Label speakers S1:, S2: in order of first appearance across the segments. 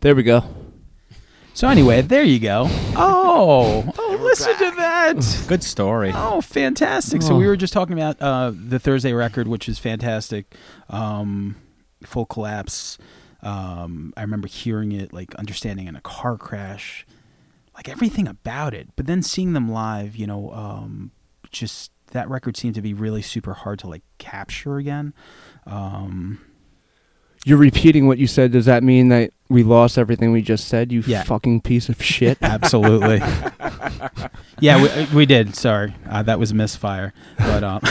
S1: There we go.
S2: So anyway, there you go. Oh, oh, listen to that.
S3: Good story. Oh.
S2: Oh, fantastic! So we were just talking about uh, the Thursday record, which is fantastic. Um, Full collapse. Um, I remember hearing it, like understanding in a car crash, like everything about it. But then seeing them live, you know, um, just that record seemed to be really super hard to like capture again. Um,
S1: You're repeating what you said. Does that mean that we lost everything we just said? You
S2: Yeah.
S1: fucking piece of shit.
S2: Absolutely. yeah, we, we did. Sorry, uh, that was a misfire. But um, I,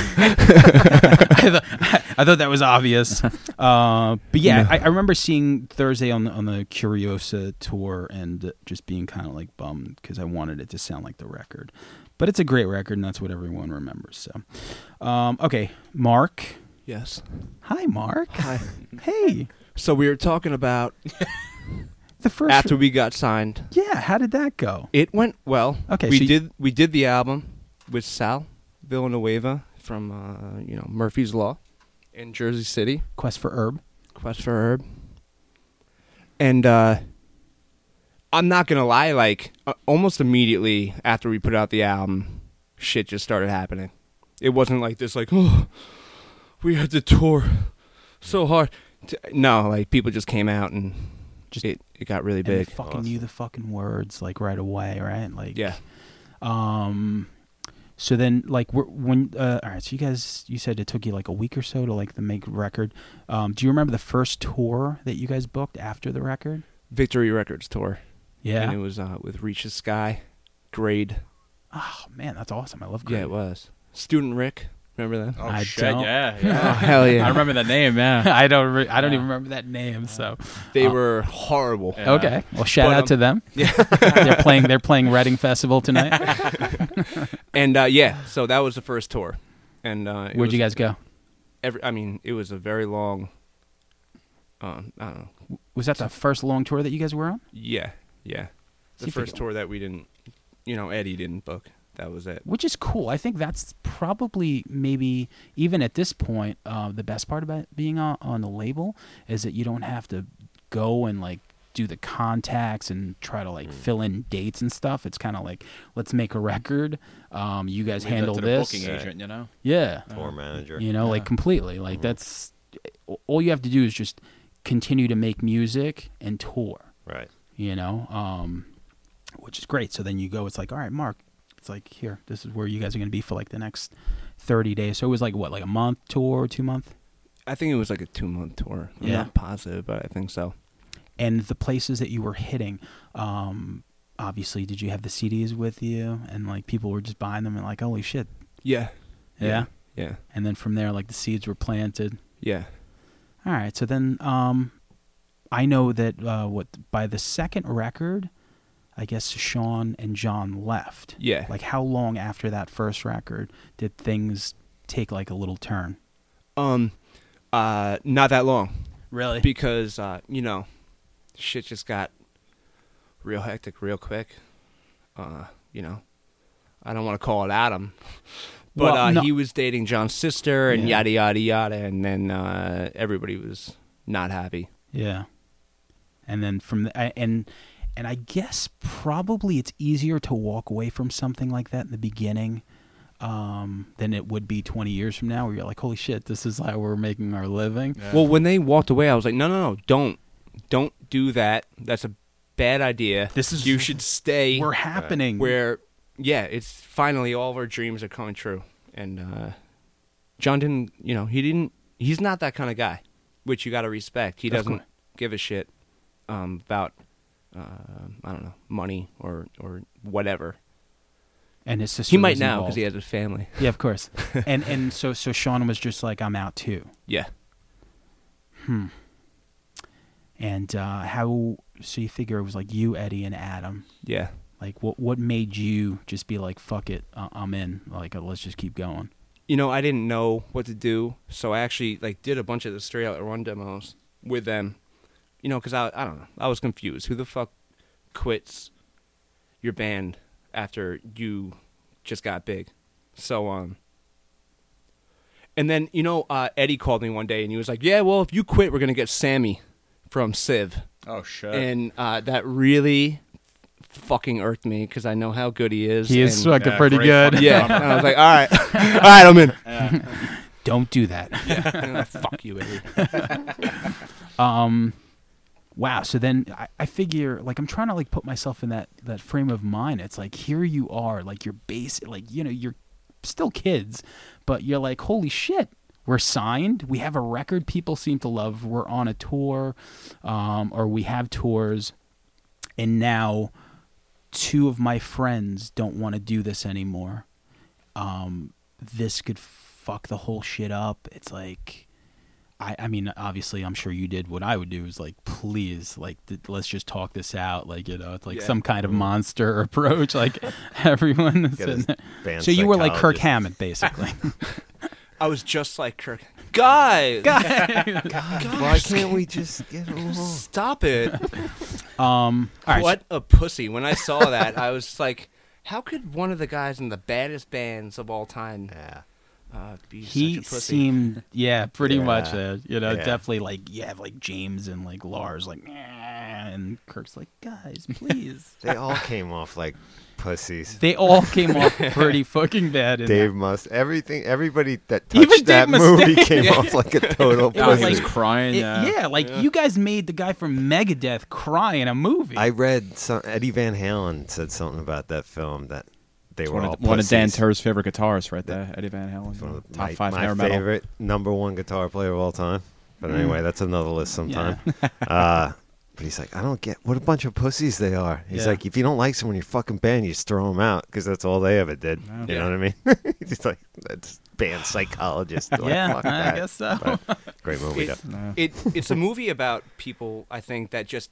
S2: thought, I thought that was obvious. Uh, but yeah, I, I remember seeing Thursday on the, on the Curiosa tour and just being kind of like bummed because I wanted it to sound like the record. But it's a great record, and that's what everyone remembers. So, um, okay, Mark.
S1: yes.
S2: Hi, Mark. Hi. Hey,
S1: So we were talking about
S2: the first.
S1: after we got signed.
S2: yeah, how did that go?
S1: It went well.
S2: Okay,
S1: we
S2: so you-
S1: did we did the album with Sal Villanueva from uh, you know Murphy's Law in Jersey City.
S2: Quest for Herb.
S1: Quest for Herb. And uh, I'm not gonna lie, like uh, almost immediately after we put out the album, shit just started happening. It wasn't like this, like oh, we had to tour so hard. T- No, like people just came out and
S2: Just-
S1: just it, it got really
S2: and they
S1: big.
S2: fucking knew the fucking words like right away, right? Like
S1: Yeah.
S2: Um. So then, like, we're, when uh, all right, so you guys, you said it took you like a week or so to like the make record. Um, do you remember the first tour that you guys booked after the record?
S1: Victory Records tour. And it
S2: Yeah.
S1: was uh, with Reach the Sky, Grade.
S2: Oh man, that's awesome. I love.
S1: Yeah,
S2: Green.
S1: it was. Student Rick. Remember that?
S3: Oh
S2: I
S3: shit!
S2: don't-
S3: Yeah, yeah.
S1: hell yeah.
S3: I remember the name. Yeah.
S2: I don't. Re- I don't
S3: Yeah.
S2: even remember that name. So
S1: They
S2: Uh,
S1: were horrible.
S3: Yeah.
S2: okay. Well, shout
S1: But,
S2: out
S1: um,
S2: to them.
S1: Yeah.
S2: they're playing. They're playing Reading Festival tonight.
S1: And uh, yeah, so that was the first tour. And uh, it
S2: Where'd you
S1: was
S2: guys go?
S1: Every, I mean, it was a very long. Um, I don't know.
S2: Was that the first long tour that you guys were on?
S1: Yeah, yeah. The
S2: See if we
S1: first
S2: can-
S1: tour that we didn't, you know, Eddie didn't book. That was it.
S2: which is cool. I think that's probably maybe even at this point uh, the best part about being on, on the label is that you don't have to go and like do the contacts and try to like
S3: Hmm.
S2: fill in dates and stuff. It's kind of like let's make a record. Um, you guys
S3: Leave that
S2: handle
S3: to the
S2: this,
S3: Booking agent, Mm-hmm. you know.
S2: Oh. yeah,
S4: Tour manager.
S2: you know, like completely. Like that's all you have to do is just continue to make music and tour
S4: Right.
S2: you know, um, which is great. So then you go, it's like, all right, Mark, it's like here, this is where you guys are going to be for like the next thirty days. So it was like what, like a month tour, two month,
S1: I think it was like a two month tour. I'm
S2: Yeah.
S1: not positive, but I think so.
S2: and the places that you were hitting, um, obviously, did you have the CDs with you, and like people were just buying them and like, holy shit,
S1: Yeah.
S2: yeah.
S1: Yeah.
S2: And then from there, like the seeds were planted.
S1: Yeah.
S2: All right, so then, um, I know that uh, what by the second record, I guess Sean and John left.
S1: Yeah.
S2: like how long after that first record did things take like a little turn
S1: um, uh, not that long.
S2: really
S1: because uh, you know, shit just got real hectic real quick. Uh, you know, I don't want to call it Adam, but
S2: Well,
S1: uh,
S2: no-
S1: he was dating John's sister and
S2: Yeah.
S1: yada yada yada, and then uh, everybody was not happy.
S2: yeah and then from the, I- and and i guess probably it's easier to walk away from something like that in the beginning um, than it would be 20 years from now where you're like holy shit this is how we're making our living
S3: Yeah.
S1: Well, when they walked away, I was like, no, no, no, don't, don't do that. That's a bad idea.
S2: This is-
S1: you should stay
S2: we're happening
S1: uh, where yeah it's finally all of our dreams are coming true and uh john didn't you know he didn't he's not that kind of guy which you got to respect he
S2: Of
S1: doesn't
S2: course.
S1: give a shit um about uh, i don't know money or or whatever
S2: and his sister
S1: he might
S2: was
S1: now because
S2: involved.
S1: he has a family
S2: yeah of course and and so so sean was just like i'm out too
S1: yeah
S2: and uh, how so you figure it was like you eddie and adam
S1: yeah
S2: Like what what made you just be like fuck it, uh, I'm in. Like uh, let's just keep going.
S1: you know i didn't know what to do so i actually like did a bunch of the straight out run demos with them you know because I, I don't know i was confused who the fuck quits your band after you just got big so um and then you know uh, eddie called me one day and he was like yeah well if you quit we're gonna get sammy from civ
S3: Oh shit.
S1: and uh, that really fucking irked me because I know how good he is.
S4: He is
S1: and-
S4: fucking
S3: Yeah,
S4: pretty
S3: uh, great
S4: good.
S3: fucking-
S1: yeah. And I was like, all right, all right, I'm in.
S2: Don't do that.
S1: And I, Fuck you, Izzy.
S2: um wow so then I, I figure like i'm trying to like put myself in that that frame of mind it's like here you are like you're basic like you know you're still kids but you're like holy shit we're signed we have a record people seem to love we're on a tour um, or we have tours and now two of my friends don't want to do this anymore um, this could fuck the whole shit up it's like I, I mean, obviously, I'm sure you did what I would do is like, please, like, th- let's just talk this out. Like, you know, it's like
S1: Yeah.
S2: some kind of monster approach. Like, everyone that's
S5: Mm-hmm. Get
S2: in
S5: his
S2: there.
S5: band
S2: So you were like Kirk
S5: psychologist.
S2: Hammett, basically.
S1: I was just like Kirk. Guys,
S5: Why can't we just get along?
S1: stop it.
S2: um, all right,
S1: what a pussy. When I saw that, I was just like, how could one of the guys in the baddest bands of all time
S5: Yeah.
S1: uh, be
S2: he
S1: such a pussy?
S2: seemed yeah pretty
S5: Yeah.
S2: much uh, you know
S5: Yeah.
S2: definitely like you have like james and like lars like "Nah," and kirk's like guys please
S5: They all came off like pussies.
S2: they all came off pretty fucking bad in
S5: Dave Must everything everybody that touched
S2: Even Dave
S5: that
S2: Mustaine.
S5: movie came off like a total
S2: It was
S3: he
S5: pussy.
S3: was
S2: like-
S3: crying.
S2: It-
S3: yeah.
S2: uh, yeah like you guys made the guy from megadeth cry in a movie
S5: I read some Eddie Van Halen said something about that film that they were
S3: One
S5: all
S3: of, one of Dan
S5: pussies.
S3: Tur's favorite guitarists, right there, Eddie Van Halen.
S5: One
S2: Mm,
S5: of the-
S3: Top
S5: my,
S3: five
S5: my
S3: hair metal.
S5: favorite number one guitar player of all time. But
S2: Mm.
S5: anyway, that's another list sometime. uh, but he's like, I don't get what a bunch of pussies they are. He's
S2: Yeah.
S5: like, if you don't like someone in your fucking band, you just throw them out because that's all they ever did. You know what I mean? he's like, that's band psychologist. Like,
S2: yeah
S5: fuck
S2: i
S5: that.
S2: guess so
S5: But great movie.
S1: It-
S5: though.
S3: Yeah.
S1: it it's a movie about people I think that just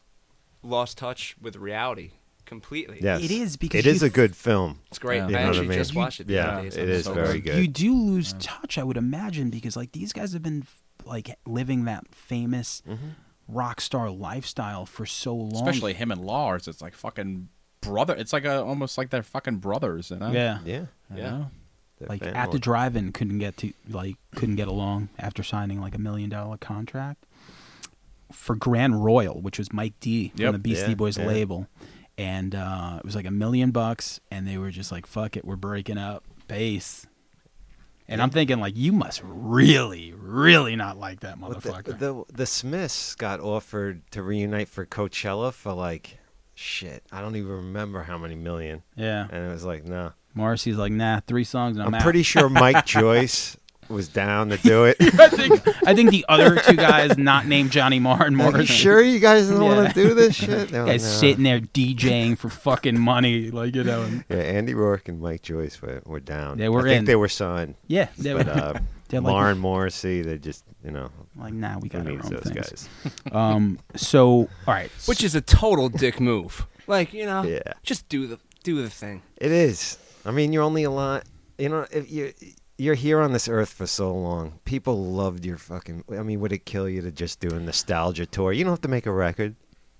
S1: lost touch with reality completely.
S5: Yes.
S2: it is because
S5: it is
S2: you
S5: a good film.
S1: It's great.
S3: Yeah.
S1: I
S3: You know
S5: what I
S1: actually
S5: mean?
S1: just watched it the
S5: Yeah,
S1: other
S5: it
S1: day. so I'm
S5: is
S1: so
S5: very
S1: glad.
S5: good.
S2: You do lose touch, I would imagine, because like these guys have been like living that famous
S5: Mm-hmm.
S2: rock star lifestyle for so long.
S3: Especially him and Lars. It's like fucking brother. It's like a, almost like they're fucking brothers. You know?
S2: yeah,
S5: Yeah.
S3: You
S1: Yeah.
S3: know?
S5: They're
S2: like
S5: family.
S2: at the drive-in, couldn't get to like couldn't get along after signing like a million dollar contract for Grand Royal, which was Mike D from
S3: Yep.
S2: the Beastie
S5: Yeah,
S2: Boys
S5: yeah.
S2: label, and uh, it was like a million bucks, and they were just like, "Fuck it, we're breaking up." Bass. And I'm thinking, like, you must really, really not like that
S5: What
S2: motherfucker.
S5: The, the the Smiths got offered to reunite for Coachella for like shit. I don't even remember how many million.
S2: Yeah.
S5: And it was like, no.
S2: Morrissey's like, nah, three songs and I'm,
S5: I'm
S2: out.
S5: pretty sure Mike Joyce was down to do it.
S2: I think I think the other two guys not named Johnny Marr and
S5: Are
S2: Morrissey.
S5: you sure you guys don't want
S2: Yeah.
S5: to do this shit? They were
S2: Guys
S5: like, Oh, "No."
S2: sitting there DJing for fucking money, like you know. And,
S5: Yeah, Andy Rourke and Mike Joyce were, were down.
S2: They were
S5: I think
S2: in.
S5: they were signed.
S2: yeah, they were
S5: But uh,
S2: They're like-
S5: Lauren Morrissey, they just, you know,
S2: like, nah, we
S5: who
S2: got our own
S5: needs those
S2: things.
S5: guys?
S2: Um, so all right,
S1: Which is a total dick move. Like, you know,
S5: Yeah.
S1: just do the do the thing.
S5: It is. I mean, you're only alive. You know, if you you're here on this earth for so long, people loved your fucking. I mean, would it kill you to just do a nostalgia tour? You don't have to make a record.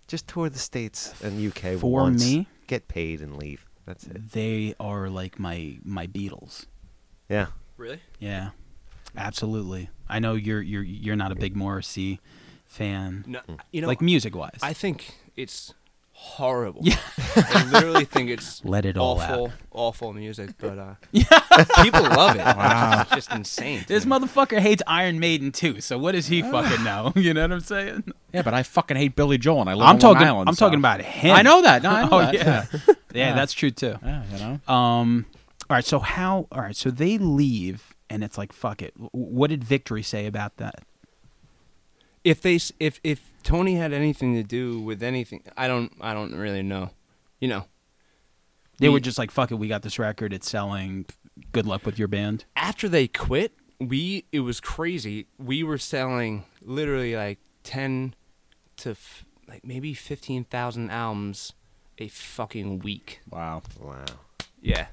S5: Just tour the states and UK
S2: For
S5: once.
S2: me? Mm.
S5: Get paid and leave. That's it.
S2: they are like my my Beatles.
S5: Yeah.
S1: Really?
S2: Yeah, absolutely. I know you're you're you're not a big Morrissey fan,
S1: No, you know,
S2: like music wise.
S1: I think it's horrible.
S2: Yeah.
S1: I literally think it's
S2: Let it all
S1: awful,
S2: out.
S1: awful music, but uh people love it. Wow. It's just insane. to
S2: This
S1: me.
S2: motherfucker hates Iron Maiden too, so what does he fucking know? You know what I'm saying?
S3: Yeah, but I fucking hate Billy Joel, and I live
S2: I'm
S3: on
S2: talking.
S3: Long Island.
S2: I'm
S3: so-
S2: talking about him.
S3: I know that. No, I know
S2: oh
S3: that.
S2: yeah. yeah,
S3: Yeah.
S2: that's true too.
S3: Yeah, you know.
S2: Um, all right. So how? All right. So they leave, and it's like fuck it. W- What did Victory say about that?
S1: if they s- if if Tony had anything to do with anything, I don't I don't really know. You know,
S2: They
S1: We-
S2: were just like fuck it. We got this record. It's selling. Good luck with your band.
S1: after they quit, we it was crazy. We were selling literally like ten to f- like maybe fifteen thousand albums a fucking week.
S3: Wow.
S5: Wow.
S1: Yeah,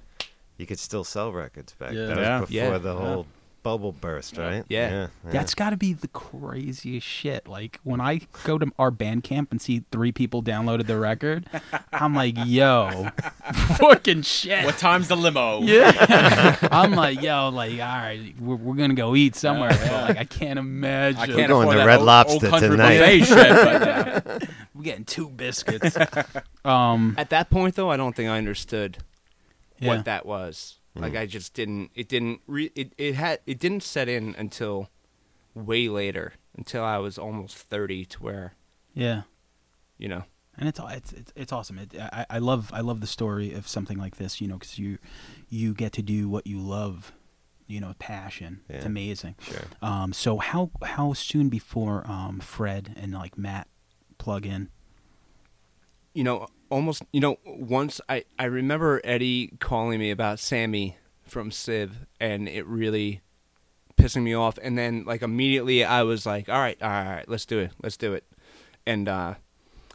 S5: You could still sell records back.
S2: Yeah.
S5: That
S3: Yeah.
S5: was before
S1: Yeah.
S5: the whole bubble burst, right?
S1: Yeah.
S5: yeah.
S2: That's got to be the craziest shit. Like when I go to our band camp and see three people downloaded the record, I'm like, yo, fucking shit.
S3: What time's the limo?
S2: Yeah. I'm like, yo, like, all right, we're, we're gonna go eat somewhere. But like, I can't imagine.
S3: I can't
S5: going
S3: afford
S5: to
S3: that
S5: Red
S3: old,
S5: Lobster
S3: old country
S5: tonight.
S3: buffet shit, but, yeah.
S2: We getting two biscuits. um,
S1: At that point, though, I don't think I understood
S2: Yeah.
S1: what that was. Like I just didn't. It didn't. Re- it it had. It didn't set in until way later. Until I was almost thirty, to where
S2: yeah.
S1: you know.
S2: and it's it's it's, it's awesome. It, I, I love I love the story of something like this, you know, because you you get to do what you love, you know, with passion. It's
S5: Yeah.
S2: amazing.
S5: Sure.
S2: Um, so how how soon before um, Fred and like Matt plug in?
S1: you know, almost, you know, once I, I remember Eddie calling me about Sammy from Civ and it really pissing me off. And then, like, immediately I was like, all right, all right, all right let's do it. Let's do it. And uh,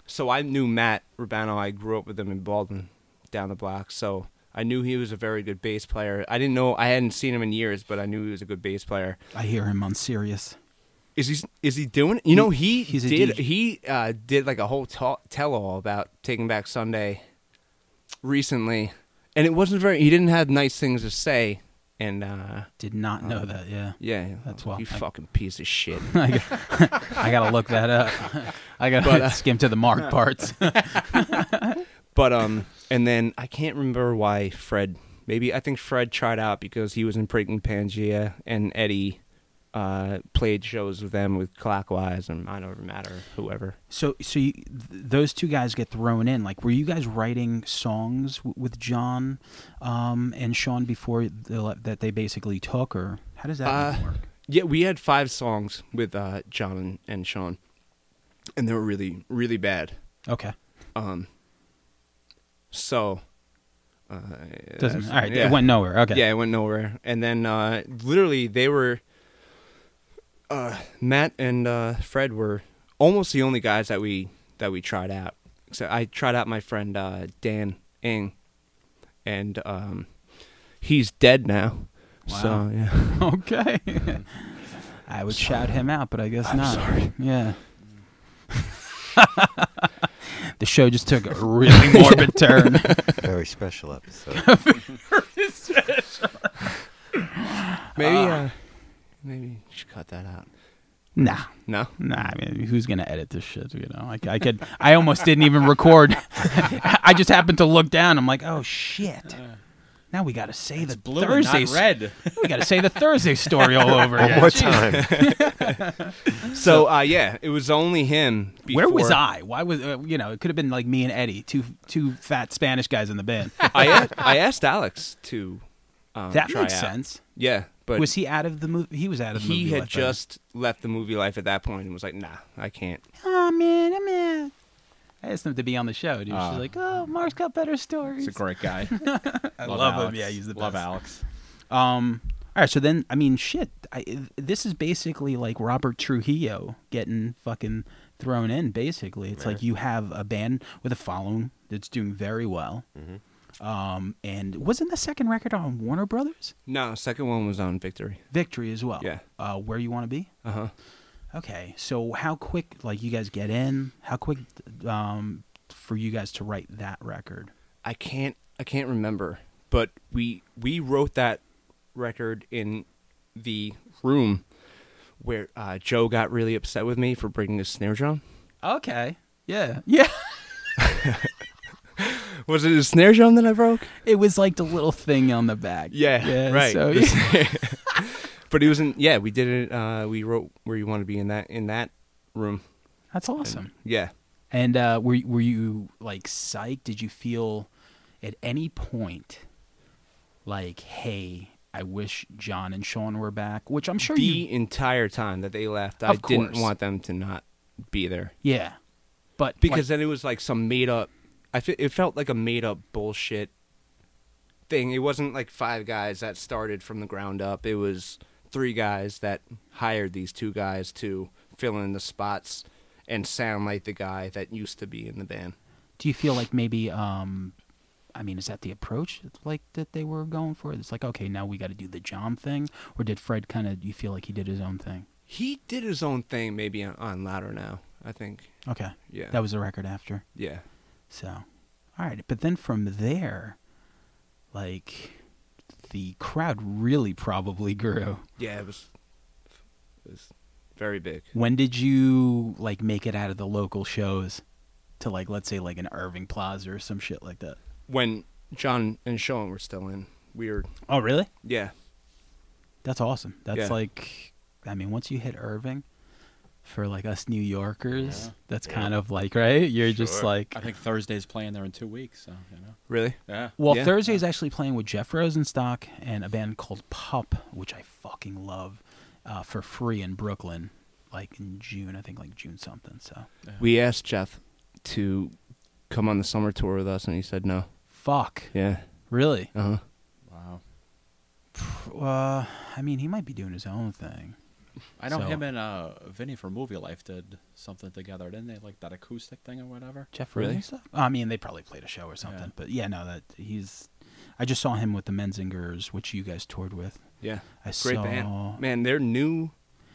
S1: so I knew Matt Rubano. I grew up with him in Baldwin down the block. So I knew he was a very good bass player. I didn't know, I hadn't seen him in years, but I knew he was a good bass player.
S2: I hear him on Sirius.
S1: Is he is he doing? It? You know he
S2: He's a
S1: did
S2: DJ.
S1: he uh, did like a whole ta- tell all about Taking Back Sunday recently, and it wasn't very. He didn't have nice things to say, and uh,
S2: Did not know that. Yeah,
S1: yeah,
S2: That's
S1: you
S2: wild. I-
S1: fucking piece of shit.
S2: I, got, I gotta look that up. I gotta
S1: But, uh,
S2: skim to the mark parts.
S1: But um, and then I can't remember why Fred. Maybe I think Fred tried out because he was in Breaking Pangea, and Eddie uh, played shows with them with Clockwise and I don't matter whoever.
S2: so so you, th- those two guys get thrown in. Like, were you guys writing songs w- with John um, and Sean before the, le- that they basically took, or how does that
S1: Uh,
S2: work?
S1: Yeah, we had five songs with uh, John and, and Sean, and they were really, really bad.
S2: Okay,
S1: Um, so uh,
S2: doesn't
S1: that's-
S2: all right.
S1: yeah.
S2: It went nowhere. Okay,
S1: Yeah, it went nowhere. And then uh, literally, they were uh, Matt and uh, Fred were almost the only guys that we that we tried out. So I tried out my friend uh, Dan Ing, and um, he's dead now.
S2: Wow.
S1: So yeah.
S2: okay. I would shout him out, but I guess not.
S1: Mm-hmm. sorry. Mm.
S2: Yeah. the show just took a really morbid turn.
S5: Very special episode.
S1: Maybe, uh, maybe you should cut that out.
S2: nah.
S1: No,
S2: Nah, I mean, who's gonna edit this shit? You know, like I could, I almost didn't even record. I just happened to look down. I'm like, oh shit! Now we gotta say the
S3: Blue and
S2: Thursday.
S3: not red.
S2: We gotta say the Thursday story all over
S5: One
S2: again.
S5: more
S2: Jeez.
S5: time.
S1: so uh, yeah, it was only him.
S2: Where was
S1: before-
S2: I? Why was uh, you know? It could have been like me and Eddie, two two fat Spanish guys in the band.
S1: I asked, I asked Alex to. Um,
S2: That
S1: try
S2: makes
S1: out.
S2: sense.
S1: Yeah, but
S2: was he out of the movie? He was out of the movie.
S1: he
S2: life, I
S1: had
S2: think.
S1: just left the movie life at that point and was like, "Nah, I can't."
S2: Oh man, I'm in. I asked him to be on the show, dude.
S3: Ah.
S2: She's like, "Oh, Mark's got better stories."
S3: He's a great guy.
S2: I love, him.
S3: Alex.
S2: Yeah, he's the
S3: love
S2: best.
S3: Alex.
S2: Um. All right. So then, I mean, shit. I, this is basically like Robert Trujillo getting fucking thrown in. Basically, it's like you have a band with a following that's doing very well.
S1: Mm-hmm.
S2: Um. And wasn't the second record on Warner Brothers?
S1: No, second one was on Victory.
S2: Victory as well.
S1: Yeah.
S2: Uh, where you want to be?
S1: Uh huh.
S2: Okay. So how quick, like, you guys get in? How quick, um, for you guys to write that record?
S1: I can't I can't remember, but we we wrote that record in the room where uh, Joe got really upset with me for breaking his snare drum.
S2: Okay. Yeah. Yeah.
S1: Was it a snare drum that I broke?
S2: It was like the little thing on the back.
S1: Yeah, right.
S2: So,
S1: The snare- but it was in yeah, we did it uh we wrote where you want to be in that in that room.
S2: That's awesome.
S1: Yeah.
S2: And uh, were were you like psyched? Did you feel at any point like, hey, I wish John and Sean were back? Which I'm sure
S1: the
S2: you,
S1: entire time that they left, I
S2: Of
S1: didn't
S2: course.
S1: want them to not be there.
S2: yeah, but like-
S1: because then it was like some made up. I fe- it felt like a made up bullshit thing. It wasn't like five guys that started from the ground up. It was three guys that hired these two guys to fill in the spots and sound like the guy that used to be in the band.
S2: do you feel like maybe, um, I mean, is that the approach like that they were going for? It's like, okay, now we got to do the John thing, or did Fred kind of you feel like he did his own thing?
S1: He did his own thing, maybe on, on Louder Now. I think.
S2: Okay,
S1: Yeah.
S2: that was the record after.
S1: yeah.
S2: So, all right, but then from there, like the crowd really probably grew.
S1: Yeah. It was. It was very big.
S2: When did you like make it out of the local shows? to like let's say like an Irving Plaza or some shit like that.
S1: When John and Sean were still in, weird.
S2: Oh, really?
S1: Yeah,
S2: That's awesome. That's
S1: Yeah.
S2: like, I mean, once you hit Irving, for like us New Yorkers,
S3: Yeah.
S2: that's kind of like right. You're just
S5: Sure.
S2: like,
S3: I think Thursday's playing there in two weeks. So you know.
S1: really.
S3: Yeah.
S2: well,
S1: Yeah.
S2: Thursday's actually playing with Jeff Rosenstock and a band called Pup, which I fucking love, uh, for free in Brooklyn, like in June. I think like June something. So
S1: We asked Jeff to come on the summer tour with us, and he said no.
S2: fuck,
S1: Yeah.
S2: really?
S1: Uh huh.
S3: Wow.
S2: Uh, I mean, he might be doing his own thing.
S3: I know
S2: So-
S3: him and uh, Vinny from Movie Life did something together, didn't they? Like that acoustic thing or whatever.
S2: Jeff
S1: Really?
S2: really? stuff. I mean, they probably played a show or something. But yeah, no, that he's. I just saw him with the Menzingers, which you guys toured with.
S1: Yeah.
S2: I
S1: Great
S2: saw
S1: band. Man, their new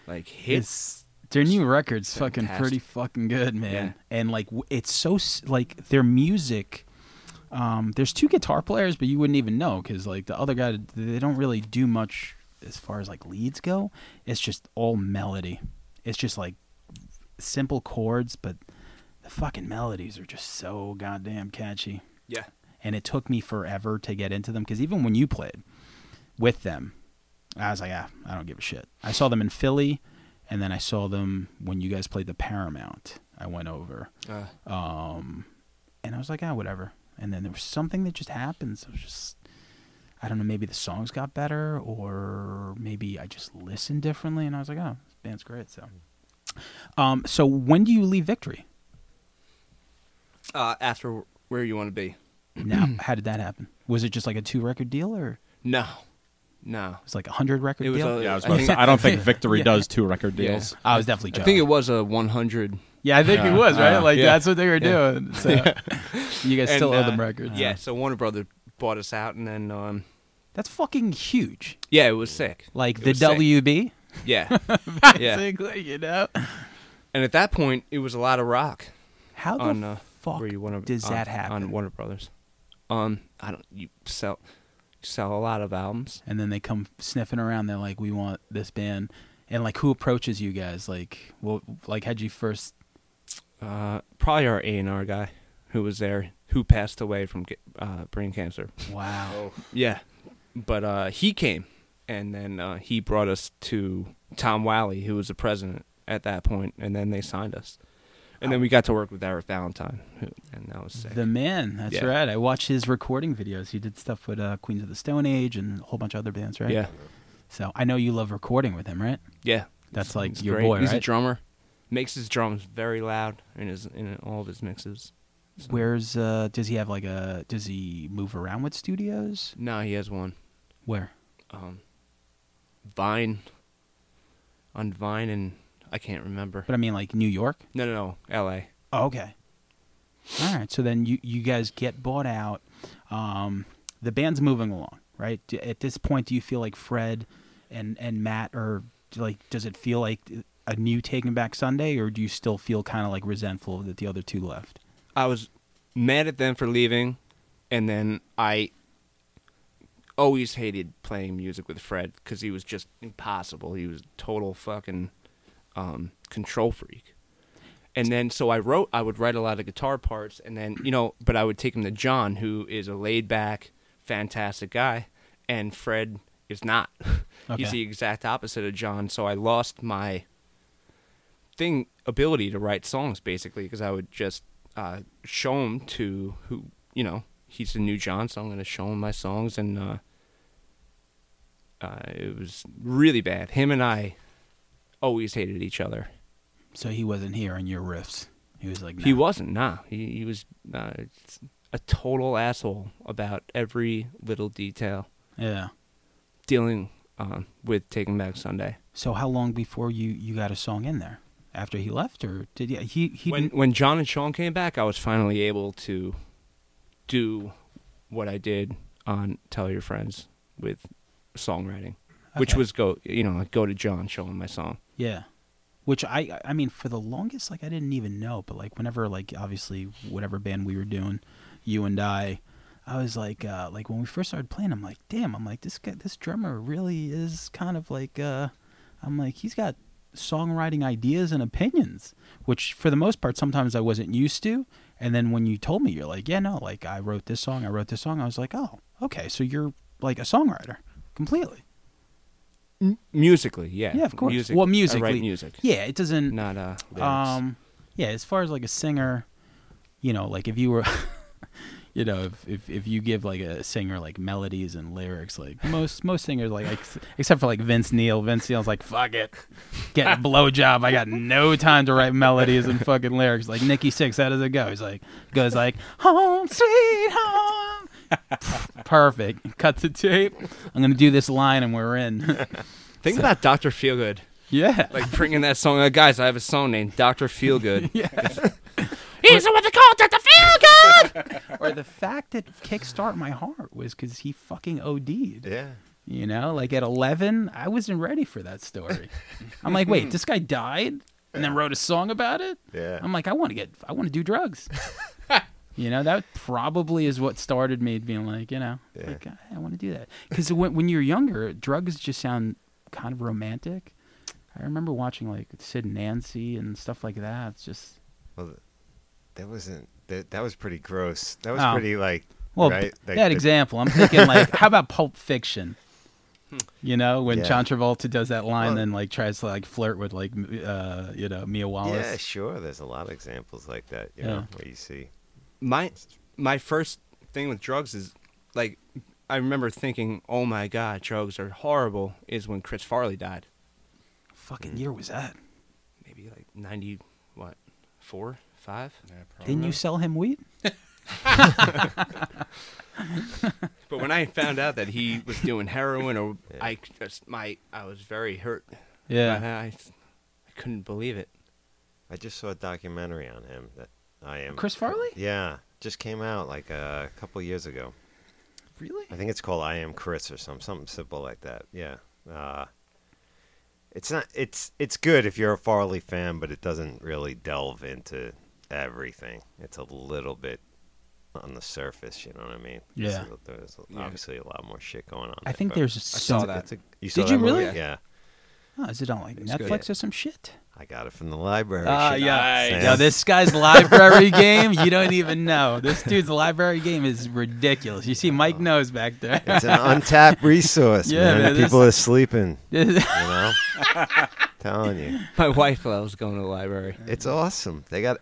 S1: like hits.
S2: It's their new records fucking
S1: fantastic.
S2: pretty fucking good, man.
S1: Yeah.
S2: And like w- it's so s- like their music. Um, there's two guitar players, but you wouldn't even know because like the other guy, they don't really do much as far as like leads go. It's just all melody. It's just like simple chords, but the fucking melodies are just so goddamn catchy
S1: Yeah.
S2: and it took me forever to get into them because even when you played with them, I was like, ah, I don't give a shit. I saw them in Philly, and then I saw them when you guys played the Paramount. I went over,
S1: Uh,
S2: um, and I was like, ah, whatever. And then there was something that just happened. So it was just, I don't know, maybe the songs got better, or maybe I just listened differently, and I was like, oh, this band's great. So, um, so when do you leave Victory?
S1: uh, after where you want to be.
S2: now, how did that happen? Was it just like a two record deal, or
S1: No. No.
S2: it was like a hundred record
S1: It was
S2: deal?
S1: a- Yeah, I was
S3: I,
S1: about to say,
S3: don't think Victory
S2: Yeah.
S3: does two record
S1: Yeah.
S3: deals.
S2: I was definitely
S1: I
S2: joking.
S1: think it was a 100.
S2: yeah, I think it was right.
S3: Uh,
S2: like
S1: yeah.
S2: that's what they were
S1: Yeah.
S2: doing. So you
S1: And,
S2: guys still owe them
S1: uh,
S2: records.
S1: Yeah. So Warner Brother bought us out, and then um,
S2: that's fucking huge.
S1: yeah, it was sick.
S2: Like
S1: It
S2: the
S1: was sick.
S2: WB,
S1: Yeah. yeah.
S2: basically, you know.
S1: And at that point, it was a lot of rock.
S2: How the
S1: on uh,
S2: fuck
S1: where you wanna,
S2: does
S1: on-
S2: that happen?
S1: on Warner Brothers? Um, I don't. You sell you sell a lot of albums.
S2: and then they come sniffing around. They're like, "We want this band." And like, who approaches you guys? Like, well, like, how'd you first?
S1: Uh, probably our A and R guy who was there, who passed away from ca- uh, brain cancer. Oh,
S2: Wow.
S1: Yeah, but uh, he came, and then uh, he brought us to Tom Wally, who was the president at that point, and then they signed us, and then we got to work with Eric Valentine, who, and that was sick.
S2: The man, that's
S1: Yeah.
S2: right. I watched his recording videos. He did stuff with uh, Queens of the Stone Age and a whole bunch of other bands, right?
S1: Yeah,
S2: So I know you love recording with him, right?
S1: yeah,
S2: That's like
S1: He's
S2: your
S1: great.
S2: boy,
S1: He's a
S2: right?
S1: drummer, makes his drums very loud in his in all of his mixes. So-
S2: Where's uh does he have like a does he move around with studios?
S1: No, he has one.
S2: Where?
S1: Um, Vine, on Vine, and I can't remember.
S2: But I mean like New York?
S1: No, no, no, L.A.
S2: Oh, okay. All right. So then you you guys get bought out. Um the band's moving along, right? D- At this point do you feel like Fred and and Matt are like does it feel like a new Taking Back Sunday or do you still feel kind of like resentful that the other two left?
S1: I was mad at them for leaving, and then I always hated playing music with Fred because he was just impossible. He was a total fucking um, control freak. And then so I wrote. I would write a lot of guitar parts, and then you know, but I would take him to John, who is a laid back, fantastic guy, and Fred is not. He's
S2: Okay.
S1: the exact opposite of John. So I lost my thing ability to write songs basically because I would just uh, show him to who you know he's the new John, so I'm going to show him my songs, and uh, uh, it was really bad. Him and I always hated each other.
S2: So he wasn't here on your riffs. He was like
S1: He
S2: nah.
S1: wasn't, nah. He, he was uh, a total asshole about every little detail
S2: Yeah.
S1: dealing um, with Taking Back Sunday.
S2: So how long before you you got a song in there? After he left, or did yeah he he
S1: when
S2: didn't,
S1: when John and Sean came back, I was finally able to do what I did on Tell Your Friends with songwriting, which
S2: Okay.
S1: was go you know like go to John, show him my song.
S2: yeah, which I I mean for the longest like I didn't even know, but like whenever like obviously whatever band we were doing, you and I, I was like uh like when we first started playing, I'm like damn, I'm like this guy this drummer really is kind of like uh, I'm like he's got songwriting ideas and opinions, which for the most part sometimes I wasn't used to. And then when you told me, you're like, yeah, no, like I wrote this song, I wrote this song. I was like, oh, okay, so you're like a songwriter completely.
S1: musically, yeah,
S2: Yeah, of course.
S1: Music,
S2: well,
S1: I
S2: musically,
S1: write music,
S2: Yeah, it doesn't.
S1: not uh, lyrics.
S2: Um, yeah, as far as like a singer, you know, like if you were, you know, if, if if you give like a singer like melodies and lyrics, like most most singers like ex- except for like Vince Neil, Vince Neil's like fuck it, get a blowjob. I got no time to write melodies and fucking lyrics. Like Nikki Six, how does it go? He's like goes like home sweet home. Perfect. Cut the tape. I'm gonna do this line and we're in.
S1: Think about Doctor Feelgood,
S2: yeah.
S1: like bringing that song. Uh, guys, I have a song named Doctor Feelgood.
S2: He's the one that called at the field good. or the fact that Kickstart My Heart was because he fucking OD'd.
S5: Yeah.
S2: You know, like at 11, I wasn't ready for that story. I'm like, wait, this guy died and then wrote a song about it?
S5: Yeah.
S2: I'm like, I want to get, I want to do drugs. you know, that probably is what started me being like, you know,
S5: Yeah.
S2: like, I, I want to do that. Because when, when you're younger, drugs just sound kind of romantic. I remember watching like Sid and Nancy and stuff like that. It's just,
S5: Well, th- that wasn't that. That was pretty gross. That was
S2: Oh.
S5: pretty like.
S2: Well,
S5: right?
S2: b-
S5: Like
S2: that
S5: the-
S2: example, I'm thinking like, how about Pulp Fiction? You know, when
S5: Yeah.
S2: John Travolta does that line
S5: Well-
S2: and like tries to like flirt with like, m- uh, you know, Mia Wallace.
S5: Yeah, sure. There's a lot of examples like that. You know, where you see.
S1: my my first thing with drugs is like I remember thinking, "Oh my god, drugs are horrible." Is when Chris Farley died,
S2: Fucking year was that?
S1: maybe like ninety what four five.
S3: Yeah, probably.
S2: Didn't you sell him weed?
S1: But when I found out that he was doing heroin, or
S5: Yeah.
S1: I just my I was very hurt.
S2: Yeah.
S1: I, I, I couldn't believe it.
S5: I just saw a documentary on him that I am.
S2: Chris Farley?
S5: Yeah, just came out like uh, a couple years ago.
S2: Really?
S5: I think it's called I Am Chris or something, something simple like that. Yeah. Uh, it's not. It's it's good if you're a Farley fan, but it doesn't really delve into everything. It's a little bit on the surface. You know what I mean?
S2: Yeah.
S5: So There's
S1: Yeah.
S5: obviously a lot more shit going on.
S2: I
S5: there,
S2: think
S5: but
S2: there's
S1: saw
S2: some.
S1: that.
S5: it's a- you saw
S2: Did
S5: that
S2: you
S5: movie?
S2: really?
S5: Yeah.
S2: Oh, is it on like
S1: It's good.
S2: Netflix or some shit?
S5: I got it from the library.
S2: Ah,
S5: Shit.
S2: yeah.
S5: Nice.
S2: Yo, this guy's library game, you don't even know. This dude's library game is ridiculous. You see, Mike knows back there.
S5: It's an untapped resource,
S2: Yeah,
S5: man.
S2: man,
S5: The People are sleeping. You
S2: yeah,
S5: know, telling you,
S1: My wife thought I was going to the library.
S5: it's awesome. They got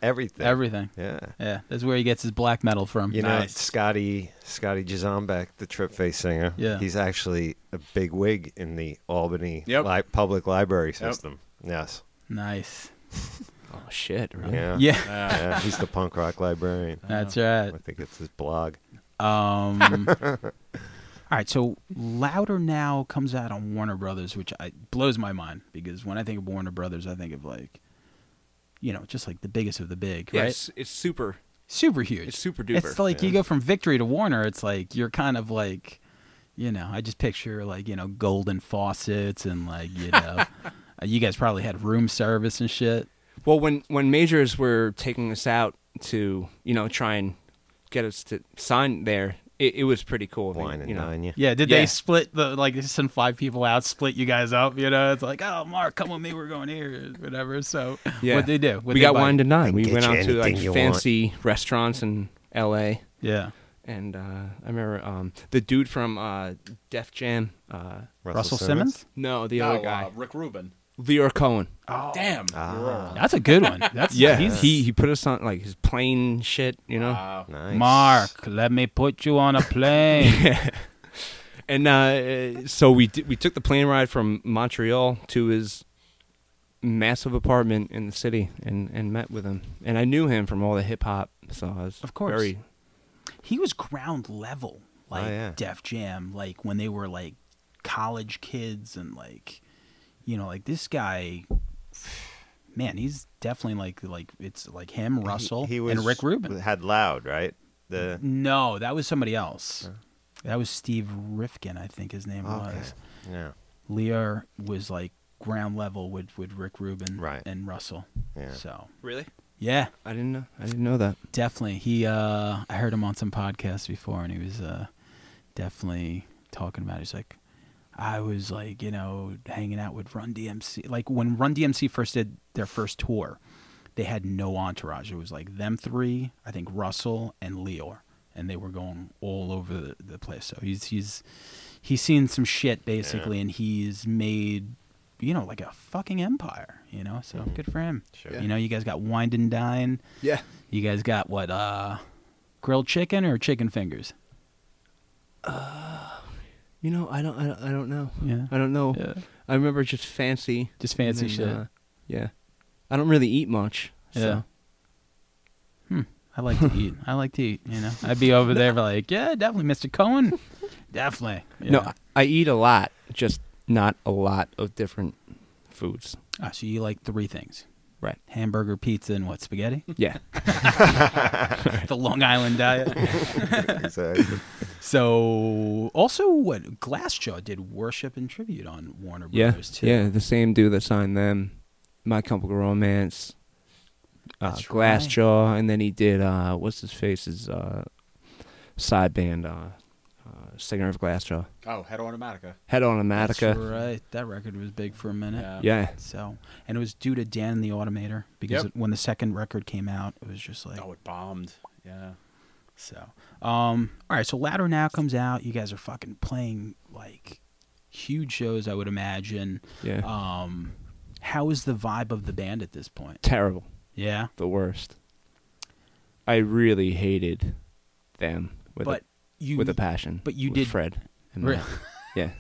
S5: everything.
S2: Everything.
S5: Yeah.
S2: that's where he gets his black metal from.
S5: You know,
S3: Nice.
S5: Scotty Scotty Jazombeck, the Trip Face singer.
S2: Yeah.
S5: He's actually a big wig in the Albany
S3: Yep.
S5: li- public library system. Yes.
S2: Nice.
S1: Oh shit! Really?
S5: Yeah.
S2: Yeah,
S3: Yeah.
S5: Yeah, He's the punk rock librarian.
S2: that's
S5: I
S2: right.
S5: think it's his blog.
S2: Um, all right, so Louder Now comes out on Warner Brothers, which I, blows my mind because when I think of Warner Brothers, I think of like, you know, just like the biggest of the big,
S1: Yeah,
S2: right?
S1: it's, it's super.
S2: Super huge.
S1: It's super duper.
S2: It's like you
S5: Yeah.
S2: go from Victory to Warner. It's like you're kind of like, you know, I just picture like you know golden faucets and like you know, uh, you guys probably had room service and shit.
S1: Well, when when majors were taking us out to you know try and get us to sign there, it, it was pretty cool. I mean,
S5: Wine and
S1: you know.
S5: dine you.
S2: Yeah, did
S1: Yeah.
S2: they split the like they send five people out, split you guys up? You know, it's like, oh, Mark, come with me, we're going here, whatever. So
S1: Yeah.
S2: what they do? What'd
S1: we
S2: they
S1: got
S2: buy?
S1: wine and dine. We
S5: get
S1: went
S5: you
S1: out to like
S5: anything you
S1: fancy restaurants in L.A.
S2: Yeah,
S1: And uh, I remember um, the dude from uh, Def Jam. Uh,
S2: Russell, Simmons.
S1: no, the
S3: No,
S1: other guy,
S3: uh, Rick Rubin.
S1: Leor Cohen.
S3: Damn.
S5: Ah.
S3: you're wrong.
S2: That's a good one. That's
S1: Yeah,
S2: he's-
S1: he he put us on like his plane shit, you know.
S3: Wow.
S5: Nice.
S2: Mark, let me put you on a plane.
S1: And uh, so we d- we took the plane ride from Montreal to his massive apartment in the city and, and met with him. And I knew him from all the hip hop, so I was
S2: Of course.
S1: very
S2: he was ground level, like
S5: Oh, yeah.
S2: Def Jam, like when they were like college kids and like, you know, like this guy. Man, he's definitely like like it's like him, Russell,
S5: He, he was
S2: and Rick Rubin.
S5: had loud, right? The
S2: No, that was somebody else. That was Steve Rifkin, I think his name
S5: Okay.
S2: was.
S5: Yeah.
S2: Lear was like ground level with, with Rick Rubin
S5: Right.
S2: and Russell.
S5: Yeah.
S2: So
S1: really.
S2: yeah,
S1: I didn't know. I didn't know that.
S2: definitely. He uh, I heard him on some podcasts before, and he was uh, definitely talking about. it. He's like, I was like, you know, hanging out with Run DMC. Like when Run DMC first did their first tour, they had no entourage. It was like them three, I think Russell and Leor, and they were going all over the, the place. So he's he's he's seen some shit basically, and he's made you know like a fucking empire. You know, so good for him.
S5: Sure.
S2: You know, you guys got wine and dine.
S1: Yeah.
S2: You guys got what? Uh, grilled chicken or chicken fingers?
S1: You know, I don't, I don't, I don't know.
S2: Yeah.
S1: I don't know.
S2: Yeah.
S1: I remember just fancy.
S2: Just fancy
S1: and then,
S2: shit.
S1: uh, yeah. I don't really eat much.
S2: yeah.
S1: So.
S2: Hmm. I like to eat. I like to eat. You know, I'd be over there like, yeah, definitely, Mr. Cohen, definitely. You
S1: No,
S2: know.
S1: I, I eat a lot, just not a lot of different foods.
S2: Ah, so you like three things:
S1: Right.
S2: hamburger, pizza, and what? Spaghetti.
S1: Yeah.
S2: the Long Island diet.
S5: exactly.
S2: so also, what Glassjaw did worship and tribute on Warner
S1: yeah.
S2: Brothers too.
S1: Yeah. The same dude that signed them, My Chemical Romance, uh,
S2: That's right.
S1: Glassjaw, and then he did uh, what's his face's uh, side band, uh, uh, singer of Glassjaw,
S3: Oh, head automatica.
S1: Head on
S2: That's
S1: Automatica.
S2: right. That record was big for a minute.
S3: Yeah.
S1: Yeah.
S2: So, and it was due to Dan and the Automator because
S3: Yep.
S2: it- when the second record came out, it was just like
S3: Oh, it bombed. Yeah.
S2: so. Um, all right, so Louder Now comes out. You guys are fucking playing like huge shows, I would imagine.
S1: Yeah.
S2: Um, how is the vibe of the band at this point?
S1: Terrible.
S2: Yeah,
S1: The worst. I really hated them with
S2: but
S1: a,
S2: you
S1: with a passion.
S2: but you
S1: with
S2: did-
S1: Fred. And
S2: Re-
S1: Matt. Yeah.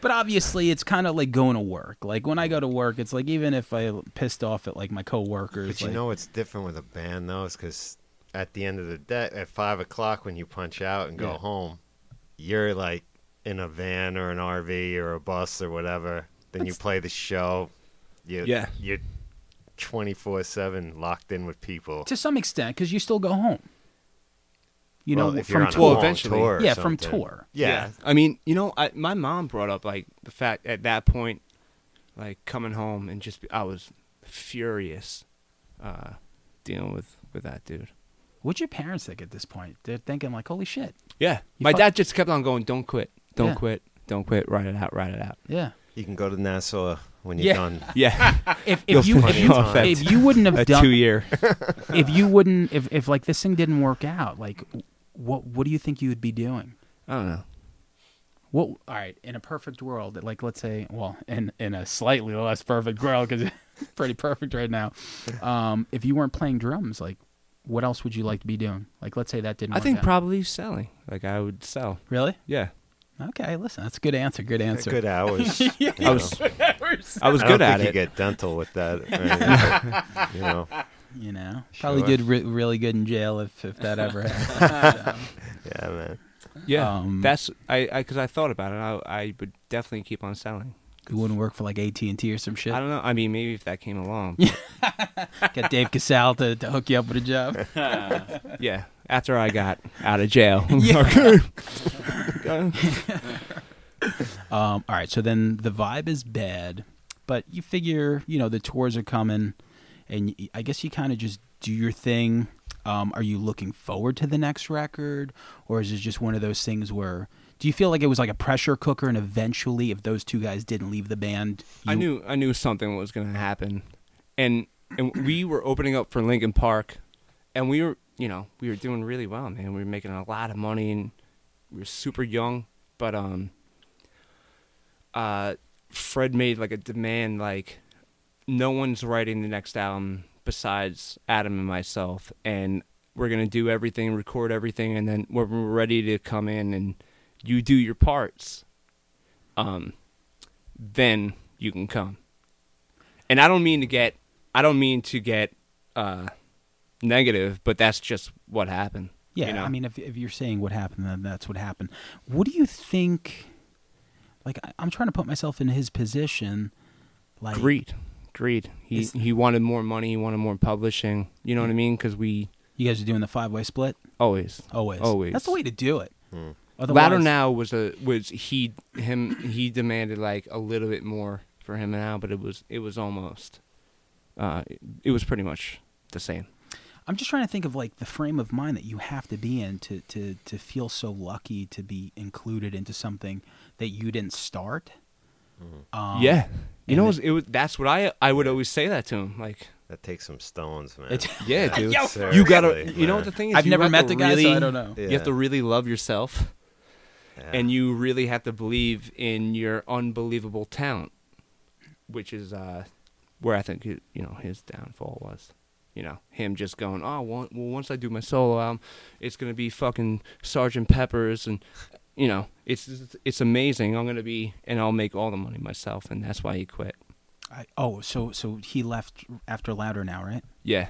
S2: But obviously, it's kind of like going to work. Like when I go to work, it's like even if I pissed off at like my coworkers,
S5: But you
S2: like,
S5: know what's different with a band though is because at the end of the day, at five o'clock when you punch out and go
S2: Yeah.
S5: home, you're like in a van or an RV or a bus or whatever. Then you play the show. You,
S1: Yeah.
S5: You're twenty four seven locked in with people.
S2: to some extent, because you still go home. You
S5: Well,
S2: know,
S5: if you're
S2: from
S5: on a
S1: tour.
S5: long
S1: Well, eventually.
S5: tour or
S2: yeah, from
S5: something.
S2: tour.
S5: Yeah.
S1: I mean, you know, I, my mom brought up like the fact at that point, like coming home and just I was furious, uh, dealing with with that dude.
S2: What'd your parents think at this point? They're thinking like, "Holy shit,
S1: Yeah,
S2: You
S1: my
S2: fuck-
S1: dad just kept on going. Don't quit. Don't
S2: Yeah.
S1: quit. Don't quit. Ride it out. Ride it out.
S2: yeah."
S5: You can go to Nassau when you're
S2: Yeah.
S5: done.
S1: Yeah,
S2: If
S1: You'll
S2: if you
S1: find
S2: if you,
S5: out.
S2: if you wouldn't
S1: a
S2: have
S1: two
S2: done
S1: year.
S2: if you wouldn't if if like this thing didn't work out, like what what do you think you would be doing?
S1: I don't know.
S2: What all right in a perfect world? Like let's say, well, in in a slightly less perfect world because it's pretty perfect right now. Um, if you weren't playing drums, like what else would you like to be doing? Like let's say that didn't.
S1: I
S2: work
S1: think
S2: out.
S1: probably selling. Like I would sell.
S2: really
S1: Yeah,
S2: okay. Listen, that's a good answer. Good answer.
S5: Good hours. you
S1: I
S5: know.
S1: was. I was
S5: I
S1: good
S5: don't
S1: at
S5: think
S1: it.
S5: You get dental with that. Right? But, you know,
S2: You know, probably
S5: Sure.
S2: did re- really good in jail if if that ever happened. so.
S5: yeah, man.
S1: yeah,
S2: um,
S1: that's I because I, thought about it. I I would definitely keep on selling.
S2: It wouldn't work for like AT and T or some shit.
S1: I don't know. I mean, maybe if that came along.
S2: Get Dave Casal to, to hook you up with a job.
S1: Yeah, after I got out of jail.
S2: Um, all right, so then the vibe is bad, but you figure you know the tours are coming, and y- I guess you kind of just do your thing. Um, are you looking forward to the next record, or is it just one of those things where? Do you feel like it was like a pressure cooker, and eventually, if those two guys didn't leave the band,
S1: I
S2: you-
S1: knew I knew something was going to happen, and and we were opening up for Lincoln Park, and we were you know we were doing really well, man. We were making a lot of money, and we were super young. But um, uh, Fred made like a demand, like no one's writing the next album besides Adam and myself, and we're gonna do everything, record everything, and then when we're ready to come in and you do your parts, um, then you can come. And I don't mean to get, I don't mean to get uh, negative, but that's just what happened.
S2: Yeah,
S1: you know?
S2: I mean, if if you're saying what happened, then that's what happened. What do you think? Like, I, I'm trying to put myself in his position. Like,
S1: greed, greed. He
S2: Is-
S1: he wanted more money. He wanted more publishing. You know what I mean? Because we
S2: you guys are doing the five way split.
S1: always,
S2: Always,
S1: Always. Hmm.
S2: That's the way to do it.
S1: Louder now was a was he him he demanded like a little bit more for him now, but it was it was almost, uh, it was pretty much the same.
S2: I'm just trying to think of like the frame of mind that you have to be in to to to feel so lucky to be included into something that you didn't start. Um,
S1: Hmm. yeah, you
S2: and
S1: know, it
S2: the-
S1: was, it was, that's what I I would always say that to him. Like,
S5: That takes some stones, man.
S2: It's-
S1: yeah, dude,
S2: Yo,
S1: you gotta.
S5: Seriously,
S1: You know what
S5: man.
S1: the thing is?
S2: I've
S1: you
S2: never
S1: have
S2: met
S1: to
S2: the guy, so
S1: really-
S2: I don't know.
S1: You have to
S5: Yeah.
S1: really love yourself,
S5: Yeah.
S1: and you really have to believe in your unbelievable talent, which is uh, where I think it, you know his downfall was. You know, him just going, oh, well, well, once I do my solo album, it's gonna be fucking Sergeant Pepper's, and you know, it's it's amazing. I'm gonna be, and I'll make all the money myself, and that's why he quit.
S2: I, oh, so so he left after Louder now, right?
S1: Yeah,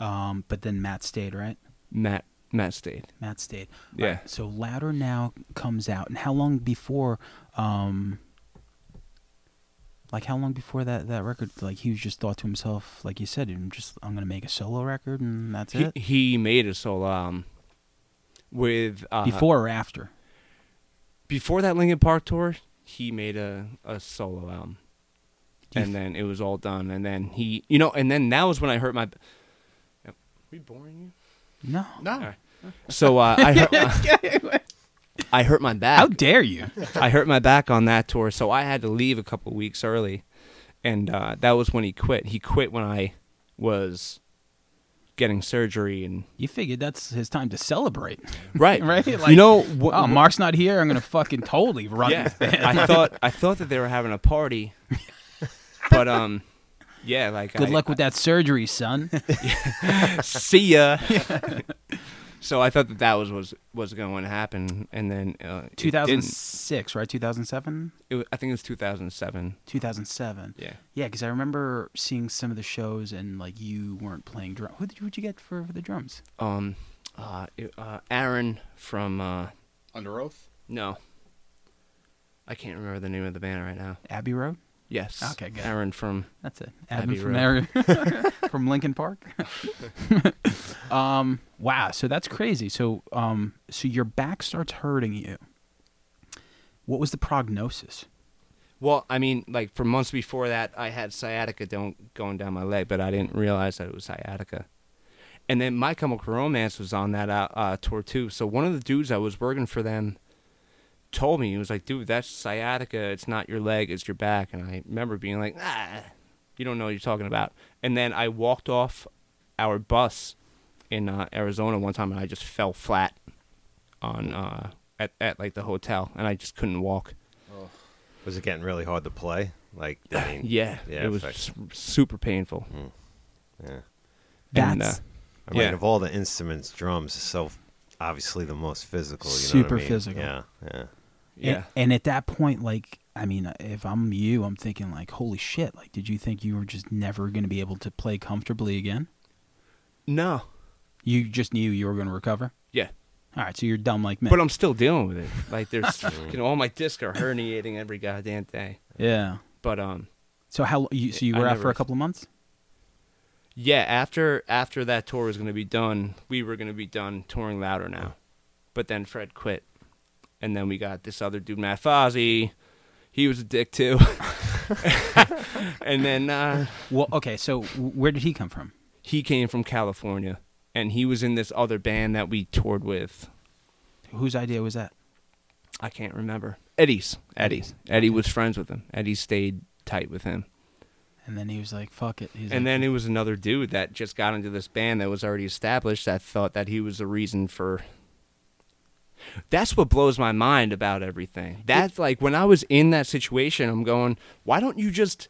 S2: Um, but then Matt stayed, right?
S1: Matt Matt stayed.
S2: Matt stayed. All
S1: Yeah.
S2: right, so Louder Now comes out, and how long before, um, like how long before that that record? Like he was just thought to himself, like you said, I'm just I'm gonna make a solo record, and that's
S1: He
S2: it.
S1: he made a solo album with uh,
S2: before or after?
S1: before that Linkin Park tour, he made a, a solo album,
S2: Do you
S1: and then it was all done. And then he, you know, and then that was when I hurt my. Are we boring you?
S2: No.
S3: No.
S1: All right. So uh, I hurt my, I hurt my back.
S2: How dare you?
S1: I hurt my back on that tour, so I had to leave a couple weeks early, and uh, that was when he quit. He quit when I was getting surgery and
S2: You figured that's his time to celebrate,
S1: right,
S2: right?
S1: you know, wh-
S2: oh, Mark's not here. I'm gonna fucking totally run
S1: yeah,
S2: with it.
S1: I thought I thought that they were having a party, but um, yeah, like
S2: Good
S1: I-
S2: luck with that surgery, son.
S1: see ya. so I thought that that was was was going to happen, and then uh, it
S2: 2006, right? 2007,
S1: didn't. It wa- I think it was 2007.
S2: 2007.
S1: Yeah,
S2: Yeah, because I remember seeing some of the shows and like you weren't playing drum. Who did you, who'd you get for, for the drums?
S1: um, uh, it- uh, Aaron from uh,
S3: Under oath.
S1: no, I can't remember the name of the band right now.
S2: Abbey Road.
S1: Yes,
S2: Okay, good.
S1: Aaron from
S2: That's it.
S1: Abbey
S2: Adam from there, from Lincoln Park. um, wow, so that's crazy. So, um, so your back starts hurting you. What was the prognosis?
S1: Well, I mean, like for months before that, I had sciatica don't going down my leg, but I didn't realize that it was sciatica. And then My Chemical Romance was on that uh, uh, tour too. So one of the dudes I was working for them told me he was like, "Dude, that's sciatica. It's not your leg, it's your back." And I remember being like, "Ah, you don't know what you're talking about." And then I walked off our bus in uh, Arizona one time, and I just fell flat on uh, at at like the hotel, and I just couldn't walk.
S5: Was it getting really hard to play? Like, I mean,
S1: Yeah,
S5: yeah,
S1: it was
S5: fuck.
S1: s- super painful.
S5: yeah.
S1: And,
S2: That's
S1: uh,
S5: I mean,
S1: Yeah.
S5: of all the instruments, drums is so obviously the most physical. You know what
S2: Super
S5: I mean?
S2: physical.
S5: Yeah, yeah.
S1: yeah,
S2: And, and at that point, like, I mean, uh, if I'm you, I'm thinking like, holy shit! Like, did you think you were just never going to be able to play comfortably again?
S1: no,
S2: You just knew you were going to recover.
S1: yeah,
S2: All right, so you're dumb like me.
S1: but I'm still dealing with it. Like there's,
S5: Mm.
S1: you know, all my discs are herniating every goddamn day.
S2: yeah.
S1: But um,
S2: So how you? So you
S1: I
S2: were out
S1: never-
S2: for a couple of months.
S1: yeah, after after that tour was gonna be done, we were gonna be done touring louder now. But then Fred quit, and then we got this other dude, Matt Fozzy. He was a dick too. and then uh,
S2: Well, okay. So w- where did he come from?
S1: he came from California, and he was in this other band that we toured with.
S2: Whose idea was that?
S1: I can't remember. Eddie's. Eddie's. Eddie was friends with him. Eddie stayed tight with him.
S2: And then he was like, "Fuck it." He's
S1: And
S2: like,
S1: then it was another dude that just got into this band that was already established that thought that he was the reason for. That's what blows my mind about everything. That's like when I was in that situation, I'm going, why don't you just.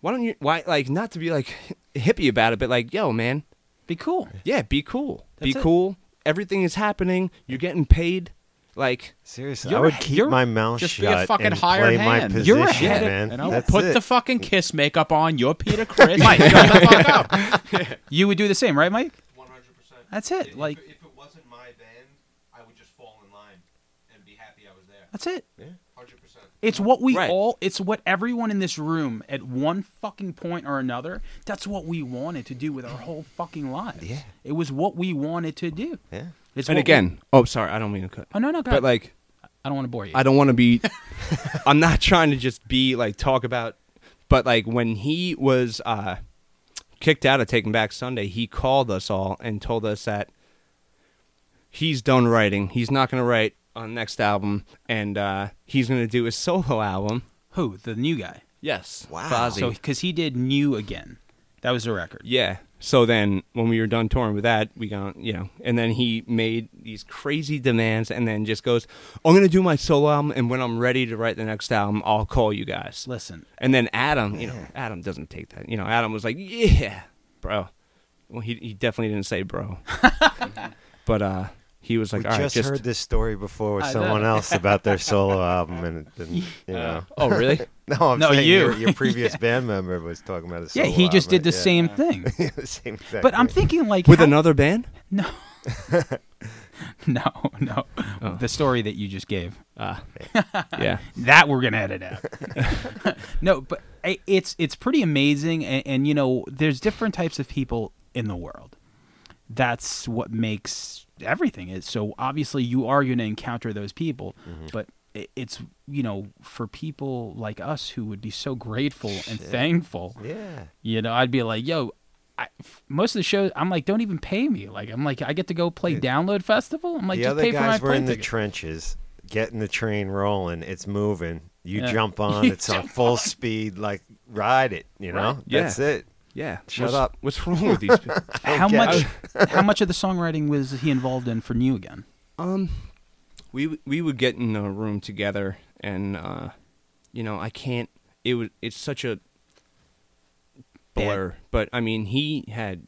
S1: Why don't you. Why, like, not to be like hippie about it, but like, yo, man,
S2: be cool.
S1: yeah, be cool. be
S2: That's it.
S1: cool. Everything is happening. You're getting paid. Like,
S5: Seriously, I
S3: You're a-
S5: would keep
S3: you're-
S5: my mouth
S3: just be a
S5: shut
S3: fucking
S5: and
S3: hired
S5: play my
S3: hand.
S5: position,
S2: You're a head-
S5: man.
S3: And I'll
S5: That's
S3: put
S5: it.
S3: the fucking kiss makeup on. You're Peter Chris. Mike, shut the fuck up.
S2: You would do the same, right, Mike?
S4: 100%.
S2: That's it,
S4: If-
S2: like-
S4: if, if it wasn't my band, I would just fall in line and be happy I was there.
S2: That's it.
S4: 100%.
S2: It's what we
S1: Right.
S2: all. It's what everyone in this room at one fucking point or another. That's what we wanted to do with our whole fucking lives.
S5: Yeah.
S2: It was what we wanted to do.
S5: Yeah.
S2: It's
S1: and
S2: what we-
S1: again, oh, sorry, I don't mean to cut.
S2: oh no, no,
S1: but
S2: go ahead.
S1: like
S2: I don't want to bore you.
S1: I don't want to be. I'm not trying to just be like talk about, but like when he was uh, kicked out of Taking Back Sunday, he called us all and told us that he's done writing. He's not going to write on the next album, and uh, he's going to do a solo album.
S2: Who the new guy?
S1: Yes.
S5: Wow.
S1: Fozzy.
S2: So because he did new again, that was the record.
S1: Yeah. So then when we were done touring with that, we got, you know, and then he made these crazy demands and then just goes, I'm going to do my solo album. And when I'm ready to write the next album, I'll call you guys.
S2: Listen,
S1: And then Adam, you know, Adam doesn't take that. You know, Adam was like, yeah, bro. Well, he, he definitely didn't say bro. but uh, he was like,
S5: we
S1: all right,
S5: just,
S1: just.
S5: heard this story before
S2: I
S5: with
S2: know.
S5: someone else about their solo album, and it didn't, you know.
S1: oh, really?
S5: No, I'm
S2: No,
S5: saying
S2: you.
S5: Your, your previous band member was talking about his.
S2: yeah, he just did the same thing.
S5: same thing.
S2: But I'm thinking like
S1: with
S2: how-
S1: another band?
S2: no, no, no.
S1: Oh.
S2: The story that you just gave.
S1: Uh, yeah.
S2: that we're gonna edit out. no, but i- it's it's pretty amazing, and, and you know, there's different types of people in the world. That's what makes everything is. So obviously, you are gonna encounter those people,
S5: Mm-hmm.
S2: but i- it's you know, for people like us who would be so grateful and thankful.
S5: Yeah.
S2: You know, I'd be like, yo. I, f- most of the shows, I'm like, don't even pay me. Like, I'm like, I get to go play Download Festival. I'm like,
S5: the
S2: just
S5: other
S2: pay for my
S5: guys were
S2: plane
S5: in the
S2: ticket.
S5: trenches, getting the train rolling. It's moving. You
S2: Yeah.
S5: jump on.
S2: You
S5: it's on full speed. Like ride it. You know.
S1: Yeah.
S5: That's it.
S1: Yeah.
S5: Shut
S1: What's-
S5: up.
S1: What's wrong with these people?
S2: how
S5: Okay.
S2: much how much of the songwriting was he involved in for new again
S1: Um, we w- we would get in a room together, and uh, you know, I can't. It was it's such a blur, but I mean, he had,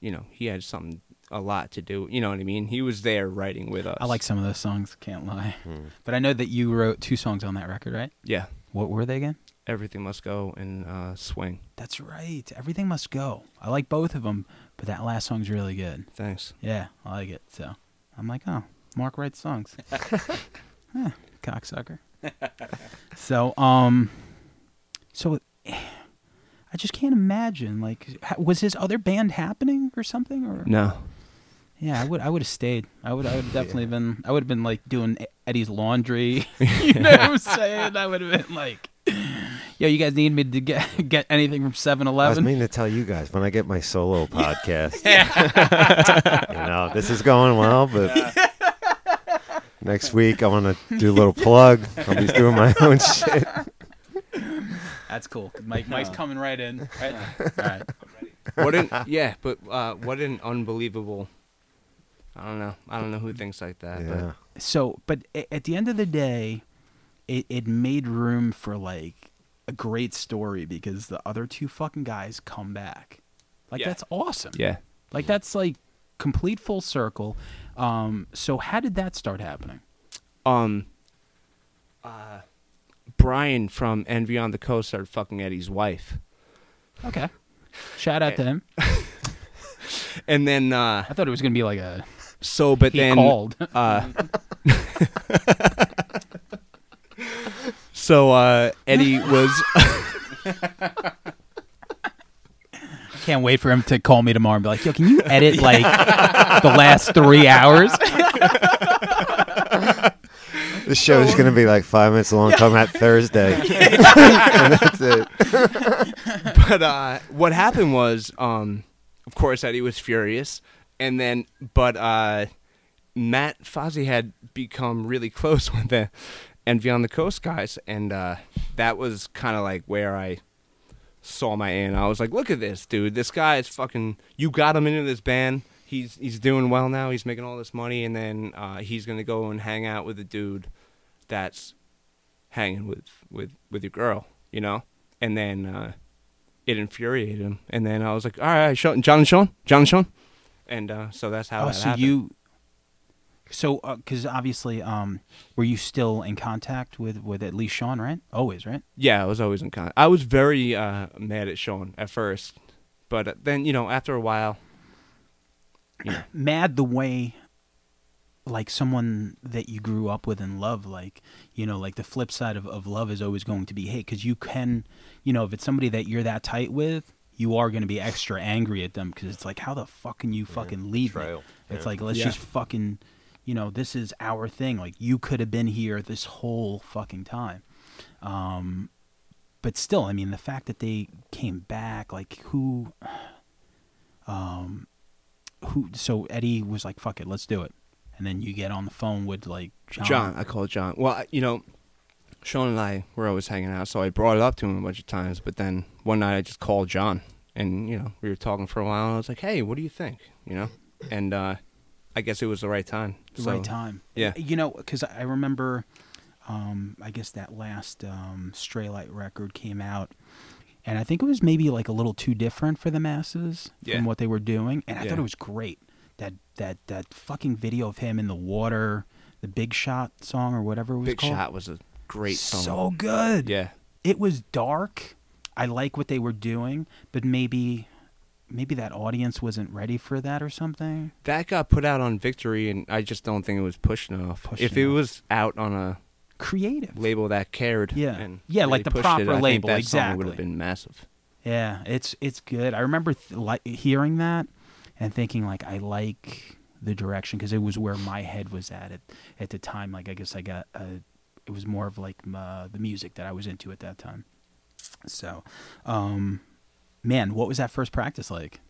S1: you know, he had something a lot to do. You know what I mean? He was there writing with us.
S2: i like some of those songs can't lie but i know that you wrote two songs on that record right
S1: yeah,
S2: what were they again
S1: everything must go and uh, swing.
S2: that's right everything must go i like both of them but that last song's really good
S1: Thanks.
S2: yeah i like it so i'm like oh mark writes songs Huh, cocksucker so um so i just can't imagine like ha- was his other band happening or something or
S1: No.
S2: Yeah, I would. I would have stayed. I would. I would have definitely been. I would have been like doing E-, Eddie's laundry. you know what I'm saying? I would have been like, "Yo, you guys need me to get get anything from
S5: I was
S2: 7-Eleven?
S5: meaning to tell you guys when I get my solo podcast. you know, this is going well, but next week I want to do a little plug. I'll be doing my own shit.
S2: That's cool. Mike, Mike's coming right in. Right? All right.
S1: What an yeah, but uh, what an unbelievable. I don't know. I don't know who thinks like that.
S5: Yeah.
S2: So, but a- at the end of the day, it it made room for like a great story because the other two fucking guys come back. Like
S1: Yeah.
S2: that's awesome.
S1: But, yeah.
S2: Like that's like complete full circle. Um, so how did that start happening?
S1: um uh Brian from Envy on the Coast started fucking Eddie's wife.
S2: Okay. Shout out to him.
S1: And then uh
S2: I thought it was gonna be like a
S1: so but
S2: he
S1: then
S2: called.
S1: uh So uh Eddie was
S2: Can't wait for him to call me tomorrow and be like, "Yo, can you edit like the last three hours?"
S5: The show's going to be like five minutes long. Talking about Thursday. and that's it.
S1: but uh what happened was um of course Eddie was furious and then but uh Matt Fozzie had become really close with the Envy on the Coast guys and uh that was kind of like where I saw my aunt. I was like, look at this, dude. This guy is fucking. You got him into this band. He's he's doing well now. He's making all this money, and then uh, he's gonna go and hang out with a dude that's hanging with with with your girl, you know. And then uh, it infuriated him. And then I was like, all right, Sean, John and Sean, John and Sean. And uh, so that's how.
S2: oh,
S1: that
S2: so
S1: happened.
S2: you. So, because obviously, um, were you still in contact with with at least Sean, right? Always, right?
S1: Yeah, I was always in con. I was very uh, mad at Sean at first, but uh, then you know after a while,
S2: Mad the way, like someone that you grew up with and love, like you know, like the flip side of of love is always going to be hate, because you can, you know, if it's somebody that you're that tight with. You are going to be extra angry at them because it's like, how the fuck can you fucking leave me?
S5: Mm-hmm. Betrayal.
S2: It's
S5: Yeah.
S2: like let's
S1: Yeah.
S2: just fucking, you know, this is our thing. Like you could have been here this whole fucking time. Um, but still, I mean, the fact that they came back, like who, Um, who? So Eddie was like, "Fuck it, let's do it." And then you get on the phone with like John.
S1: John, I call it John. Well, I- you know, Sean and I were always hanging out, so I brought it up to him a bunch of times. But then one night I just called John, and you know, we were talking for a while, and I was like, "Hey, what do you think?" You know, and uh, I guess it was the right time.
S2: the
S1: so-
S2: right time.
S1: Yeah.
S2: you know, because I remember, um, I guess that last um, Stray Light record came out, and I think it was maybe like a little too different for the masses
S1: Yeah.
S2: from what they were doing, and I
S1: Yeah.
S2: thought it was great. That that that fucking video of him in the water, the Big Shot song or whatever it was
S1: Big
S2: called.
S1: Shot was a great song.
S2: So good.
S1: yeah,
S2: It was dark. I like what they were doing, but maybe maybe that audience wasn't ready for that or something.
S1: that got put out on Victory, and I just don't think it was pushed enough.
S2: Pushed
S1: if it
S2: enough.
S1: was out on a
S2: Creative.
S1: label that cared,
S2: Yeah.
S1: and
S2: Yeah, like
S1: really
S2: the
S1: pushed
S2: proper
S1: it, I
S2: label,
S1: think that song would have
S2: exactly.
S1: been massive.
S2: Yeah, it's it's good. I remember th- li- hearing that and thinking like I like the direction because it was where my head was at at at the time. Like I guess I got uh it was more of like m- uh, the music that I was into at that time. So, um, man, what was that first practice like?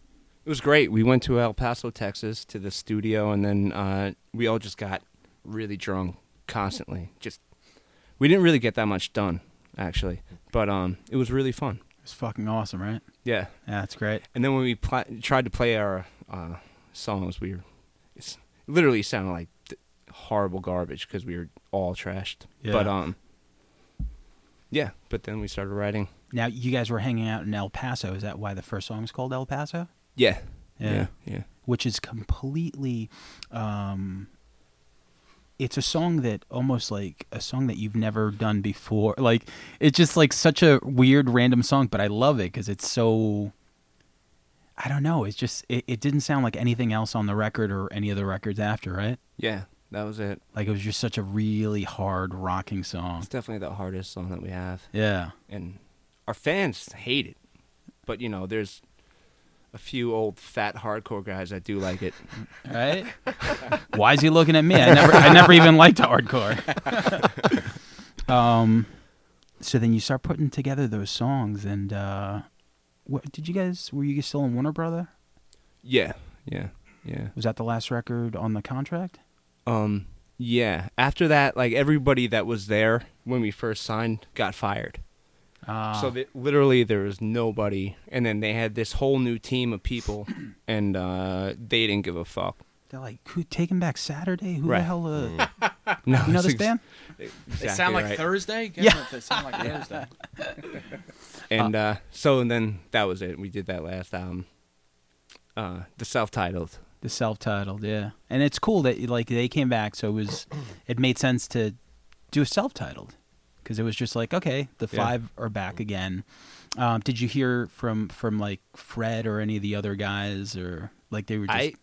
S1: It was great. We went to El Paso, Texas, to the studio, and then uh, we all just got really drunk constantly. Just we didn't really get that much done, actually, but um, it was really fun.
S2: It's fucking awesome, right?
S1: Yeah.
S2: Yeah, that's great.
S1: And then when we pla tried to play our uh, songs, we were it's, it literally sounded like th- horrible garbage because we were all trashed.
S2: Yeah.
S1: But um, yeah. But then we started writing.
S2: Now you guys were hanging out in El Paso. Is that why the first song was called El Paso?
S1: Yeah.
S2: Yeah.
S1: Yeah. Yeah.
S2: which is completely um it's a song that almost like a song that you've never done before like it's just like such a weird random song but i love it because it's so i don't know it's just it, it didn't sound like anything else on the record or any of the records after right
S1: Yeah. That was it.
S2: like it was just such a really hard rocking song
S1: It's definitely the hardest song that we have.
S2: yeah
S1: and our fans hate it. But you know, there's a few old fat hardcore guys that do like it.
S2: right? Why is he looking at me? I never, I never even liked hardcore. um, so then you start putting together those songs, and uh, what, did you guys? Were you guys still in Warner Brother?
S1: yeah, yeah, yeah.
S2: Was that the last record on the contract?
S1: Um, yeah. After that, like everybody that was there when we first signed got fired.
S2: Uh,
S1: So that literally there was nobody, and then they had this whole new team of people, and uh, they didn't give a fuck.
S2: they're like, "Who taking back Saturday? Who
S1: Right.
S2: the hell? Uh,
S1: No,
S2: you know
S1: it's
S2: this
S1: ex-
S2: band?
S1: Exactly
S3: it sound like
S1: right.
S3: Thursday. Guess
S2: Yeah.
S3: what? It sound like Thursday.
S1: and uh, so and then that was it. We did that last album, uh, the self-titled.
S2: The self-titled, yeah. And it's cool that like they came back, so it was, it made sense to do a self-titled because it was just like, okay, the
S1: Yeah.
S2: five are back again. Um, did you hear from from like Fred or any of the other guys or like they were just
S1: I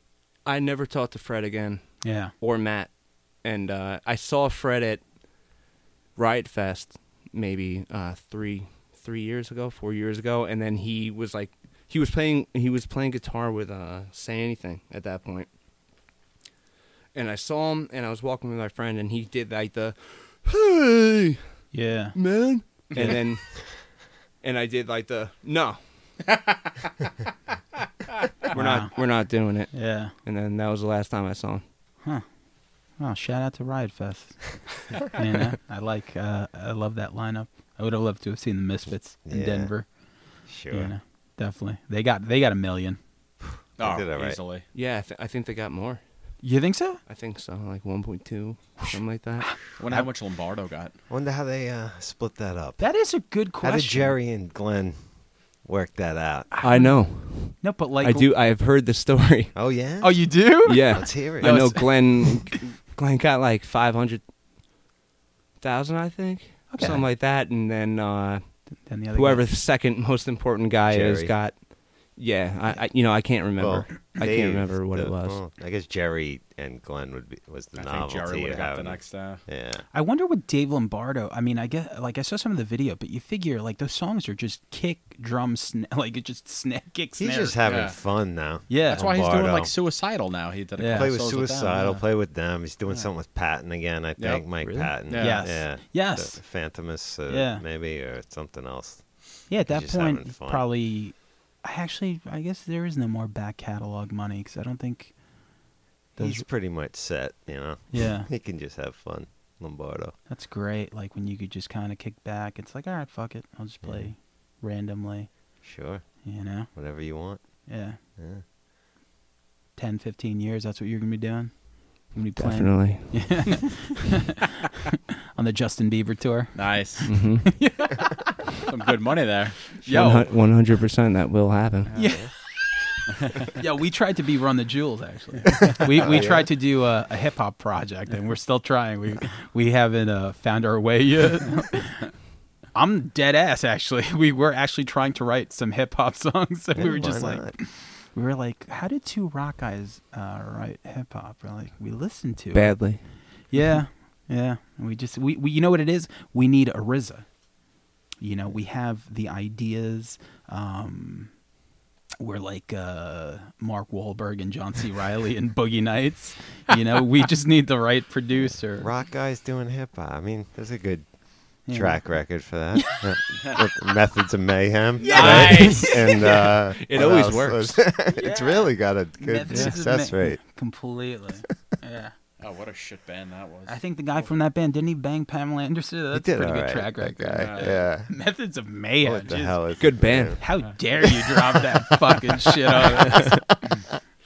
S1: I never talked to Fred again
S2: yeah
S1: or Matt, and uh, I saw Fred at Riot Fest maybe uh, three three years ago, four years ago, and then he was like he was playing he was playing guitar with uh, Say Anything at that point, and I saw him and I was walking with my friend and he did like the hey
S2: yeah
S1: man, and then and I did like the no. we're
S2: Wow.
S1: not we're not doing it.
S2: yeah
S1: And then that was the last time I saw him.
S2: oh shout out to Riot Fest man I, I like uh, I love that lineup I would have loved to have seen the Misfits in
S5: Yeah.
S2: Denver
S5: Sure.
S2: you know definitely they got they got a million
S3: Oh,
S5: did all right.
S3: easily.
S1: Yeah, I, th- I think they got more.
S2: you think so
S1: I think so, like 1.2, something like that.
S3: I wonder how much Lombardo got.
S5: Wonder how they uh, split that up.
S2: that is a good question
S5: how did Jerry and Glenn work that out?
S1: I know.
S2: no but like
S1: I do. I have heard the story.
S5: Oh yeah.
S2: Oh, you do?
S1: Yeah,
S5: Let's hear it.
S1: I know
S2: it's-
S1: Glenn. Glenn got like 500,000, I think,
S2: Okay.
S1: something like that. And then uh,
S2: Then the other
S1: whoever
S2: guy-
S1: the second most important guy is
S5: Jerry.
S1: got. Yeah, I, I you know I can't remember.
S5: Well,
S1: I
S5: Dave,
S1: can't remember what it
S5: the-
S1: was.
S5: well, I guess Jerry and Glenn would be was the
S3: I think
S5: novelty.
S3: Jerry would
S5: of
S3: have got the
S5: having-
S3: next. Uh,
S5: Yeah.
S2: I wonder what Dave Lombardo. I mean, I get like I saw some of the video, but you figure like those songs are just kick, drum, sna- like it just snare, kick,
S5: He's
S2: snare.
S5: just having
S3: Yeah.
S5: fun now.
S2: yeah.
S3: that's why he's doing
S5: Lombardo.
S3: like suicidal now. He did a
S2: Yeah.
S5: Play
S3: couple
S5: with
S3: shows them,
S5: Suicidal,
S3: yeah.
S5: play with them. He's doing something with Patton again, I think. Mike
S1: Really?
S5: Patton.
S3: Yeah.
S2: Yes.
S5: Yeah.
S2: Yes.
S5: The Phantomus, uh,
S2: Yeah.
S5: maybe, or something else.
S2: yeah. At
S5: he's
S2: that
S5: just having
S2: point,
S5: fun.
S2: probably. I actually, I guess there is no more back catalog money because I don't think. those-
S5: He's pretty much set, you know.
S2: yeah,
S5: He can just have fun, Lombardo.
S2: that's great. Like when you could just kind of kick back. It's like, all right, fuck it, I'll just
S5: Yeah.
S2: play randomly.
S5: Sure,
S2: You know?
S5: whatever you want.
S2: Yeah.
S5: Yeah.
S2: 10, 15 years. That's what you're gonna be doing. You're gonna be playing
S1: Definitely.
S2: on the Justin Bieber tour.
S3: Nice.
S1: hmm
S3: Some good money there. Yo.
S1: One hundred percent. That will happen.
S2: Yeah. yeah, we tried to be Run the Jewels actually. We we tried to do a, a hip hop project and we're still trying. We we haven't uh, found our way yet. I'm dead ass actually. We were actually trying to write some hip hop songs and we
S5: Yeah,
S2: were
S5: why
S2: just like
S5: not?
S2: we were like how did two rock guys uh, write hip hop? We're like we listened to it.
S1: Badly.
S2: Yeah, yeah. We just we, we you know what it is. We need Ariza. You know, we have the ideas. Um, we're like uh, Mark Wahlberg and John C. Riley and Boogie Nights. You know, we just need the right producer.
S5: rock guys doing hip hop. I mean, there's a good
S2: Yeah.
S5: track record for that. Uh, With Methods of Mayhem.
S3: Nice.
S5: Right? And uh,
S1: It
S5: what
S1: always works.
S5: else? it's really got a good
S2: Methods of
S5: success
S2: Ma-
S5: rate.
S2: Completely. Yeah.
S3: Oh, what a shit band that was.
S2: I think the guy from that band didn't he bang Pamela Anderson? That's
S5: he
S2: a
S5: did
S2: pretty
S5: all
S2: good
S5: right,
S2: track
S5: that
S2: record.
S5: guy.
S3: Yeah.
S5: Yeah.
S2: Methods of Mayhem.
S5: What the
S2: Jesus
S5: hell is
S1: Good band.
S2: How dare you drop that fucking shit on us?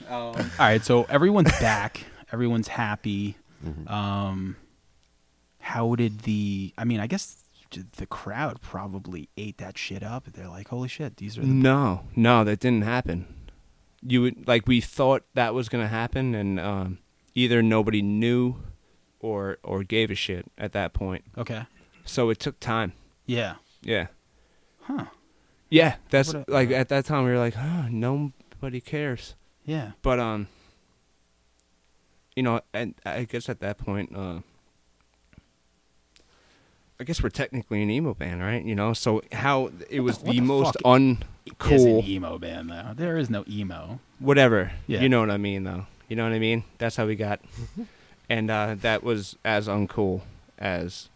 S2: All right, so everyone's back. Everyone's happy.
S1: Mm-hmm.
S2: Um, how did the? I mean, I guess the crowd probably ate that shit up. They're like, "Holy shit, these are the
S1: No, no, that didn't happen. You would like we thought that was gonna happen, and um, either nobody knew, or or gave a shit at that point.
S2: okay."
S1: So it took time.
S2: Yeah,
S1: Yeah,
S2: huh?
S1: yeah. That's
S2: What a-
S1: like at that time we were like, huh, nobody cares.
S2: Yeah,
S1: But um, you know, and I guess at that point, uh, I guess we're technically an emo band, right? You know, so how it was
S2: what
S1: the,
S2: the
S1: most
S2: fuck Is an
S1: uncool.
S2: emo band though. There is no emo.
S1: whatever.
S2: Yeah.
S1: You know what I mean, though. You know what I mean? That's how we got. and uh, that was as uncool as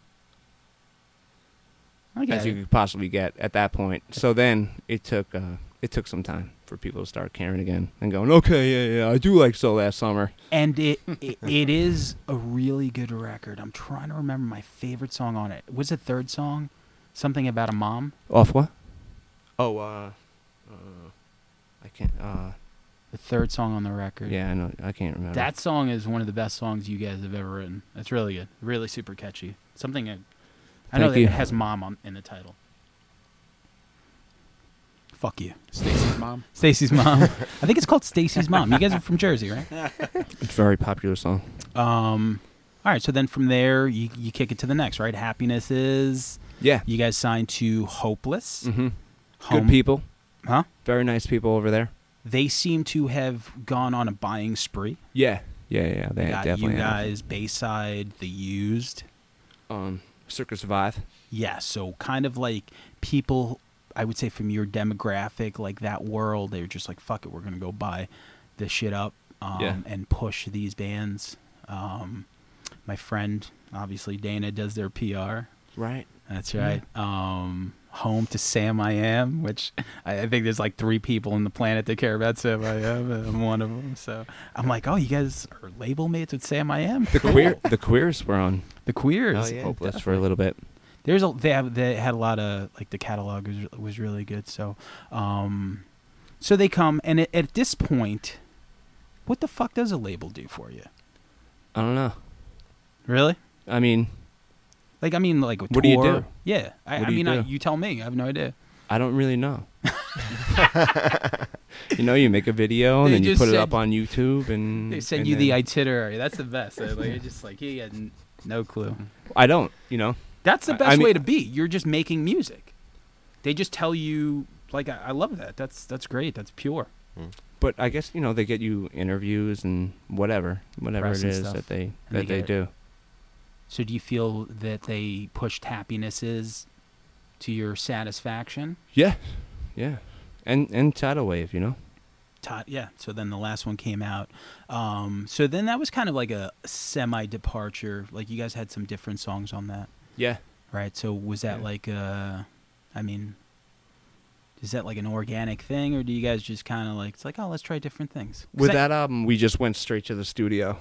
S2: I
S1: as
S2: guess
S1: you could possibly get at that point. So then it took uh, it took some time for people to start caring again and going, okay, yeah, yeah, I do like So Last Summer.
S2: and it, it it is a really good record. I'm trying to remember my favorite song on it. Was it third song? Something about a mom.
S1: Off what? Oh, uh, uh I can't. Uh,
S2: The third song on the record.
S1: yeah, I know. I can't remember.
S2: That song is one of the best songs you guys have ever written. It's really good. Really super catchy. Something I, I know
S1: Thank
S2: that
S1: you.
S2: it has mom on, in the title. Fuck you.
S3: Stacy's mom.
S2: Stacy's mom. I think it's called Stacy's mom. You guys are from Jersey, right?
S1: it's a very popular song.
S2: Um all right, so then from there you, you kick it to the next, right? Happiness is
S1: Yeah.
S2: you guys signed to Hopeless.
S1: Mm-hmm.
S2: Home-
S1: Good people.
S2: Huh?
S1: Very nice people over there.
S2: They seem to have gone on a buying spree.
S1: Yeah. Yeah, yeah, they
S2: Got
S1: definitely
S2: you
S1: have.
S2: guys, Bayside, the used.
S1: um, Circus Survive.
S2: Yeah, so kind of like people, I would say from your demographic, like that world, they're just like, fuck it, we're going to go buy this shit up um,
S1: Yeah.
S2: and push these bands. Um, my friend, obviously, Dana does their PR.
S1: Right.
S2: That's right. Um, home to Sam I Am, which I, I think there's like three people on the planet that care about Sam I Am, and I'm one of them. So I'm like, oh, you guys are label mates with Sam I Am?
S1: The queer, the queers were on
S2: The queers.
S5: Oh, yeah.
S1: hopeless for a little bit.
S2: there's a they have they had a lot of like the catalog was was really good so um so they come and at, at this point what the fuck does a label do for you
S1: I don't know.
S2: really
S1: I mean,
S2: like i mean like a
S1: What do you
S2: tour-
S1: do?
S2: yeah i,
S1: What
S2: I
S1: do you
S2: mean I,
S1: do?
S2: you tell me i have no idea
S1: I don't really know. you know, you make a video and
S2: They
S1: then you
S2: just
S1: put it
S2: said-
S1: up on YouTube, and
S2: they send
S1: Mm. and
S2: you the
S1: then-
S2: itinerary that's the best like you're just like you got n- no clue
S1: I don't. You know,
S2: that's the
S1: I- I
S2: best way
S1: mean-
S2: to be you're just making music they just tell you like I, I love that that's that's great that's pure
S1: but I guess you know they get you interviews and whatever, whatever
S2: Press
S1: it
S2: and
S1: is
S2: stuff.
S1: that they
S2: they
S1: that they,
S2: get-
S1: do.
S2: So do you feel that they pushed happinesses to your satisfaction?
S1: Yeah, yeah, and and tidal wave. You know,
S2: Tot, yeah. So then the last one came out. Um, so then that was kind of like a semi departure. Like you guys had some different songs on that,
S1: yeah.
S2: right? So was that
S1: Yeah.
S2: like uh I mean, Is that like an organic thing, or do you guys just kind of like it's like oh let's try different things? 'Cause
S1: With
S2: I-
S1: that album, we just went straight to the studio,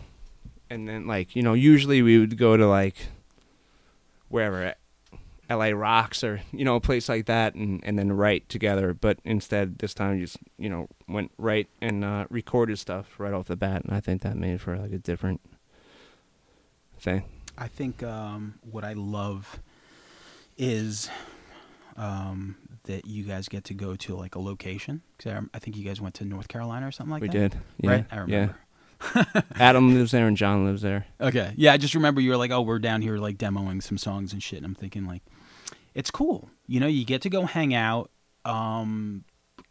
S1: and then like you know, usually we would go to like wherever, L.A. Rocks or you know a place like that, and and then write together. But instead, this time we just you know went right and uh, recorded stuff right off the bat, and I think that made for like a different thing.
S2: I think um, what I love is um, that you guys get to go to like a location. Cause I, rem- I think you guys went to North Carolina or something like
S1: we
S2: that.
S1: did, yeah,
S2: right? I remember.
S1: Yeah. Adam lives there, and John lives there.
S2: Okay, yeah, I just remember you were like, oh, we're down here like demoing some songs and shit. And I'm thinking like, it's cool. You know, you get to go hang out, um,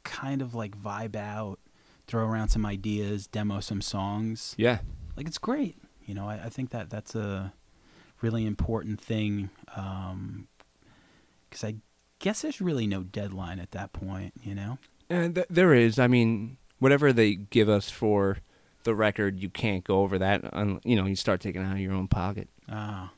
S2: kind of like vibe out, throw around some ideas, demo some songs.
S1: Yeah,
S2: like it's great. You know, I, I think that that's a really important thing because I guess there's really no deadline at that point. You know,
S1: And Uh, th- there is. I mean, whatever they give us for the record, you can't go over that. Un- you know, you start taking it out of your own pocket.
S2: ah,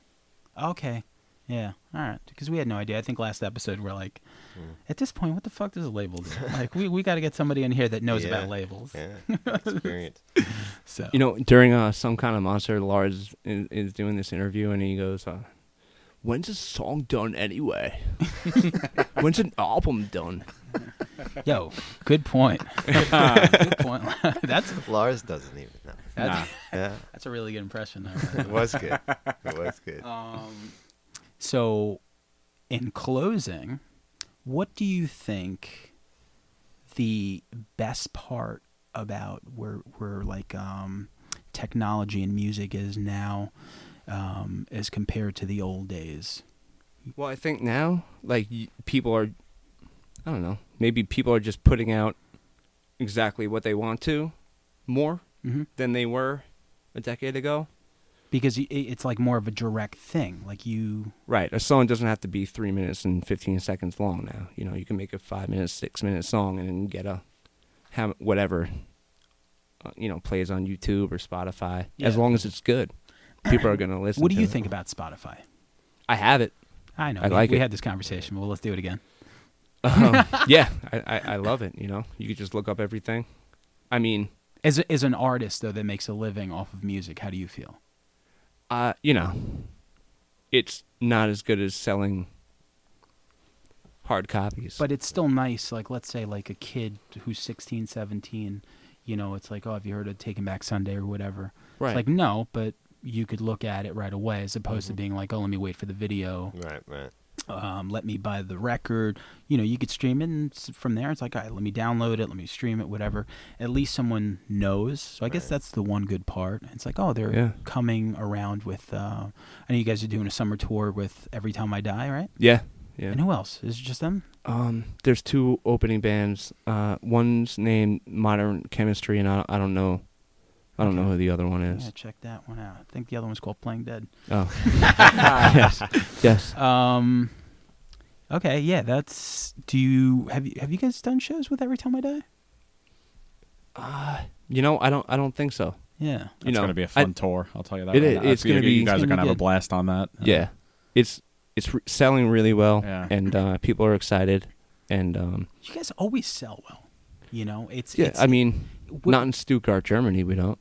S2: okay, yeah, all right. Because we had no idea. I think last episode we're like,
S5: Hmm.
S2: at this point, what the fuck does a label do? like, we we got to get somebody in here that knows
S5: Yeah.
S2: about labels.
S5: Yeah, experience.
S2: So
S1: You know, during uh, some kind of monster, Lars is, is doing this interview, and he goes, uh, "When's a song done anyway? When's an album done?"
S2: yo, good point. good point. that's
S5: Lars doesn't even know.
S2: that's,
S5: Yeah,
S2: that's a really good impression. Though.
S5: it was good. It was good.
S2: Um, So, in closing, what do you think the best part about where where like um, technology and music is now, um, as compared to the old days?
S1: Well, I think now, like y- people are, I don't know, maybe people are just putting out exactly what they want to more
S2: Mm-hmm.
S1: than they were a decade ago.
S2: Because i- i- it's like more of a direct thing. Like you,
S1: Right. A song doesn't have to be three minutes and 15 seconds long now. You know, you can make a five minute, six minute song and then get a, have whatever, uh, you know, plays on YouTube or Spotify. As
S2: Yeah.
S1: long as it's good, people are going to listen
S2: what do
S1: to
S2: you
S1: it.
S2: think about Spotify?
S1: I have it.
S2: I know
S1: I
S2: we,
S1: like
S2: we
S1: it.
S2: had this conversation, but let's do it again.
S1: Um, yeah. I, I, I love it. You know, you could just look up everything. I mean,
S2: As a, as an artist though that makes a living off of music, how do you feel?
S1: uh, you know, it's not as good as selling hard copies.
S2: But it's still nice. Like, let's say, like a kid who's 16, 17, you know, it's like, oh, have you heard of Taking Back Sunday or whatever?
S1: Right. Mm-hmm.
S2: It's like, no, but you could look at it right away as opposed to being like, oh, let me wait for the video.
S5: Right, right.
S2: Um, let me buy the record. You know, you could stream it. And s- from there, it's like, all right, let me download it. Let me stream it, whatever. At least someone knows. So I guess
S5: Right.
S2: that's the one good part. It's like, oh, they're
S1: Yeah.
S2: coming around with, uh, I know you guys are doing a summer tour with Every Time I Die, right?
S1: yeah. Yeah.
S2: And who else? Is it just them?
S1: Um, there's two opening bands. Uh, one's named Modern Chemistry, and I, I don't know, I don't know who the other one
S2: Yeah,
S1: is.
S2: check that one out. I think the other one's called Playing Dead.
S1: Oh, yes, yes.
S2: Um, okay, yeah, that's. Do you have you have you guys done shows with Every Time I Die?
S1: You know, I don't, I don't think so.
S2: Yeah,
S1: You know,
S3: gonna be a
S1: I-
S3: fun tour. I'll tell you that.
S1: It
S3: right
S1: is-
S3: now. I
S1: it's
S3: feel
S1: gonna
S3: you
S1: be-
S3: You guys
S2: it's
S3: are
S2: gonna
S3: gonna
S2: be
S3: have a
S2: good.
S3: blast on that.
S1: yeah, it's it's re- selling really well,
S3: Yeah.
S1: and uh, people are excited. And um,
S2: you guys always sell well. You know, it's
S1: yeah,
S2: It's,
S1: I mean,
S2: wh-
S1: not in Stuttgart, Germany, we don't.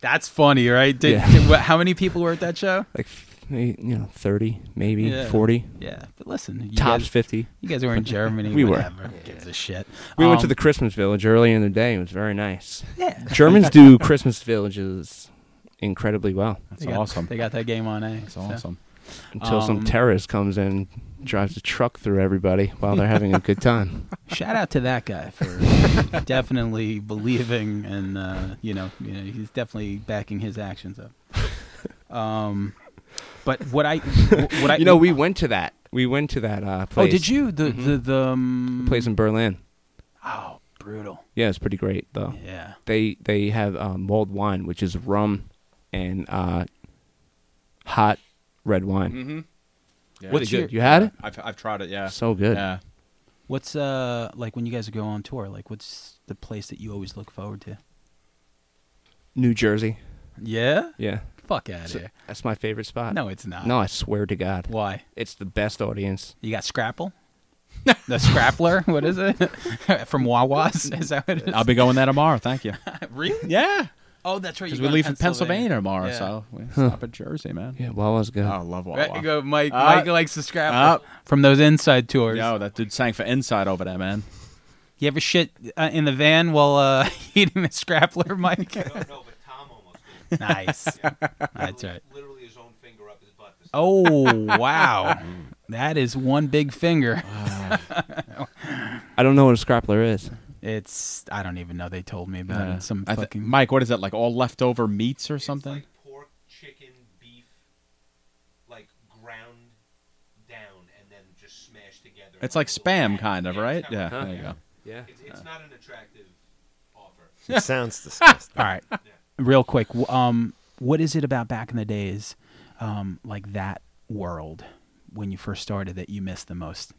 S2: that's funny, right? Did,
S1: Yeah.
S2: did- wh- how many people were at that show?
S1: Like, f- may- you know, thirty, maybe
S2: Yeah.
S1: forty,
S2: Yeah, but listen, you
S1: tops
S2: guys,
S1: fifty.
S2: you guys were in Germany.
S1: We were.
S2: whatever. Who Gives a shit.
S1: We went to
S2: Um,
S1: the Christmas Village early in the day. It was very nice.
S2: yeah.
S1: Germans do Christmas villages incredibly well.
S3: that's
S2: They got-
S3: awesome.
S2: They got that game on A.
S3: That's
S2: so.
S3: awesome.
S1: until some
S2: Um,
S1: terrorist comes in and drives a truck through everybody while they're having a good time.
S2: Shout out to that guy for definitely believing and uh, you know, you know, he's definitely backing his actions up. Um, but what I, wh- what I,
S1: you know, we went to that. We went to that uh,
S2: oh,
S1: place.
S2: did you the the the um,
S1: Place in Berlin.
S2: Oh, brutal.
S1: Yeah, it's pretty great though.
S2: Yeah.
S1: They they have um, mulled wine, which is rum and uh, hot red wine.
S3: Mm-hmm. Yeah.
S1: Really
S2: What's your-
S1: good. You had it?
S3: I've I've tried it. Yeah.
S1: So good.
S3: Yeah.
S2: What's uh like when you guys go on tour? Like, what's the place that you always look forward to?
S1: New Jersey.
S2: Yeah.
S1: Yeah,
S2: Fuck out of
S1: So-
S2: here.
S1: that's my favorite spot.
S2: No, it's not.
S1: no, I swear to God,
S2: Why?
S1: it's the best audience.
S2: You got Scrapple? the scrappler. What is it? From Wawa's? Is that what it is?
S3: I'll be going there tomorrow. Thank you.
S2: really?
S3: Yeah,
S2: Oh, that's right.
S3: because
S2: Because
S3: we leave in Pennsylvania tomorrow,
S2: Yeah.
S3: so we stop at Jersey, man.
S1: Yeah, Wawa's good.
S3: Oh, love Wawa.
S2: Right, go, Mike.
S3: Uh,
S2: Mike likes the scrappler from those inside tours.
S3: Yo, that dude sang for Inside over there, man.
S2: You ever shit uh, in the van while uh, eating the scrappler, Mike?
S4: No, no, but Tom almost did.
S2: nice. That's
S4: Literally-
S2: right.
S4: Literally his own finger up his butt. This
S2: Oh wow,
S3: Mm.
S2: that is one big finger.
S1: I don't know what a scrappler is.
S2: It's I don't even know. They told me about
S3: Uh,
S2: it. Some
S3: I thi-
S2: fucking
S3: Mike, what is that? Like all leftover meats or
S4: It's
S3: something?
S4: like pork, chicken, beef, like ground down and then just smashed together.
S3: It's like
S4: a little
S3: spam,
S4: pack.
S3: kind of,
S4: Yeah,
S3: right?
S4: it's
S3: Yeah,
S4: not-
S3: there you go.
S1: Yeah.
S4: It's, it's not an attractive offer.
S5: It sounds disgusting.
S2: All right, real quick. w- Um, what is it about back in the days, um, like that world when you first started that you missed the most?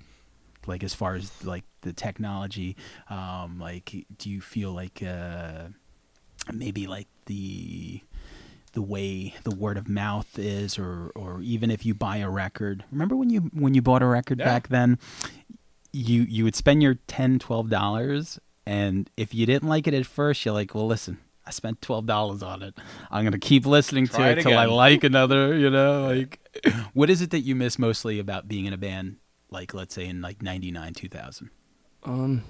S2: Like as far as like the technology, um, like do you feel like uh, maybe like the the way the word of mouth is, or or even if you buy a record. Remember when you when you bought a record
S3: Yeah.
S2: back then, you you would spend your 10 12 dollars and if you didn't like it at first you're like well listen i spent 12 dollars on it i'm gonna keep listening
S3: Try
S2: to
S3: it
S2: it till i
S3: again.
S2: like another you know like what is it that you miss mostly about being in a band like let's say in like 99 2000
S1: Um.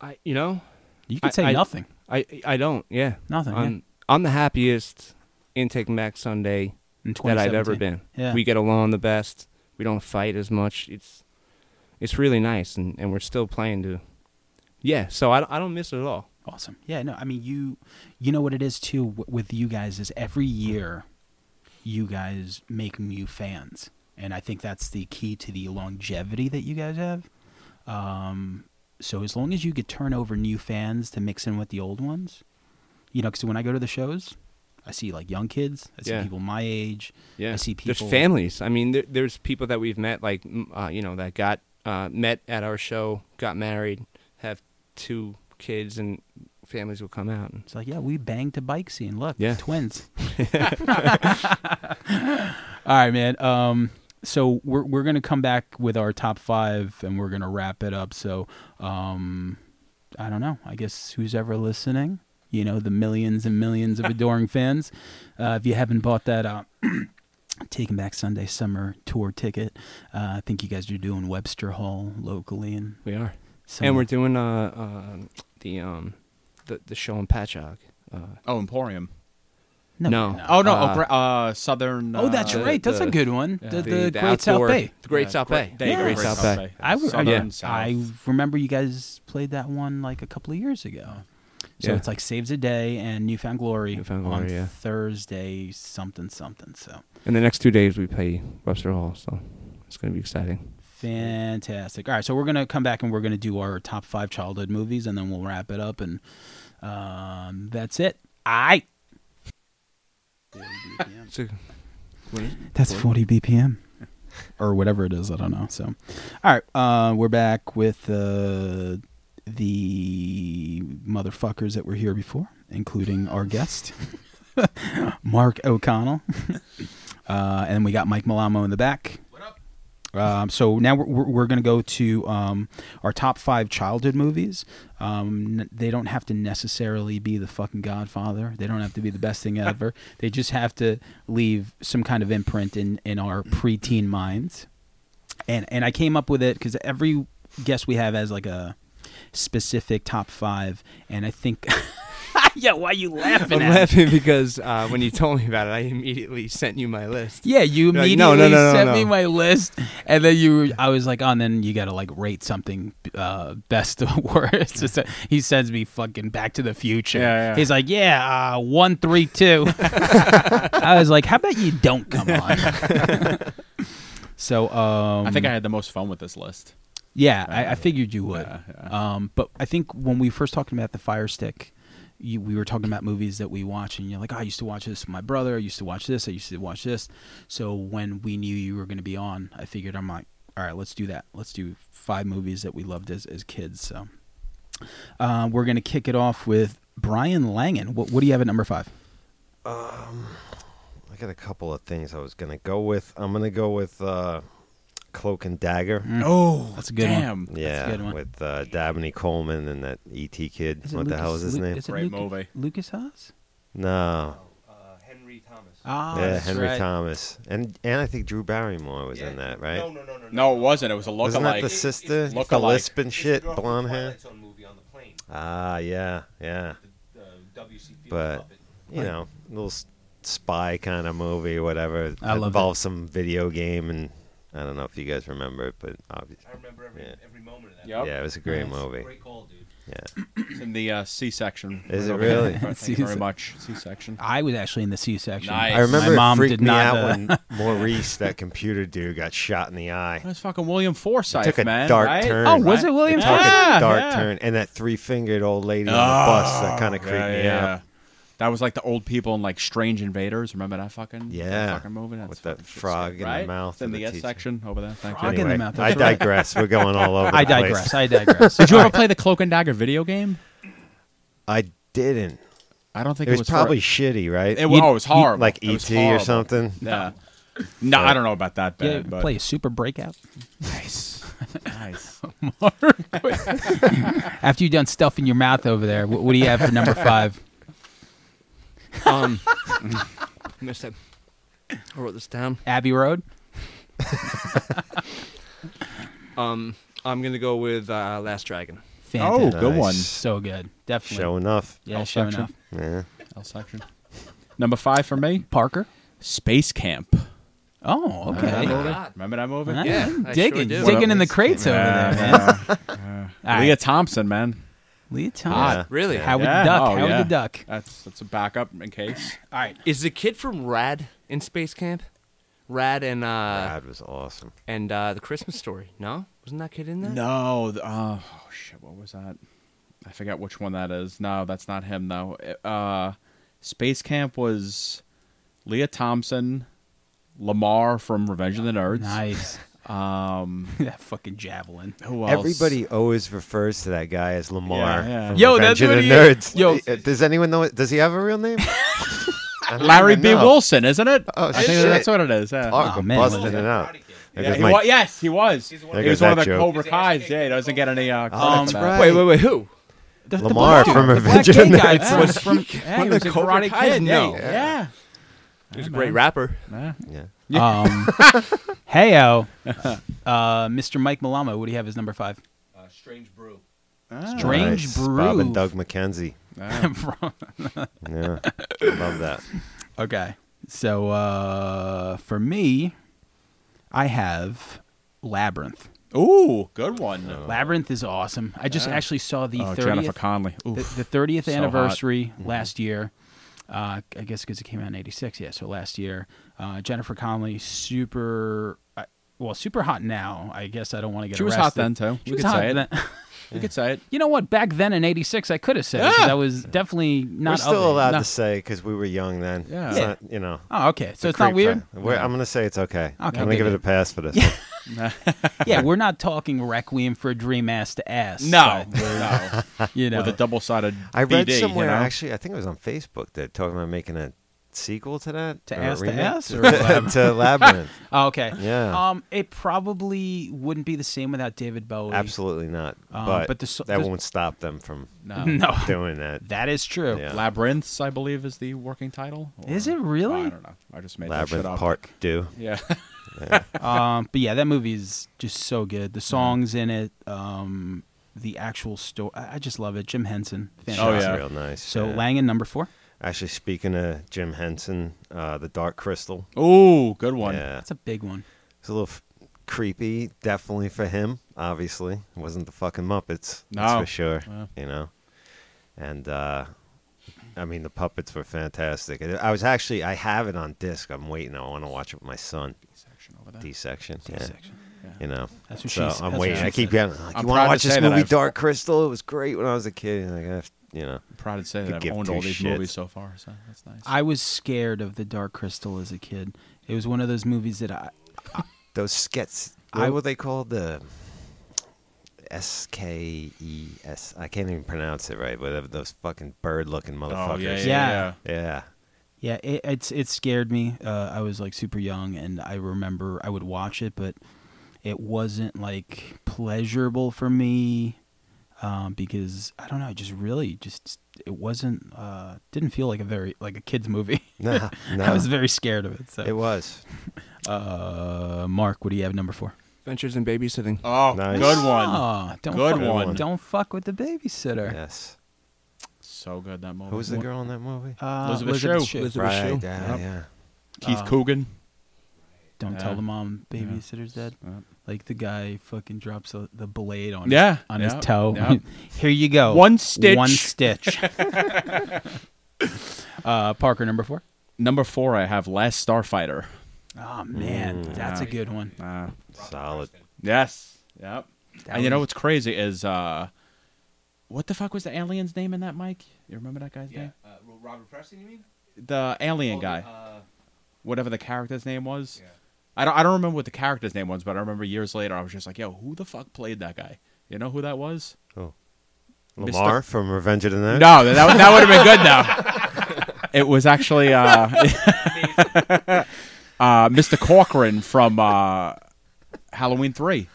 S1: I you know
S2: you
S1: I-
S2: could say
S1: I-
S2: nothing
S1: I I don't yeah
S2: nothing
S1: I'm I'm the happiest in Taking Back Sunday
S2: yeah, in
S1: that I've ever
S2: 2017.
S1: been.
S2: yeah
S1: We get along the best. We don't fight as much. It's it's really nice, and, and we're still playing to. Yeah, so I, don't- I don't miss it at all.
S2: Awesome. Yeah, no, I mean you you know what it is too w- with you guys is every year you guys make new fans. And I think that's the key to the longevity that you guys have. Um so as long as you could turn over new fans to mix in with the old ones, you know, cuz when I go to the shows, I see like young kids, I see
S1: Yeah.
S2: people my age.
S1: Yeah,
S2: I see
S1: There's
S2: people-
S1: families. I mean, there, there's people that we've met, like mm, uh, you know, that got uh, met at our show, got married, have two kids, and families will come out. And,
S2: It's like, yeah, we banged to bike scene. Look,
S1: Yeah.
S2: twins. All right, man. Um, so we're we're gonna come back with our top five, and we're gonna wrap it up. So, um, I don't know. I guess who's ever listening, you know, the millions and millions of adoring fans. Uh, if you haven't bought that, uh, Taking Back Sunday summer tour ticket, uh, I think you guys are doing Webster Hall locally, and
S1: we are,
S2: some,
S1: and we're doing uh, uh the um the the show in Patchogue. Uh,
S3: Oh, Emporium.
S2: no,
S1: no.
S2: no.
S3: Oh no,
S1: Uh,
S3: oh, Gra- uh, Southern.
S2: Oh, that's
S3: uh,
S1: the-
S2: right. That's
S1: the-
S2: a good one.
S3: yeah.
S2: The,
S3: The-
S2: the, Great South
S1: outdoor-
S2: Bay.
S1: the Great
S3: yeah,
S1: South
S3: Gra-
S1: Bay,
S3: There you go,
S1: Great South Bay.
S2: I, w- I-
S3: Southern
S1: yeah.
S3: South.
S2: I remember you guys played that one like a couple of years ago. So
S1: Yeah.
S2: it's like Saves a Day and Newfound Glory
S1: Newfound
S2: on
S1: Glory, yeah.
S2: Thursday something something. So
S1: In the next two days, we play Webster Hall, so it's going to be exciting.
S2: fantastic. All right, so we're gonna come back and we're gonna do our top five childhood movies and then we'll wrap it up and um, that's it. I. That's 40 BPM. or whatever it is, I don't know. So, all right, uh, we're back with uh, the motherfuckers that were here before, including our guest, Mark O'Connell, uh, and we got Mike Malamo in the back.
S4: What up?
S2: Um, so now we're, we're, we're going to go to um, our top five childhood movies. Um, n- they don't have to necessarily be the fucking Godfather. They don't have to be the best thing ever. They just have to leave some kind of imprint in, in our preteen minds. And and I came up with it because every guest we have has like a specific top five, and I think. yeah, why you laughing?
S1: I'm
S2: at me?
S1: laughing because uh, when you told me about it, I immediately sent you my list.
S2: Yeah, you
S1: You're like,
S2: immediately
S1: "No, no, no, no,
S2: sent me
S1: no."
S2: my list, and then you, I was like, oh, and then you got to like rate something uh, best to worst. It's just- he sends me fucking Back to the Future.
S3: Yeah, yeah.
S2: He's like, yeah, uh, one, three, two. I was like, how about you don't come on? so, um,
S3: I think I had the most fun with this list.
S2: yeah, I, I figured you would.
S3: Yeah, yeah.
S2: Um, but I think when we first talked about the Fire Stick, you, we were talking about movies that we watch, and you're like, "Oh, I used to watch this with my brother. I used to watch this. I used to watch this. So when we knew you were going to be on, I figured I'm like, all right, let's do that. Let's do five movies that we loved as, as kids. So uh, we're going to kick it off with Brian Langan. What, what do you have at number five?
S5: I got a couple of things I was gonna go with. I'm gonna go with uh, Cloak and Dagger.
S3: Oh,
S2: Mm, That's a good one.
S3: damn.
S5: Yeah,
S2: good one.
S5: with uh, Dabney Coleman and that ET kid.
S2: Is it
S5: What the hell
S2: Lucas-
S5: is his
S2: Lu-
S5: name?
S2: is it
S3: Great
S2: Lucas-
S3: movie.
S2: Lucas Haas?
S5: No.
S4: Uh, Henry Thomas.
S2: Ah,
S5: yeah,
S2: that's
S5: Henry
S2: right.
S5: Thomas, and and I think Drew Barrymore was
S4: Yeah.
S5: in that, right?
S4: No, no, no, no.
S3: No, it wasn't. It was a
S5: Wasn't that
S3: lookalike.
S5: the sister,
S4: it's-
S3: Look
S5: the
S3: alike.
S5: lisp and
S4: It's the
S5: shit,
S4: girl from
S5: blonde hair?
S4: Twilight Zone movie on the plane.
S5: Ah, yeah, yeah.
S4: The, uh, W.C. Fields
S5: But-
S4: puppet.
S5: You know, little s- spy kind of movie, whatever.
S2: I loved it.
S5: involves some video game, and I don't know if you guys remember it, but obviously,
S4: I remember every
S5: Yeah.
S4: every moment of that.
S3: Yep.
S5: yeah, it was a great
S2: Nice.
S5: movie.
S4: Great call, dude.
S5: Yeah,
S3: It's in the uh, C section.
S5: Is it
S3: over there.
S5: really?
S3: Thank you very
S2: C-section.
S3: much. C section.
S2: I was actually in the C section.
S3: Nice.
S5: I remember
S2: My mom
S5: it freaked
S2: did
S5: me
S2: not,
S5: out
S2: uh,
S5: when Maurice, that computer dude, got shot in the eye.
S3: That's fucking William Forsythe,
S5: took a
S3: man.
S5: dark
S3: right?
S5: turn.
S2: Oh, was it William
S5: Took
S2: Forsythe?
S5: a dark
S2: yeah.
S5: turn, and that three-fingered old lady on
S3: Oh,
S5: the bus that kind of creeped
S3: yeah,
S5: me
S3: yeah,
S5: out.
S3: yeah. That was like the old people in like Strange Invaders. Remember that fucking
S5: Yeah.
S3: that fucking movie? That's
S5: With that
S3: fucking shit
S5: frog
S3: sick,
S5: in the
S3: right?
S5: mouth
S3: It's in
S5: of
S3: the,
S5: the
S3: S
S5: teacher.
S3: section over there. Thank
S2: Frog
S3: you.
S2: in the
S5: Anyway,
S2: mouth,
S5: I
S2: that's right.
S5: digress. We're going all over. The
S2: I
S5: place.
S2: digress. I digress.
S3: Did you ever play the Cloak and Dagger video game?
S5: I didn't.
S3: I don't think
S5: It
S3: it
S5: was,
S3: was for-
S5: probably shitty, right?
S3: It was,
S2: You-
S3: oh, it was
S2: you-
S3: horrible.
S5: like
S3: It was
S5: ET or
S3: horrible.
S5: something.
S3: Yeah. No, I don't know about that bad,
S2: yeah,
S3: but
S2: play a super breakout
S3: nice, nice.
S2: after you've done stuff in your mouth over there. What, what do you have for number five?
S1: Um, missed it. I wrote this down.
S2: Abbey Road.
S3: Oh.
S1: Um, I'm gonna go with uh, Last Dragon.
S3: Oh,
S2: Fantastic.
S3: good one.
S5: uh, Nice.
S2: so good. Definitely.
S5: Show enough.
S2: yeah,
S3: L
S2: show
S3: section.
S2: enough.
S5: Yeah.
S3: L section. Number five for me,
S2: Parker.
S3: Space Camp.
S2: Oh, okay.
S1: Uh,
S3: Remember that movie?
S1: God.
S3: Remember that movie?
S2: Wow,
S1: Yeah, I
S2: digging,
S1: sure do.
S2: digging in the crates over there, man. All
S3: Leah
S2: right.
S3: Thompson, man.
S2: Leah
S5: Yeah.
S2: Thomas.
S1: Really?
S2: Howard the
S3: Yeah.
S2: Duck.
S3: Oh,
S2: Howard
S3: yeah.
S2: the Duck.
S3: That's that's a backup in case.
S2: All right.
S1: Is the kid from Rad in Space Camp? Rad and uh
S5: Rad was awesome.
S1: and uh the Christmas Story. No, wasn't that kid in that?
S3: No, th- oh, oh shit, what was that? I forget which one that is. No, that's not him though. It- Uh, Space Camp was Leah Thompson, Lamar from Revenge of the Nerds.
S2: Nice.
S3: Um,
S2: that fucking javelin.
S3: who else?
S5: Everybody always refers to that guy as Lamar.
S3: Yeah, yeah.
S5: from
S2: Yo,
S5: Revenge
S2: that's
S5: of
S2: what
S5: the
S2: he is.
S5: Nerds.
S2: Yo.
S5: Uh, does anyone know? Does he have a real name? I don't
S3: Larry
S5: even
S3: B.
S5: know.
S3: Wilson, isn't it?
S5: Oh,
S3: I think
S5: shit.
S3: that's what it is. Yeah.
S5: Fuck,
S2: Oh,
S5: I'm
S2: man,
S5: busting
S2: Wilson.
S5: it out.
S4: Karate Kid.
S5: There
S3: Yeah,
S5: goes
S3: he
S5: my-
S3: wa- yes, he was. He
S4: He's one of
S5: goes
S3: was one of
S5: that
S3: the
S5: joke.
S3: Cobra
S4: He's a
S3: Kai's.
S4: hashtag
S3: Yeah, he doesn't get any. Uh,
S5: Oh,
S3: credit
S5: that's
S3: for that.
S5: right.
S1: Wait, wait, wait. Who?
S2: Um, The, the
S5: Lamar
S2: black-
S5: from
S2: the
S5: Revenge
S2: black
S5: of the
S2: gay guy
S5: Nerds.
S2: from-
S1: Was
S2: from,
S1: he
S2: yeah,
S1: one
S2: he
S1: of
S2: was
S1: the
S2: in
S1: Cobra
S2: Karate
S1: Kais?
S2: Kid.
S1: No.
S2: Yeah. yeah.
S1: He's a great rapper.
S3: Yeah.
S5: Yeah.
S2: Um, heyo, uh, Mr. Mike Malamo. What do you have as number five?
S4: Uh, Strange Brew.
S2: Strange
S5: Nice.
S2: brew.
S5: Bob and Doug McKenzie.
S2: From-
S5: Yeah, love that.
S2: okay, so uh, for me, I have Labyrinth.
S3: Ooh, good one.
S5: Uh,
S2: Labyrinth is awesome. I just actually saw the
S3: oh, Jennifer
S2: thirtieth,
S3: Conley.
S2: the
S3: Oof.
S2: the thirtieth
S3: So hot. Mm-hmm.
S2: anniversary last year. Uh, I guess because it came out in '86, yeah. So last year, uh, Jennifer Conley, super, uh, well, super hot now. I guess I don't want to get.
S3: She was hot
S2: arrested.
S3: then too.
S2: She
S3: You
S2: was
S3: could
S2: hot
S3: say it.
S2: then.
S3: You could say it.
S2: You know what? Back then in '86, I could have said it, 'cause
S3: Yeah.
S2: I was definitely not.
S5: We're
S2: of
S5: still
S2: it.
S5: allowed
S2: No.
S5: to say because we were young then.
S3: Yeah.
S5: It's
S2: Yeah.
S5: not, you know.
S2: Oh, okay. So
S5: a
S2: it's not
S5: creep
S2: weird.
S5: fa- We're, I'm gonna say it's okay. I'm gonna
S2: good,
S5: give it
S2: good.
S5: a pass for this. one.
S2: yeah, we're not talking Requiem for a Dream ass to ass.
S3: No,
S2: but,
S3: no.
S2: you know.
S3: With a double-sided.
S5: I read
S3: BD,
S5: somewhere
S3: you know?
S5: actually. I think it was on Facebook that talking about making a sequel to that
S2: To
S5: or a
S2: Ass to
S5: remake?
S2: Ass or
S5: to, to Labyrinth.
S2: oh, okay.
S5: Yeah.
S2: Um, it probably wouldn't be the same without David Bowie.
S5: Absolutely not.
S2: Um,
S5: but
S2: but the so-
S5: that
S2: the-
S5: won't stop them from
S3: No.
S2: Um, No, Oh.
S5: doing that.
S2: that is true.
S5: Yeah.
S3: Labyrinths, I believe, is the working title. or-
S2: Is it really?
S3: I don't know. I just made that shit
S5: Labyrinth
S3: up.
S5: Part Two.
S3: Yeah.
S2: um, but yeah, that movie is just so good. The songs in it, um, the actual story. I I just love it. Jim Henson,
S3: Oh,
S2: fantastic.
S3: yeah.
S5: real nice.
S2: So
S5: yeah.
S2: Langan number four.
S5: actually speaking of Jim Henson, uh, the Dark Crystal.
S3: Ooh, good one.
S5: Yeah,
S2: That's a big one.
S5: it's a little f- creepy, definitely for him. Obviously, it wasn't the fucking Muppets. that's
S3: No.
S5: for sure.
S3: Yeah.
S5: You know, and uh, I mean the puppets were fantastic. I I was actually I have it on disc. I'm waiting. I want to watch it with my son.
S3: Section over there.
S5: D section.
S2: D-section.
S5: You know,
S2: That's what
S5: so
S2: she's-
S5: I'm
S2: that's
S5: waiting.
S2: what she
S5: I keep
S2: said.
S5: getting. Like,
S3: I'm
S5: you
S3: proud
S5: want
S3: to
S5: to watch this
S3: say that
S5: movie,
S3: I've-
S5: Dark Crystal? It was great when I was a kid. And like, I have, you know,
S3: Proud to say
S5: Could
S3: that I've
S5: give
S3: owned
S5: two
S3: all these
S5: shits.
S3: movies so far, so that's nice.
S2: I was scared of the Dark Crystal as a kid. It was one of those movies that I,
S5: those skits.
S2: I-
S5: What were they called? The S K E S. I can't even pronounce it right. Whatever those fucking bird-looking
S3: oh,
S5: motherfuckers.
S3: yeah, yeah,
S2: Yeah.
S3: yeah.
S5: Yeah.
S2: Yeah, it, it's it scared me. Uh, I was like super young, and I remember I would watch it, but it wasn't like pleasurable for me um, because I don't know, it just really just it wasn't uh, didn't feel like a very like a kids movie.
S5: Nah, nah.
S2: I was very scared of it. So
S5: It was.
S2: uh, Mark, what do you have number four?
S1: Ventures in babysitting.
S3: Oh,
S5: Nice.
S3: good one.
S2: Oh, don't
S3: Good
S2: fuck,
S5: one.
S2: Don't fuck with the babysitter.
S5: Yes.
S3: So good that movie.
S5: Who was the girl in that movie?
S2: Uh,
S3: Elizabeth Shue.
S1: Elizabeth-
S5: right.
S1: Shue.
S5: Yeah,
S3: Yep.
S5: yeah.
S3: Keith
S2: Uh,
S3: Coogan.
S2: Don't tell
S3: Yeah.
S2: the mom
S3: Yeah.
S2: babysitter's dead.
S3: Yeah.
S2: Like the guy fucking drops the the blade on
S3: Yeah,
S2: his, on
S3: yeah,
S2: his toe.
S3: yeah.
S2: Here you go.
S3: One stitch.
S2: One stitch. uh, Parker number four.
S3: Number four, I have Last Starfighter.
S2: Oh man, that's a
S3: Mm, Yeah.
S2: good one.
S3: Uh,
S5: Solid.
S3: yes. Yep.
S2: That
S3: and you know
S2: was-
S3: what's crazy is, uh, what the fuck was the alien's name in that, Mike? You remember that guy's
S4: Yeah.
S3: name?
S4: Uh, Ro- Robert Preston, you mean?
S3: The alien
S4: Oh,
S3: guy,
S4: Uh,
S3: whatever the character's name was.
S4: yeah.
S3: I don't, I don't remember what the character's name was, but I remember years later I was just like, yo, who the fuck played that guy? You know who that was?
S5: Oh.
S3: Mr.
S5: Lamar from Revenge of the Nerds?
S3: No, that, that would have been good now. it was actually uh, uh, Mr. Corcoran from uh, Halloween 3,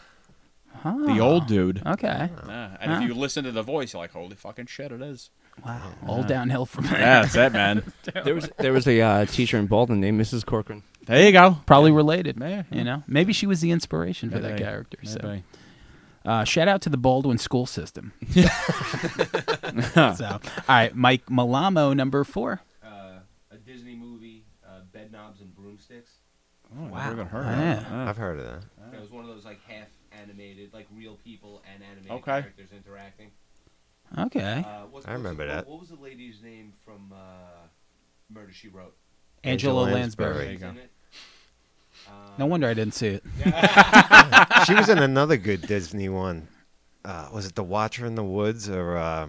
S2: Huh.
S3: the old dude.
S2: Okay.
S3: Yeah, and if you listen to the voice, you're like, holy fucking shit, it is.
S2: Wow. All downhill from there.
S3: Yeah, that's it, man.
S1: There was there was a uh, teacher in Baldwin named Mrs. Corcoran.
S3: There you go.
S2: Probably related. You know, maybe she was the inspiration for that
S3: Maybe.
S2: character. So,
S3: Maybe.
S2: uh, shout out to the Baldwin school system. so, all right, Mike Malamo, number four.
S4: uh, a Disney movie, uh, Bed Knobs and Broomsticks.
S3: Oh, I
S2: Wow.
S3: never even heard of
S2: Yeah.
S3: that.
S5: I've heard of that.
S4: It was one of those like half animated, like real people and animated
S3: Okay.
S4: characters interacting.
S2: Okay.
S4: Uh, what's,
S5: I
S4: what's
S5: remember
S4: the,
S5: that.
S4: What was the lady's name from uh, Murder She Wrote?
S2: Angela,
S5: Angela
S2: Lansbury.
S5: Lansbury. There you
S4: She's
S3: go.
S4: in it. Uh,
S2: No wonder I didn't see it.
S5: she was in another good Disney one. Uh, was it The Watcher in the Woods or uh,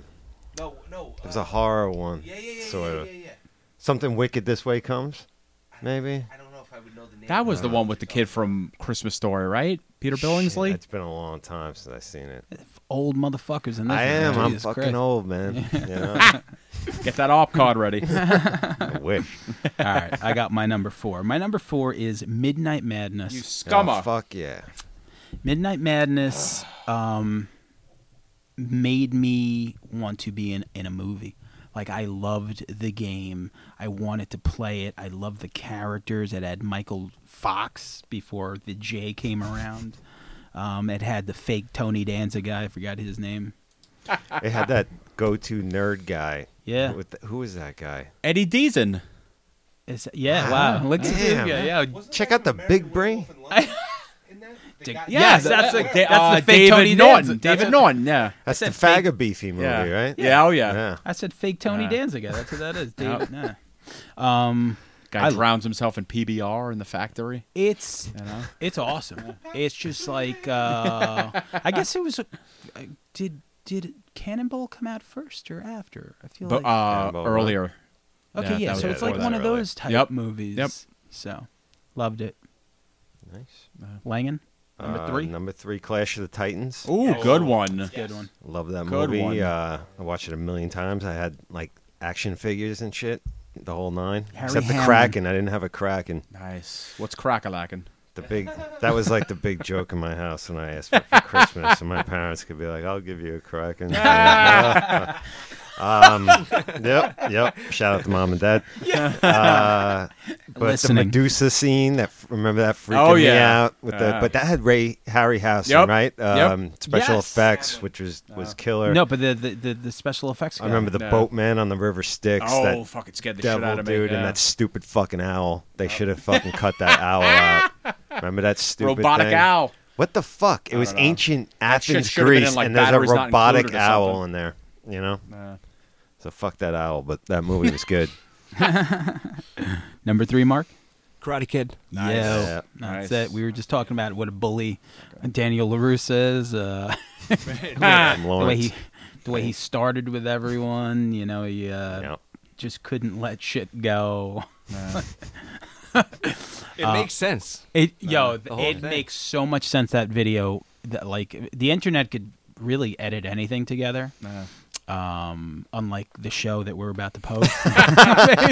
S4: No, no.
S5: it was a
S4: uh,
S5: horror one?
S4: Yeah, yeah, yeah,
S5: sort
S4: yeah,
S5: of.
S4: yeah, yeah.
S5: Something Wicked This Way Comes? Maybe?
S4: I don't know if I would know the name.
S3: That was
S4: of
S3: the
S5: Uh,
S4: it.
S3: one with the kid from Christmas Story, right? Peter Billingsley?
S5: Shit, it's been a long time since I've seen it.
S2: Old motherfuckers in this.
S5: I am.
S2: one.
S5: I'm
S2: Jesus
S5: fucking
S2: Christ.
S5: old, man. You know?
S3: Get that op card ready.
S5: I wish.
S2: All right, I got my number four. My number four is Midnight Madness.
S3: you scummer.
S5: Oh, fuck yeah.
S2: Midnight Madness um, made me want to be in, in a movie. Like I loved the game. I wanted to play it. I loved the characters. It had Michael Fox before the J came around. Um, it had the fake Tony Danza guy. I forgot his name.
S5: It had that go-to nerd guy.
S2: Yeah.
S5: With the- who was that guy?
S3: Eddie Deason.
S2: It's, yeah.
S5: Wow.
S2: Wow. Look at this
S5: Damn.
S2: guy. Yeah.
S4: Wasn't
S5: Check
S4: that
S5: out the
S4: from American
S5: big brain.
S4: Werewolf in London? In that? The
S2: Dick-
S4: guy-
S2: Yeah, Yes,
S4: the
S2: that's
S4: guy-
S2: a-
S4: where-
S2: that's the
S3: uh,
S2: fake
S3: David
S2: Tony
S3: Norton.
S2: Danza.
S3: David
S2: That's
S3: Norton, yeah.
S5: That's the
S2: said fake-
S5: Faggot Beefy movie,
S3: yeah.
S5: right?
S3: Yeah, oh yeah.
S5: Yeah.
S2: I said fake Tony
S3: Yeah.
S2: Danza guy. That's what that is.
S3: Yeah.
S2: David. Nah. Um,
S3: Guy
S2: I-
S3: drowns himself in PBR in the factory.
S2: it's
S3: You know?
S2: It's awesome. It's just like uh, I guess it was. uh, did did Cannonball come out first or after? I feel
S3: But
S2: like
S3: uh,
S5: Cannonball Run.
S3: earlier.
S2: okay, yeah.
S3: that
S2: So
S3: was
S2: it's
S5: before
S2: like
S5: that,
S2: one of
S5: really.
S2: those type
S3: Yep.
S2: movies.
S3: Yep.
S2: So loved it.
S5: Nice.
S2: Langan number
S5: Uh,
S2: three.
S5: number three, Clash of the Titans.
S3: Ooh, good one.
S2: Good one.
S5: Love that
S3: Good
S5: movie.
S3: one.
S5: Uh, I watched it a million times. I had like action figures and shit, the whole nine.
S2: Harry
S5: Except the
S2: Hamlin.
S5: Kraken. I didn't have a Kraken.
S3: Nice. What's crackalacking?
S5: The big that was like the big joke in my house when I asked for, it for Christmas, and my parents could be like, "I'll give you a Kraken." um, yep, yep. Shout out to mom and dad. Uh, but
S2: Listening.
S5: the Medusa scene that remember that freaking
S3: Oh,
S5: me
S3: yeah.
S5: out with the
S3: Yeah.
S5: but that had Ray Harryhausen
S3: Yep,
S5: right
S3: yep.
S5: um, special
S2: Yes.
S5: effects, which was was killer.
S2: No, but the the, the, the special effects. Guy.
S5: I remember the
S3: No.
S5: boatman on the river Styx,
S3: Oh,
S5: that
S3: fucking scared the shit
S5: devil
S3: out of me.
S5: dude,
S3: yeah.
S5: and that stupid fucking owl. They should have fucking cut that owl out. Remember that stupid
S3: robotic
S5: thing?
S3: owl.
S5: What the fuck? It was
S3: don't know.
S5: ancient
S3: shit
S5: Athens,
S3: should've been in,
S5: Greece,
S3: like,
S5: and there's a
S3: Batteries Not
S5: robotic
S3: Included or
S5: owl
S3: something.
S5: in there. You know,
S3: Uh,
S5: so fuck that owl. But that movie was good.
S2: number three, Mark.
S1: Karate Kid.
S3: Nice.
S2: Yeah.
S5: Yeah.
S2: That's
S3: Nice.
S2: it. We were just talking about what a bully Daniel LaRusso is. Uh,
S3: Ah,
S5: Tom
S2: the way
S5: Lawrence.
S2: he the way he started with everyone. You know, he uh,
S5: Yeah.
S2: just couldn't let shit go.
S1: It makes sense.
S2: It yo, th-
S1: the whole
S2: it
S1: thing.
S2: makes so much sense that video. That like the internet could really edit anything together.
S3: uh,
S2: Um, unlike the show that we're about to post,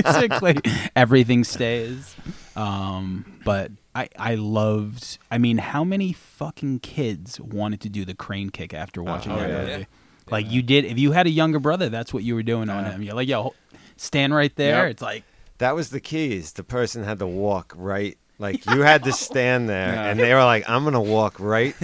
S2: basically everything stays. Um, but I I loved. I mean, how many fucking kids wanted to do the crane kick after watching
S5: oh,
S2: that
S5: yeah.
S2: movie?
S1: Yeah.
S2: Like you did. If you had a younger brother, that's what you were doing on
S3: Yeah.
S2: him. You're like, yo, stand right there.
S3: Yep.
S2: It's like
S5: That was the keys. The person had to walk right. Like you had to stand there,
S3: Yeah.
S5: and they were like, "I'm gonna walk right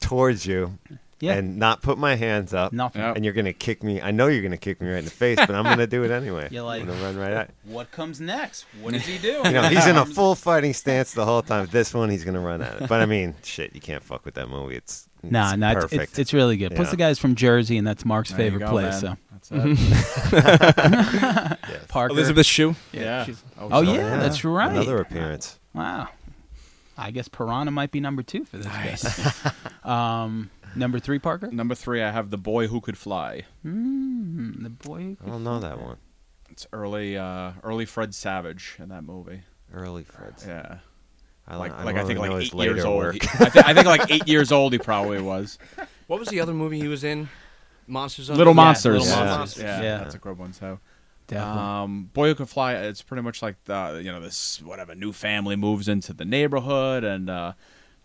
S5: towards you,
S2: yeah,
S5: and not put my hands up,
S2: nothing.
S3: Yep.
S5: and you're gonna kick me. I know you're gonna kick me right in the face, but I'm gonna do it anyway.
S2: You're like-
S5: I'm gonna run right at.
S2: What comes next? What does he do?
S5: You know, he's in a full fighting stance the whole time. This one, he's gonna run at it. But I mean, shit, you can't fuck with that movie. It's, it's
S2: Nah, nah, it's,
S5: perfect.
S2: it's, it's really good. Plus,
S5: Yeah.
S2: the guy's from Jersey, and that's Mark's
S3: There you
S2: favorite
S3: go,
S2: place.
S3: man.
S2: So
S3: That's it.
S5: Yes.
S2: Parker.
S1: Elizabeth Shue.
S3: yeah.
S2: she's- Oh,
S3: so-
S2: yeah, that's right.
S5: Another appearance.
S2: Wow. I guess Piranha might be number two for this nice. um, number three, Parker.
S3: Number three, I have the boy who could fly.
S2: Mm, the boy.
S5: I don't know that one.
S3: It's early, uh, early Fred Savage in that movie.
S5: Early Fred's.
S3: Yeah,
S5: I
S3: like,
S5: don't-
S3: like I
S5: don't
S3: think
S5: really know
S3: like
S5: his
S3: eight years
S5: later
S3: old.
S5: work.
S3: he- I, thi- I think like eight years old. He probably was.
S1: What was the other movie he was in? Monsters.
S2: Yeah,
S3: Little Monsters.
S2: Little
S5: Yeah.
S2: Monsters.
S3: Yeah,
S2: Yeah.
S3: that's a good one. So,
S2: Definitely.
S3: um, Boy Who Could Fly. It's pretty much like the you know this whatever new family moves into the neighborhood, and uh,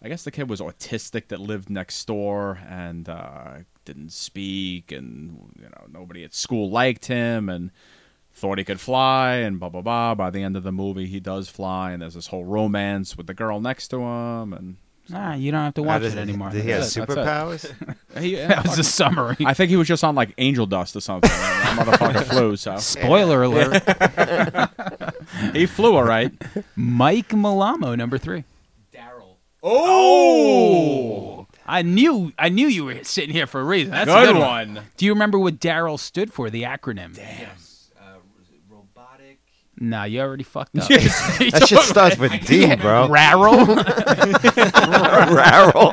S3: I guess the kid was autistic that lived next door and uh, didn't speak, and you know nobody at school liked him, and thought he could fly, and blah blah blah. By the end of the movie, he does fly, and there's this whole romance with the girl next to him, and
S2: nah, you don't have to
S5: How
S2: watch
S5: does-
S2: it anymore.
S5: Did he have
S2: That's it.
S3: that's it.
S5: superpowers?
S3: he,
S2: That was a summary.
S3: I think he was just on like angel dust or something. and that motherfucker flew, so
S2: Spoiler alert.
S3: he flew all right.
S2: Mike Malamo, number three.
S4: Daryl.
S3: Oh,
S2: I knew. I knew you were sitting here for a reason. That's a
S3: good
S2: good
S3: one.
S2: Do you remember what Daryl stood for? The acronym.
S4: Yes. Uh, was it robotic.
S2: Nah, you already fucked up.
S5: that shit starts with D, bro.
S2: Rarrel.
S5: Rarrel.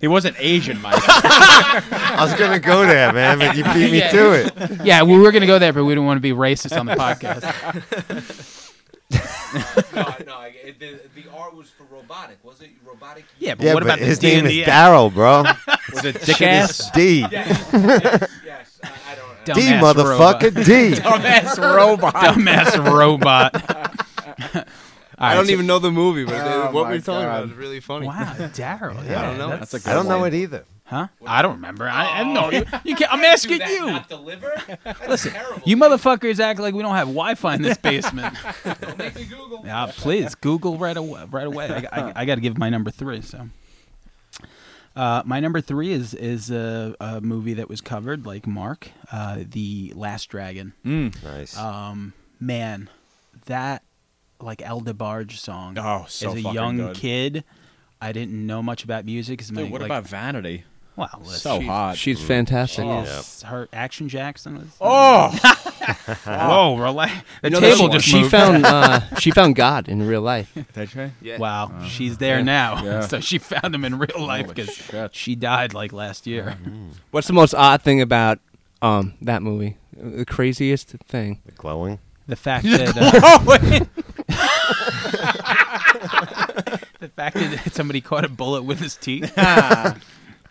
S3: He wasn't Asian, Mike.
S5: I was gonna go there, man, but you beat me
S2: Yeah.
S5: to it.
S2: yeah, we were gonna go there, but we didn't want to be racist on the podcast.
S4: no, no. I, it, the, the R was for robotic. Was it robotic?
S2: Yeah, but
S5: Yeah,
S2: what
S5: but
S2: about
S5: his
S2: the D
S5: name
S2: and
S5: is
S2: the F?
S5: Daryl, bro.
S3: Was it dick
S5: Shit is
S3: ass?
S5: D.
S4: Yes. yes. yes. I, I don't.
S2: Dumb
S5: D,
S2: ass robot.
S5: motherfucker, D.
S3: Dumbass robot.
S2: Dumbass robot.
S1: I don't even know the movie, but
S3: Oh
S1: what
S3: my
S1: we're talking
S3: God.
S1: about is really funny.
S2: Wow, Daryl. Yeah,
S5: I
S1: don't know.
S2: That's,
S3: That's a
S5: I don't know
S3: Good
S5: it either.
S2: huh? I don't remember. I, I know you. You can't, I'm asking
S4: that,
S2: you.
S4: Not deliver. That's Listen, terrible.
S2: You motherfuckers act like we don't have Wi-Fi in this basement.
S4: Don't make me Google.
S2: Yeah, please Google right away. Right away. I, got to give my number three. So, uh, my number three is is a, a movie that was covered, like Mark, uh, the Last Dragon.
S3: Mm.
S5: Nice.
S2: Um, man, that like El DeBarge song.
S3: Oh, so
S2: as a
S3: fucking
S2: young
S3: good.
S2: kid, I didn't know much about music. 'cause my,
S3: Dude, what
S2: like,
S3: about Vanity?
S2: wow? Listen,
S3: So hot.
S1: She's fantastic.
S2: she
S5: Oh.
S2: is her action Jackson. Was,
S3: oh,
S2: Whoa, relax. The
S1: You know that
S2: table
S1: she,
S2: just
S1: she
S2: moved.
S1: found uh, she found God in real life.
S3: did she?
S1: Yeah.
S2: Wow, Uh-huh. she's there now.
S3: Yeah.
S2: so she found him in real life
S3: Holy
S2: because
S3: shit.
S2: she died like last year.
S1: What's the most odd thing about um that movie? The craziest thing.
S5: Glowing.
S2: The fact that uh, the fact that somebody caught a bullet with his teeth.
S1: Ah.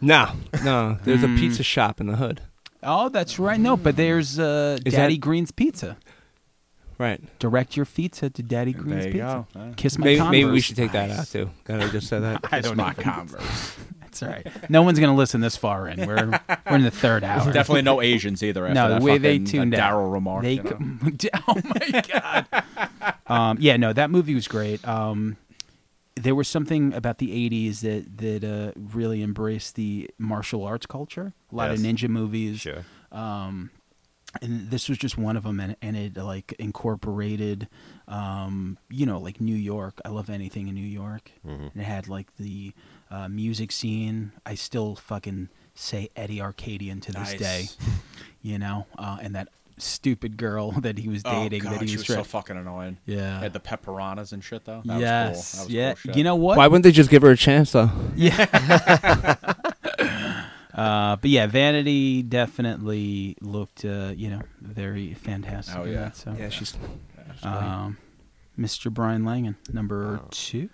S1: No, Mm. no. There's a pizza shop in the hood.
S2: Oh, that's right. No, but there's uh,
S1: Is
S2: Daddy
S1: that-
S2: Green's Pizza.
S1: Right.
S2: Direct your pizza to Daddy Green's
S3: There you
S2: Pizza.
S3: go. Yeah.
S2: Kiss my
S1: Maybe,
S2: Converse.
S1: maybe we should take that out too. That I just said that.
S2: I don't know.
S3: My Converse.
S2: That's all right. No one's gonna listen this far in. We're we're in the third hour.
S3: Definitely no Asians either. After
S2: no
S3: that
S2: the way they
S3: fucking, uh,
S2: tuned out.
S3: Daryl remark.
S2: They
S3: you know?
S2: com- oh my god. um, yeah, no, that movie was great. Um, there was something about the '80s that that uh, really embraced the martial arts culture. A lot of
S5: Yes.
S2: ninja movies
S5: Sure.
S2: and this was just one of them and, and it like incorporated um you know like new york i love anything in new york and it had like the uh, music scene i still fucking say eddie arcadian to this
S3: Nice.
S2: day you know uh, and that stupid girl that he was
S3: Oh,
S2: dating
S3: God,
S2: that he
S3: she
S2: was
S3: was so
S2: tra-
S3: fucking annoying.
S2: yeah
S3: Had the pepperonas and shit though. That was
S2: yes
S3: cool. That was
S2: yeah
S3: cool shit.
S2: you know what
S1: Why wouldn't they just give her a chance though?
S2: Yeah. uh, but yeah, Vanity definitely looked, uh, you know, very fantastic.
S3: Oh,
S2: in
S3: yeah.
S2: that, so.
S1: Yeah, she's
S2: Um, Mr. Brian Langan, number
S1: Oh,
S2: two.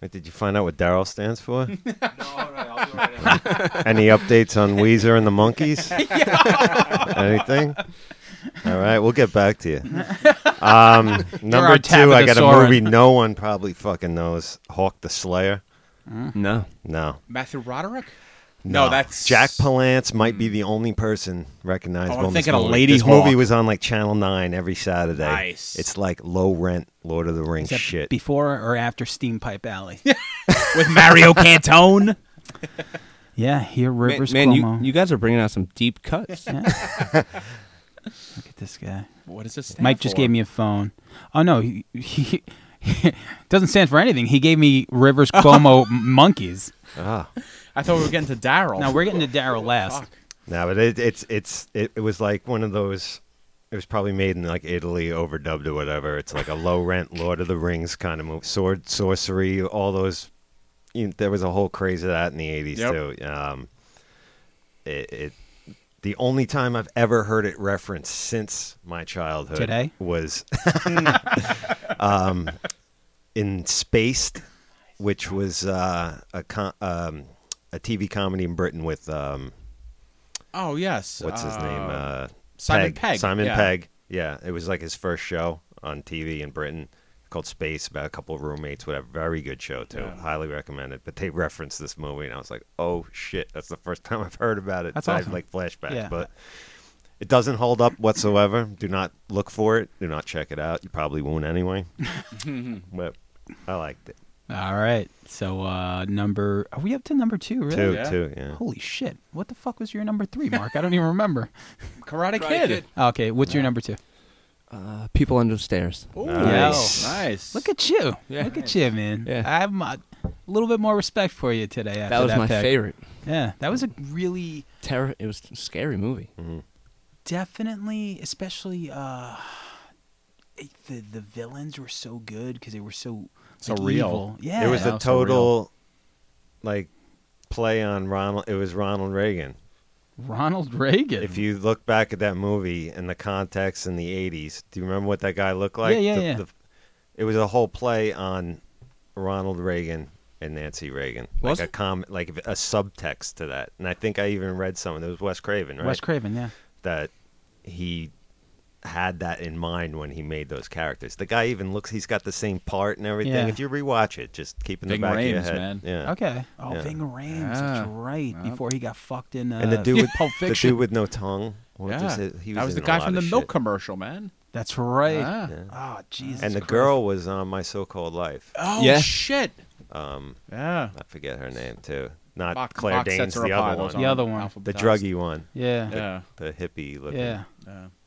S5: Wait, did you find out what Daryl stands for?
S4: No, no, no, I'll do it right now.
S5: Any updates on Weezer and the Monkeys? Anything? All right, we'll get back to you. Um, number
S2: our
S5: two, I got a
S2: Tabitha
S5: movie
S2: Soren.
S5: no one probably fucking knows. Hawk the Slayer.
S1: No.
S5: No.
S3: Matthew Roderick? No, that's
S5: Jack Palance might be the only person recognizable.
S3: Oh, I'm
S5: in this
S3: thinking of
S5: movie.
S3: Lady
S5: This
S3: Hawk.
S5: movie was on like Channel Nine every Saturday.
S3: Nice.
S5: It's like low rent Lord of the Rings
S2: Is that
S5: shit.
S2: Before or after Steam Pipe Alley?
S3: with Mario Cantone.
S2: yeah, here
S1: Man,
S2: Rivers
S1: man, you,
S2: Cuomo.
S1: you guys are bringing out some deep cuts.
S2: Yeah. Look at this guy.
S3: What is this?
S2: Mike just gave me a phone. Oh no, he, he, doesn't stand for anything. He gave me Rivers Cuomo m- monkeys.
S5: ah.
S3: I thought we were getting to Daryl.
S2: Now we're getting to Daryl last.
S3: Fuck.
S5: No, but it, it's it's it, it was like one of those. It was probably made in like Italy, overdubbed or whatever. It's like a low rent Lord of the Rings kind of movie, sword sorcery, all those. You know, there was a whole craze of that in the eighties
S3: Yep.
S5: too. Um, it, it the only time I've ever heard it referenced since my childhood
S2: Today?
S5: was um, in Spaced, which was uh, a com- um, a TV comedy in Britain with. Um,
S3: Oh yes.
S5: what's his name? Uh,
S3: Simon Pegg,
S5: Simon
S3: yeah.
S5: Pegg. Yeah, it was like his first show on TV in Britain called Space about a couple of roommates. Whatever, very good show too.
S3: Yeah.
S5: Highly recommend it. But they referenced this movie, and I was like, oh shit, that's the first time I've heard about it.
S2: That's
S5: I have,
S2: awesome.
S5: like flashbacks,
S2: Yeah.
S5: but. It doesn't hold up whatsoever. Do not look for it. Do not check it out. You probably won't anyway. but I liked it.
S2: All right. So uh number are we up to number 2 really?
S5: Two,
S3: yeah?
S5: two, yeah.
S2: Holy shit. What the fuck was your number 3, Mark? I don't even remember.
S3: Karate,
S1: Karate
S3: Kid.
S1: Kid.
S2: Okay, what's your number 2?
S1: Uh, people under the stairs.
S3: Ooh,
S5: Nice.
S3: nice.
S2: Look at you.
S1: Yeah.
S2: Look at you, man.
S1: Yeah.
S2: I have my- a little bit more respect for you today after
S1: That was my
S2: pick.
S1: favorite.
S2: Yeah, that was a really
S1: Terror. It was a scary movie.
S2: definitely especially uh it- the the villains were so good because they were so
S3: So
S2: like,
S3: real.
S2: evil. yeah
S5: It was
S3: that
S5: a
S3: was so real.
S5: total, like, play on Ronald. It was Ronald Reagan.
S2: ronald reagan
S5: If you look back at that movie and the context in the 80s, do you remember what that guy looked like?
S2: Yeah, yeah,
S5: The-
S2: yeah.
S5: the- it was a whole play on Ronald Reagan and Nancy Reagan.
S1: Was
S5: like
S1: it?
S5: a com- like a subtext to that. And I think I even read someone, it was Wes Craven, right?
S2: wes craven yeah
S5: that he had that in mind when he made those characters. The guy even looks he's got the same part and everything.
S2: Yeah.
S5: If you rewatch it, just keep in
S3: Ving
S5: the back of your
S3: Rhames,
S5: head.
S3: man.
S5: Yeah.
S2: okay oh
S5: Yeah.
S2: ving rhames
S3: Yeah.
S2: that's right
S3: Yep.
S2: before he got fucked in uh,
S5: And the dude with
S2: pulp
S5: the
S2: fiction
S5: dude with no tongue. What
S3: yeah.
S5: was it? He
S3: that was the
S5: in a
S3: guy
S5: lot
S3: from the
S5: of
S3: milk
S5: shit.
S3: commercial, man.
S2: that's right
S3: Ah.
S5: Yeah.
S2: oh jesus
S5: and the
S2: Christ.
S5: girl was on my so-called life.
S3: Oh
S1: Yeah.
S3: shit.
S5: Um,
S3: Yeah.
S5: I forget her name too. Not
S3: Box-
S5: Claire
S3: Box
S5: Danes,
S3: sets her
S5: the
S3: apart,
S5: other
S3: those
S5: one,
S2: The
S3: on
S2: other one.
S3: alphabetized.
S5: the druggy one,
S2: yeah yeah,
S3: Yeah.
S5: the hippie looking
S3: yeah.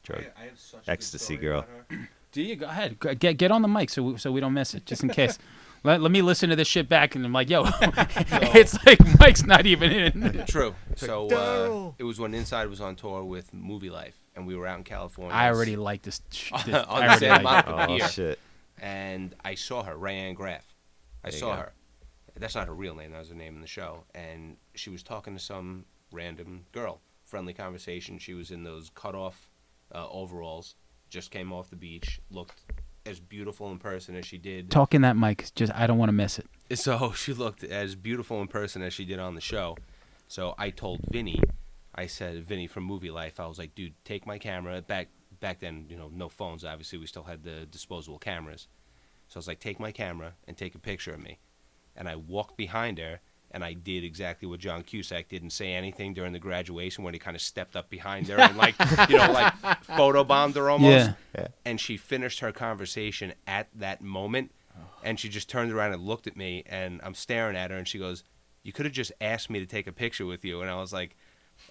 S5: drug.
S4: I have such
S5: Ecstasy
S4: a good story
S5: girl.
S4: about her.
S2: do you go ahead Go- get get on the mic so we, so we don't miss it just in case let, let me listen to this shit back and i'm like yo it's like mike's not even in
S4: True. So uh,
S5: Daryl.
S4: it was when Inside was on tour with Movie Life, and we were out in California.
S2: I already like this. sh- this
S4: On
S2: I
S4: the
S2: already
S4: same
S2: like
S4: monitor.
S5: Oh
S4: Here.
S5: shit!
S4: and I saw her, Rayanne Graff. I
S5: There you
S4: saw
S5: go.
S4: her. That's not her real name. That was her name in the show. And she was talking to some random girl. Friendly conversation. She was in those cut-off uh, overalls. Just came off the beach. Looked as beautiful in person as she did.
S2: Talking that mic, just I don't want to miss it.
S4: So she looked as beautiful in person as she did on the show. So I told Vinny, I said, Vinny from Movie Life, I was like, dude, take my camera. Back back then, you know, no phones. Obviously, we still had the disposable cameras. So I was like, take my camera and take a picture of me. And I walked behind her and I did exactly what John Cusack didn't say anything during the graduation when he kind of stepped up behind her and like, you know, like photobombed her almost
S2: Yeah.
S4: and she finished her conversation at that moment
S2: Oh.
S4: and she just turned around and looked at me and i'm staring at her and she goes you could have just asked me to take a picture with you and i was like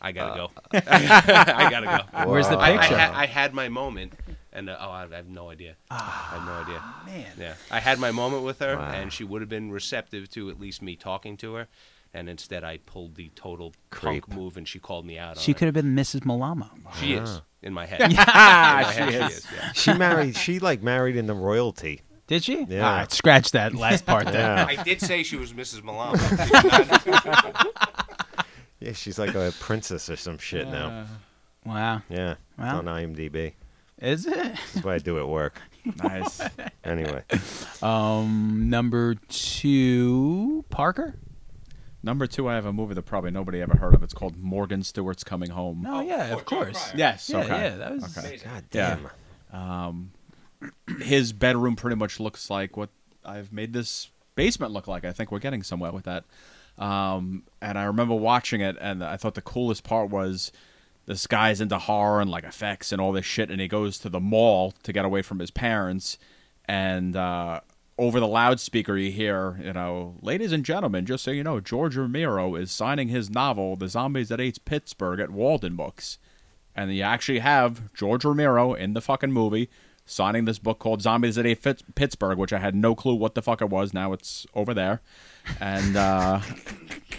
S4: i gotta
S2: Uh.
S4: go i gotta go
S2: Where's the
S5: Wow.
S4: I, I,
S2: picture?
S4: had, I had my moment and uh, oh I, I have no idea i have no idea
S2: Ah, Man,
S4: yeah i had my moment with her
S5: Wow.
S4: and she would have been receptive to at least me talking to her and instead i pulled the total
S5: Creep.
S4: punk move and she called me out on
S2: she
S4: it.
S2: could have been Mrs. Malama.
S4: she is in my head, In my head, she, is. yeah.
S5: She married. She like married into royalty.
S2: Did she?
S5: Yeah.
S2: All right, scratch that last part. Then
S5: Yeah,
S4: I did say she was Mrs. Malama.
S5: yeah. She's like a princess or some shit now.
S2: Wow,
S5: Yeah,
S2: Wow.
S5: it's on IMDb.
S2: is it
S5: That's what I do at work.
S3: Nice.
S5: Anyway,
S2: um number two? Parker?
S3: Number two, I have a movie that probably nobody ever heard of. It's called Morgan Stewart's Coming Home.
S2: No, yeah, of course.
S3: Yes.
S2: Yeah,
S3: okay.
S2: yeah, that was
S3: Okay.
S5: God
S3: Yeah.
S5: damn.
S3: Um, his bedroom pretty much looks like what I've made this basement look like. I think we're getting somewhere with that. Um, and I remember watching it, and I thought the coolest part was this guy's into horror and like effects and all this shit, and he goes to the mall to get away from his parents, and uh, over the loudspeaker you hear, you know, ladies and gentlemen, just so you know, George Romero is signing his novel, The Zombies That Ate Pittsburgh, at Walden Books and you actually have George Romero in the fucking movie signing this book called Zombies at a Fitz- Pittsburgh, which I had no clue what the fuck it was. Now it's over there, and uh,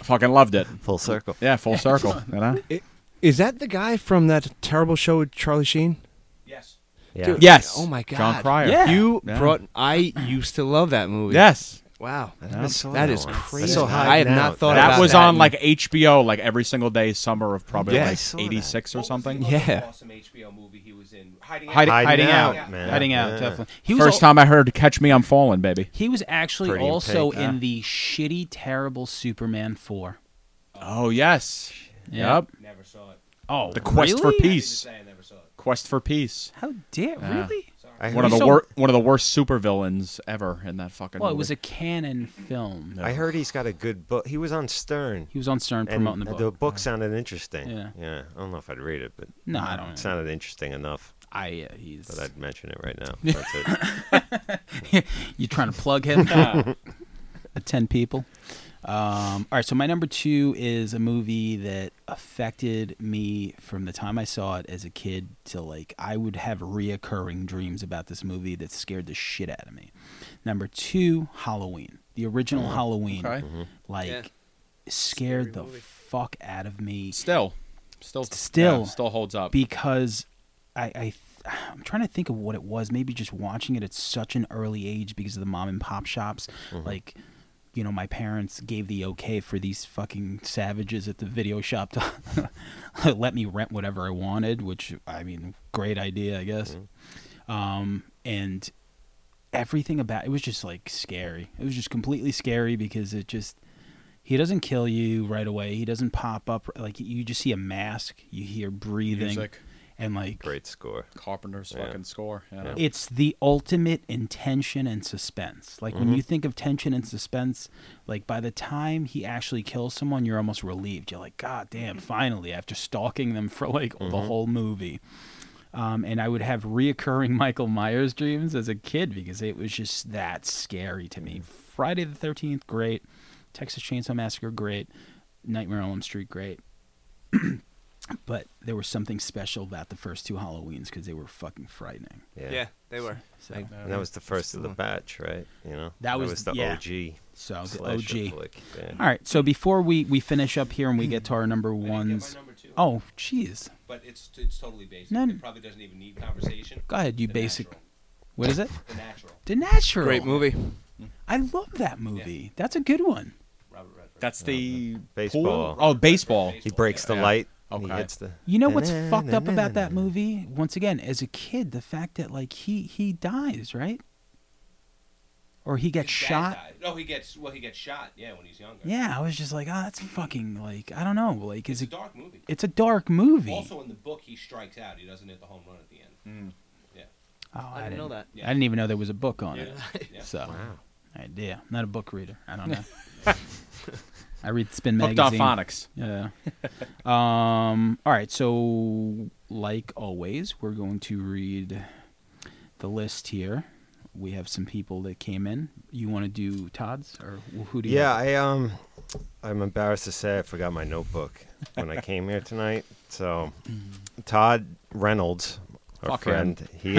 S3: fucking loved it.
S5: Full circle.
S3: Yeah, full circle. You know?
S1: I- Is that the guy from that terrible show with Charlie Sheen?
S4: Yes.
S5: Yeah.
S1: Dude,
S3: Yes.
S1: Oh my god.
S3: John Cryer.
S2: Yeah.
S1: You
S3: Yeah.
S1: brought. I used to love that movie.
S3: Yes,
S1: Wow.
S5: I saw
S1: That is
S5: one.
S1: crazy.
S5: I, saw
S1: I
S5: Hide
S1: have not
S5: Now.
S1: thought
S3: that
S1: about
S3: was
S1: that
S3: on
S1: in-
S3: like HBO, like every single day, summer of probably
S5: Yeah, I
S3: like
S5: saw that.
S3: '86 or something.
S1: other Yeah.
S4: Awesome HBO movie he was in. Hiding
S2: Hiding,
S5: Hiding
S2: hiding out,
S5: Out, man.
S2: hiding out.
S5: Yeah.
S2: Definitely. He
S3: First
S2: al-
S3: time I heard "Catch Me, I'm Falling," baby.
S2: He was actually
S5: Pretty in
S2: also
S5: Pink,
S2: in the shitty, terrible Superman four.
S3: Oh yes,
S2: Yeah.
S3: yep.
S4: Never saw it.
S2: Oh,
S3: The Quest for
S2: really?
S3: Peace.
S4: I never saw it.
S3: Quest for Peace.
S2: How dare
S3: Yeah.
S2: really?
S5: I
S3: One
S5: heard,
S3: of
S2: We
S3: the
S2: saw-
S3: wor- one of the worst supervillains ever in that fucking.
S2: Well, it
S3: movie.
S2: was a canon film.
S5: I heard he's got a good book. He was on Stern.
S2: He was on Stern
S5: And
S2: promoting the book.
S5: sounded interesting.
S2: Yeah.
S5: Yeah. I don't know if I'd read it, but
S2: No, I don't.
S5: it sounded interesting enough
S2: I uh, he's.
S5: that I'd mention it right now. That's it.
S2: you trying to plug him? Ten people. Um, all right, so my number two is a movie that affected me from the time I saw it as a kid to like I would have reoccurring dreams about this movie that scared the shit out of me. Number two, Halloween, the original Halloween,
S3: okay.
S2: like
S4: Oh, Mm-hmm. Yeah.
S2: scared
S4: Scary
S2: the
S4: movie.
S2: fuck out of me
S3: Still, still,
S2: Still.
S3: yeah, still holds up.
S2: because I, I I'm trying to think of what it was. Maybe just watching it at such an early age because of the mom and pop shops. Like, you know, my parents gave the okay for these fucking savages at the video shop to let me rent whatever I wanted, which I mean, great idea, I guess. Um, and everything about it was just like scary. It was just completely scary because it just he doesn't kill you right away. He doesn't pop up like you just see a mask. You hear breathing
S3: Music,
S2: and like
S5: Great score.
S3: Carpenter's
S5: Yeah.
S3: fucking score. Yeah.
S2: it's the ultimate in tension and suspense. Like when you think of tension and suspense, like by the time he actually kills someone, you're almost relieved. You're like, God damn, finally, after stalking them for like the whole movie. Um, and I would have reoccurring Michael Myers dreams as a kid because it was just that scary to me. Friday the 13th, great. Texas Chainsaw Massacre, great. Nightmare on Elm Street, great. but there was something special about the first two Halloweens because they were fucking frightening.
S5: Yeah.
S4: Yeah, they were.
S2: So,
S4: Like-
S5: And that was the first of the batch, right? You know,
S2: That was-
S5: the
S2: yeah.
S5: OG.
S2: so the
S5: slasher
S2: OG.
S5: Flick. Yeah.
S2: All right. So before we we finish up here and we get to our number
S4: I didn't get
S2: ones.
S4: my number two.
S2: Oh, jeez.
S4: But it's it's totally basic.
S2: None.
S4: It probably doesn't even need conversation.
S2: Go ahead. You
S4: The
S2: basic.
S4: Natural.
S2: What is it?
S4: The Natural.
S2: The Natural.
S1: Great movie.
S2: I love that movie. That's a good one.
S4: Robert Redford.
S3: That's the
S5: Baseball.
S3: Pool? Oh, baseball.
S5: He breaks the light. and
S3: Okay.
S5: He hits the.
S2: You know what's fucked up about that movie? Once again, as a kid, the fact that like he he dies, right? Or he gets
S4: His dad
S2: shot.
S4: died. No, he gets well. He gets shot. Yeah, when he's younger.
S2: Yeah, I was just like, oh, that's fucking like I don't know, like
S4: It's
S2: is
S4: a
S2: it?
S4: dark movie.
S2: It's a dark movie.
S4: Also, in the book, he strikes out. He doesn't hit the home run at the end.
S2: oh, I, didn't know that.
S4: Yeah.
S2: I didn't even know there was a book on it.
S4: Yeah.
S2: So.
S5: Wow.
S2: idea. I'm not a book reader. I don't know. I read Spin
S3: Hooked on
S2: magazine.
S3: phonics.
S2: Yeah. um. All right. So, like always, we're going to read the list here. We have some people that came in. You want to do Todd's or wh- who do you?
S5: Yeah, I um, I'm embarrassed to say I forgot my notebook when I came here tonight. So, Todd Reynolds, our
S3: Fuck him.
S5: friend, he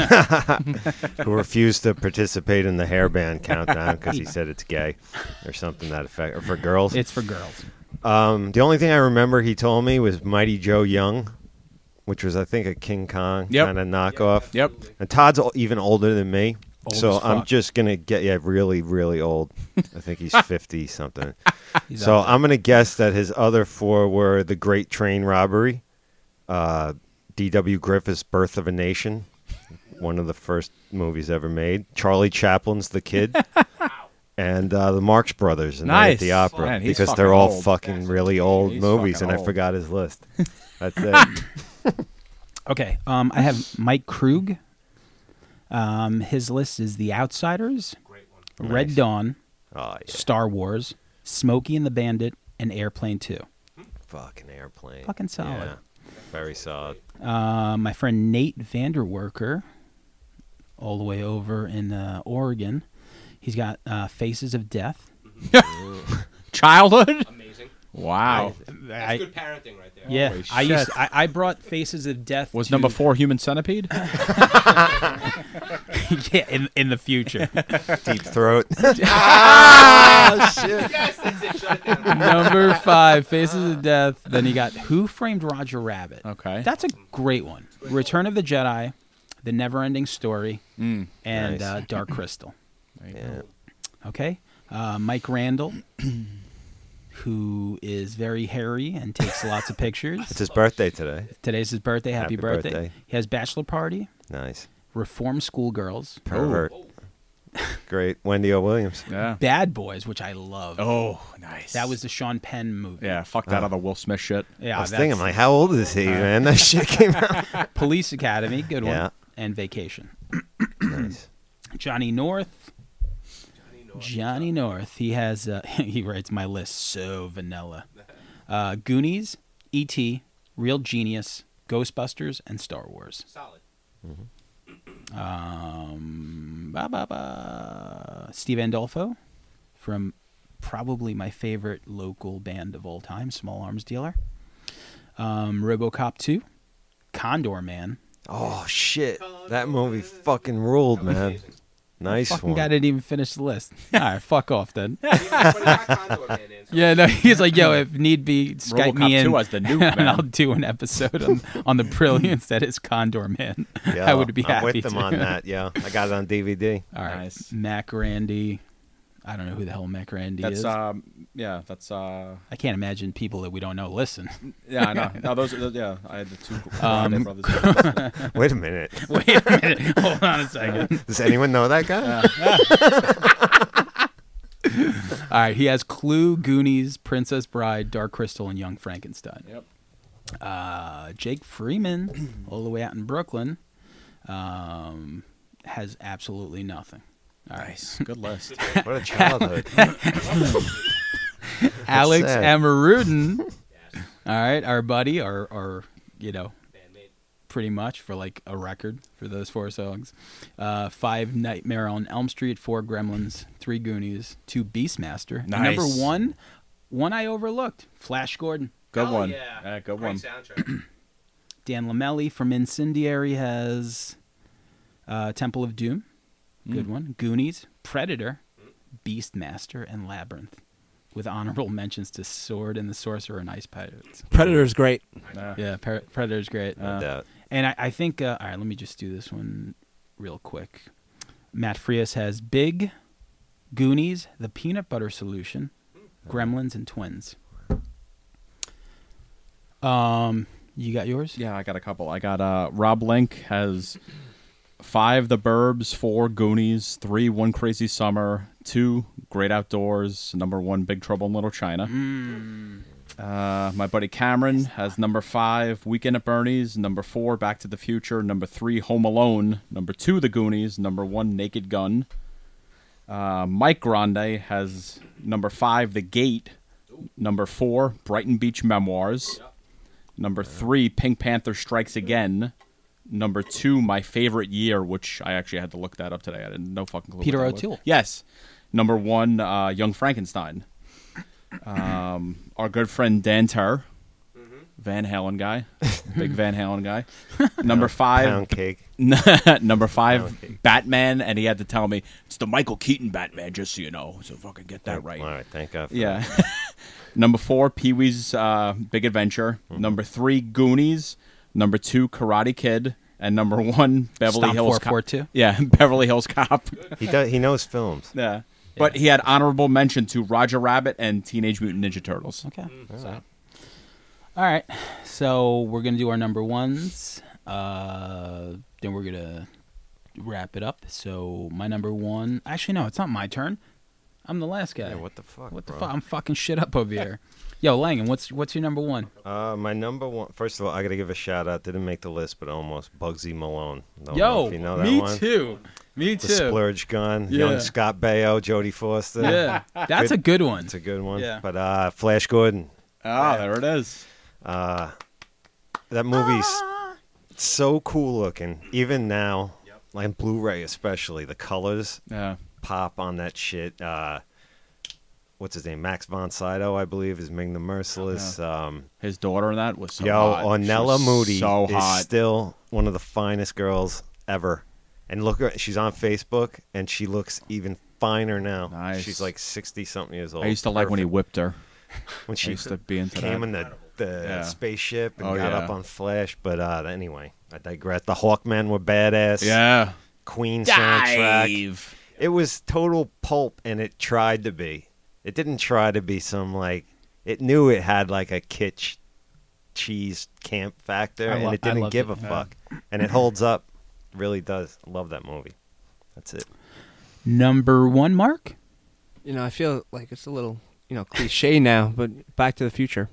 S5: who refused to participate in the hairband countdown because he said it's gay or something to that effect, or for girls.
S2: It's for girls.
S5: Um, the only thing I remember he told me was Mighty Joe Young, which was I think a King Kong
S3: Yep.
S5: kind of knockoff.
S3: Yep.
S5: And Todd's o- even older than me.
S2: Old
S5: so
S2: as
S5: I'm
S2: fuck.
S5: just going to get, yeah, really, really old. I think he's 50 something.
S2: He's
S5: So
S2: up
S5: I'm going to guess that his other four were The Great Train Robbery, uh, D.W. Griffith's Birth of a Nation, one of the first movies ever made, Charlie Chaplin's The Kid. And uh, the Marx Brothers and Night at the
S3: Nice.
S5: Opera
S3: Man, he's
S5: because
S3: fucking
S5: they're all
S3: old.
S5: fucking really old
S3: He's
S5: movies,
S3: fucking
S5: and I
S3: old.
S5: forgot his list. That's it.
S2: there. okay. Um. I have Mike Krug, Um, his list is The Outsiders,
S4: Great one.
S2: Red Dawn,
S5: Oh, yeah.
S2: Star Wars, Smokey and the Bandit, and Airplane 2.
S5: Fucking airplane.
S2: Fucking solid.
S5: Yeah. Very solid.
S2: Uh, my friend Nate Vanderwerker, all the way over in uh, Oregon, he's got uh, Faces of Death.
S3: Childhood.
S4: Amazing.
S3: Wow.
S4: That's
S2: Mm. I-
S4: good parenting right there.
S2: yeah,
S3: Holy
S2: I
S3: shit.
S2: used I, I brought Faces of Death.
S3: Was
S2: to-
S3: number four Human Centipede?
S2: yeah, in in the future.
S5: Deep throat.
S4: Yes, that's it. Shut it down.
S2: number five, Faces of Death. Then you got Who Framed Roger Rabbit.
S3: Okay.
S2: That's a great one. Return of the Jedi, The Never Ending Story,
S3: Mm.
S2: and
S5: Nice.
S2: uh, Dark Crystal.
S3: There you
S5: yeah.
S2: Okay. Uh, Mike Randall, who is very hairy and takes lots of
S5: It's
S2: pictures.
S5: his birthday today.
S2: Today's his birthday. Happy,
S5: Happy
S2: birthday.
S5: birthday.
S2: He has Bachelor Party,
S5: Nice.
S2: Reform Schoolgirls,
S5: Pervert.
S4: Oh,
S5: Great. Wendy O. Williams.
S3: go. Yeah.
S2: Bad Boys, which I love.
S3: Oh, nice.
S2: That was Oh. the Sean Penn movie.
S3: Yeah, fuck that other Will Smith shit.
S2: Yeah,
S5: I was
S2: that's
S5: thinking, like, how old is he, man? That shit came out.
S2: Police Academy, good one.
S5: Yeah.
S2: And Vacation.
S5: nice.
S2: Johnny North.
S4: Johnny North.
S2: Johnny North. He has. Uh, he writes my list so vanilla. Uh, Goonies, E.T., Real Genius, Ghostbusters, and Star Wars. Mm-hmm.
S4: Solid.
S2: Um, ba ba ba. Steve Andolfo from probably my favorite local band of all time, Small Arms Dealer. Um, RoboCop 2, Condor Man.
S5: Oh, shit. That movie fucking ruled, man.
S4: Amazing.
S5: Nice
S2: Fucking
S5: one.
S2: guy didn't even finish the list. All right, fuck off then.
S4: Even when I got Condor Man in, so
S2: Yeah, no, he's like, yo, if need be, Skype
S3: RoboCop
S2: me in,
S3: 2 has the nuke, man.
S2: and I'll do an episode on, on the brilliance that is Condor Man.
S5: Yeah,
S2: I would be
S5: I'm
S2: happy
S5: with them
S2: to.
S5: on that. Yeah, I got it on DVD.
S2: All right,
S3: Nice.
S2: Mac Randy. I don't know who the hell Mac Randy
S3: That's
S2: is.
S3: um, yeah, that's uh,
S2: I can't imagine people that we don't know listen.
S3: yeah, I know. No, those, those, yeah, I had the two
S2: Um,
S3: brothers. brothers.
S5: Wait a minute.
S2: Wait a minute, hold on a second.
S5: Does anyone know that guy?
S2: Uh, All right, he has Clue, Goonies, Princess Bride, Dark Crystal, and Young Frankenstein.
S3: yep.
S2: uh, Jake Freeman, all the way out in Brooklyn, um, has absolutely nothing. All right.
S3: Nice. Good list.
S5: What a childhood.
S2: Alex
S5: sad.
S2: Amarudin. all right, our buddy, our, our, you know,
S4: bandmate.
S2: pretty much for like a record for those four songs. Uh, five Nightmare on Elm Street, four Gremlins, three Goonies, two Beastmaster.
S3: Nice.
S2: Number one, one I overlooked, Flash Gordon.
S3: Good
S4: Hell
S3: one.
S4: Yeah.
S3: good
S4: Great
S3: one.
S4: soundtrack.
S2: Dan Lamelli from Incendiary has uh, Temple of Doom.
S5: Mm.
S2: Good one. Goonies, Predator, Beastmaster, and Labyrinth. With honorable mentions to Sword and the Sorcerer and Ice Pirates.
S1: Predator's great.
S3: Yeah.
S2: Yeah, per- Predator's great. Uh,
S5: No doubt.
S2: and I, I think, uh, all right, let me just do this one real quick. Matt Frias has Big, Goonies, The Peanut Butter Solution,
S5: Hmm.
S2: Gremlins, and Twins. Um, you got yours?
S3: Yeah, I got a couple. I got uh, Rob Link has five The Burbs, four Goonies, three One Crazy Summer, two Great Outdoors, number one Big Trouble in Little China. Uh, my buddy Cameron has number five Weekend at Bernie's, number four Back to the Future, number three Home Alone, number two The Goonies, number one Naked Gun. Uh, Mike Grande has number five The Gate, number four Brighton Beach Memoirs. Number three, Pink Panther Strikes Again. Number two, my favorite year, which I actually had to look that up today. I had no fucking clue. what
S2: Peter
S3: that was.
S2: O'Toole.
S3: Yes. Number one, uh, Young Frankenstein. Um, our good friend Dan Ter, Van Halen guy, big Van Halen guy. Number five,
S5: Pound cake.
S3: number
S5: Okay.
S3: five, Batman, and he had to tell me it's the Michael Keaton Batman, just so you know. So fucking get that right.
S5: All right, thank God. for
S3: Yeah. Number four, Pee Wee's uh, Big Adventure.
S5: Mm-hmm.
S3: Number three, Goonies. Number two, Karate Kid. And number one, Beverly
S2: Stomp
S3: Hills
S2: 442?
S3: Yeah, Beverly Hills Cop.
S5: that. He does. He knows films.
S3: yeah. But he had honorable mention to Roger Rabbit and Teenage Mutant Ninja Turtles.
S2: Okay. All right. So we're gonna do our number ones. Uh, then we're gonna wrap it up. So my number one. Actually, no, it's not my turn. I'm the last guy.
S5: Yeah, what the fuck?
S2: What the
S5: bro?
S2: fuck? I'm fucking shit up over here. Yo, Langan, what's what's your number one?
S5: Uh, my number one. First of all, I gotta give a shout out. Didn't make the list, but almost Bugsy Malone. Don't know
S2: Yo,
S5: if you know that
S2: me
S5: one.
S2: too. Me
S5: The
S2: too.
S5: Splurge Gun,
S2: Yeah.
S5: young Scott Baio, Jodie Foster.
S2: Yeah, that's a good one.
S5: it's a good one.
S2: Yeah.
S5: But uh, Flash Gordon,
S3: Ah, there it is.
S5: uh, that movie's so cool looking, even now, like Blu-ray especially. The colors
S3: Yeah.
S5: pop on that shit. Uh, what's his name? Max von Sydow, I believe, is Ming the Merciless. Um,
S3: His daughter in that was so
S5: Yo,
S3: hot. She
S5: Ornella
S3: was
S5: Moody
S3: So
S5: is
S3: hot.
S5: still one of the finest girls ever. And look, her- she's on Facebook, and she looks even finer now.
S3: Nice.
S5: She's like sixty something years old.
S3: I used to like when he
S5: Perfect.
S3: whipped her.
S5: when
S3: I
S5: she
S3: used to be into
S5: came
S3: that.
S5: in the, the
S3: Yeah.
S5: spaceship and
S3: Oh,
S5: got
S3: yeah.
S5: up on Flash. But uh, anyway, I digress. The Hawkmen were badass.
S3: yeah.
S5: Queen soundtrack. It was total pulp, and it tried to be. It didn't try to be some like. It knew it had like a kitsch cheese camp factor,
S2: I lo-
S5: and it
S2: I
S5: didn't
S2: loved
S5: give
S2: it,
S5: a
S2: yeah.
S5: fuck. And it holds up. Really does. Love that movie. That's it.
S2: Number one, Mark.
S1: You know, I feel like it's a little, you know, cliche now, but Back to the Future.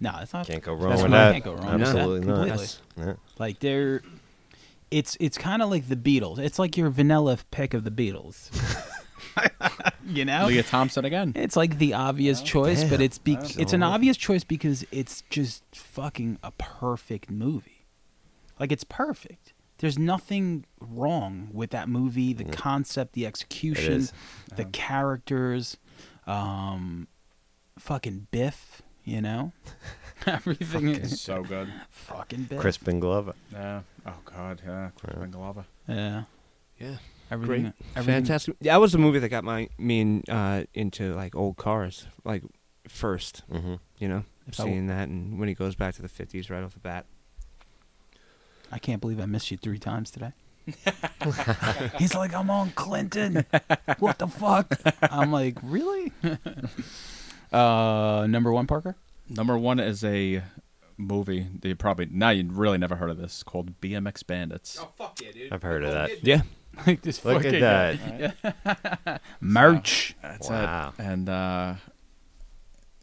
S2: No, that's not.
S5: Can't go wrong
S2: that's
S5: with
S2: not-
S5: that.
S2: Can't go wrong with that
S5: Absolutely not.
S2: completely.
S5: Yeah.
S2: Like they're, it's it's kind of like the Beatles. It's like your vanilla pick of the Beatles. you know,
S3: Oh. Leah Thompson again.
S2: it's like the obvious
S5: Oh,
S2: choice, but
S5: Yeah,
S2: it's be- it's an obvious choice because it's just fucking a perfect movie. Like it's perfect. There's nothing wrong with that movie. The concept, the execution,
S5: is.
S2: the characters, um, fucking Biff. You know, everything
S3: It's
S2: is
S3: so good.
S2: fucking Biff.
S5: Crispin Glover.
S3: Yeah. Oh God. Yeah. Crispin Glover.
S2: Yeah.
S1: Yeah.
S2: Everything,
S1: Great.
S2: everything-
S1: Fantastic. That was the movie that got my me and uh, into like old cars, like first.
S5: hmm
S1: You know,
S2: So-
S1: seeing that, and when he goes back to the fifties right off the bat.
S2: I can't believe I missed you three times today. He's like, I'm on Clinton. What the fuck? I'm like, really? uh, number one, Parker.
S3: Number one is a movie that you probably now you really never heard of this called BMX Bandits.
S4: Oh, fuck yeah, dude.
S5: I've heard of that.
S1: Yeah.
S2: like this
S5: Look at
S2: fucking
S5: that.
S2: merch.
S3: That's
S5: Wow.
S3: it. And uh,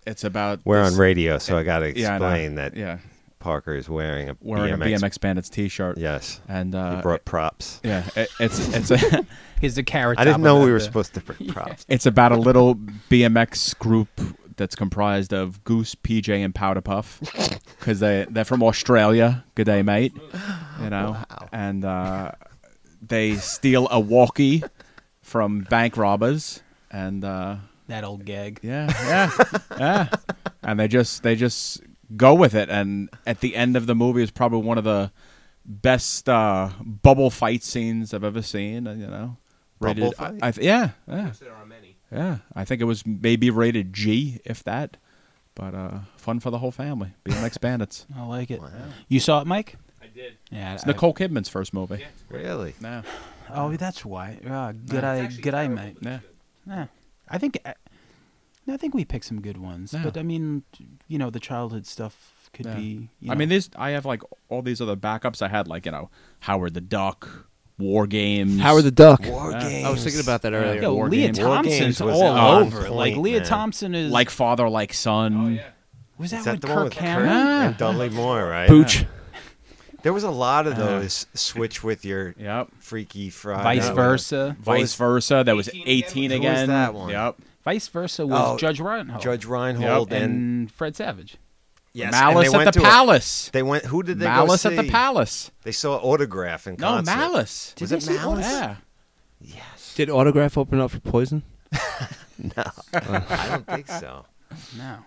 S3: it's about
S5: We're
S3: this-
S5: on radio, so I got to
S3: Yeah, I know.
S5: explain that
S3: Yeah,
S5: Parker is wearing a
S3: wearing
S5: BMX.
S3: a BMX Bandits T-shirt.
S5: Yes,
S3: and
S5: he
S3: uh,
S5: brought props.
S3: yeah, it, it's it's a,
S2: He's the carrot.
S5: I
S2: top
S5: didn't know
S2: of
S5: we
S2: it,
S5: were
S2: the-
S5: supposed to bring props.
S3: it's about a little BMX group that's comprised of Goose, PJ, and Powder Puff because they they're from Australia. Good day, mate. You know, and uh, they steal a walkie from bank robbers, and uh,
S2: that old gag.
S3: yeah, yeah, yeah, and they just they just go with it. And at the end of the movie is probably one of the best uh, bubble fight scenes I've ever seen. uh, You know,
S5: Bubble
S3: Rated-
S5: fight?
S3: I, I, yeah, yeah.
S4: There are many.
S3: Yeah, I think it was maybe rated G, if that. But uh, fun for the whole family. BMX Bandits.
S2: I like it. You saw it, Mike?
S4: I did.
S2: Yeah.
S3: It's
S2: I-
S3: Nicole Kidman's first movie.
S5: Really?
S3: Yeah.
S2: Oh, that's why. Uh, good
S3: Yeah.
S2: eye,
S4: actually
S2: good eye,
S4: terrible,
S2: mate.
S3: Yeah.
S2: Yeah, I think I, I think we picked some good ones,
S3: Yeah.
S2: but I mean, you know, the childhood stuff could
S3: Yeah.
S2: be. You
S3: I
S2: know,
S3: mean, these I have like all these other backups. I had like you know Howard the Duck, War Games.
S1: Howard the Duck.
S5: War
S3: Yeah.
S5: games.
S1: I was thinking about that earlier.
S2: yo,
S3: War
S2: Leah
S3: Games.
S5: War
S2: Thompson's
S5: Games was
S2: all
S5: on
S2: over.
S5: point,
S2: like Leah
S5: man.
S2: Thompson is
S3: like Father, like Son.
S4: Oh yeah.
S2: Was that,
S5: Is that
S2: with
S5: the
S2: Kirk
S5: one with Kirk
S2: Cameron?
S5: and Dudley Moore, right?
S1: Pooch.
S5: There was a lot of those switch with your
S3: Yep.
S5: freaky fry.
S2: Vice
S5: Yeah.
S2: versa.
S3: Vice versa. That was
S4: 18
S3: eighteen
S5: Who was
S3: again.
S5: that one?
S3: Yep.
S2: Vice versa was
S5: Oh,
S2: Judge Reinhold.
S5: Judge Reinhold
S3: Yep.
S5: and,
S2: and Fred Savage.
S5: yes, and
S3: Malice
S5: they went
S3: at the
S5: to a-
S3: Palace.
S5: they went. Who did they
S3: Malice
S5: go
S3: at
S5: see?
S3: the Palace.
S5: They saw autograph in
S3: No,
S5: concert.
S3: Malice.
S5: Was
S2: Did
S5: it
S2: they see
S5: Malice?
S3: Yeah.
S1: Did Autograph open up for Poison?
S5: I don't think so.
S2: No,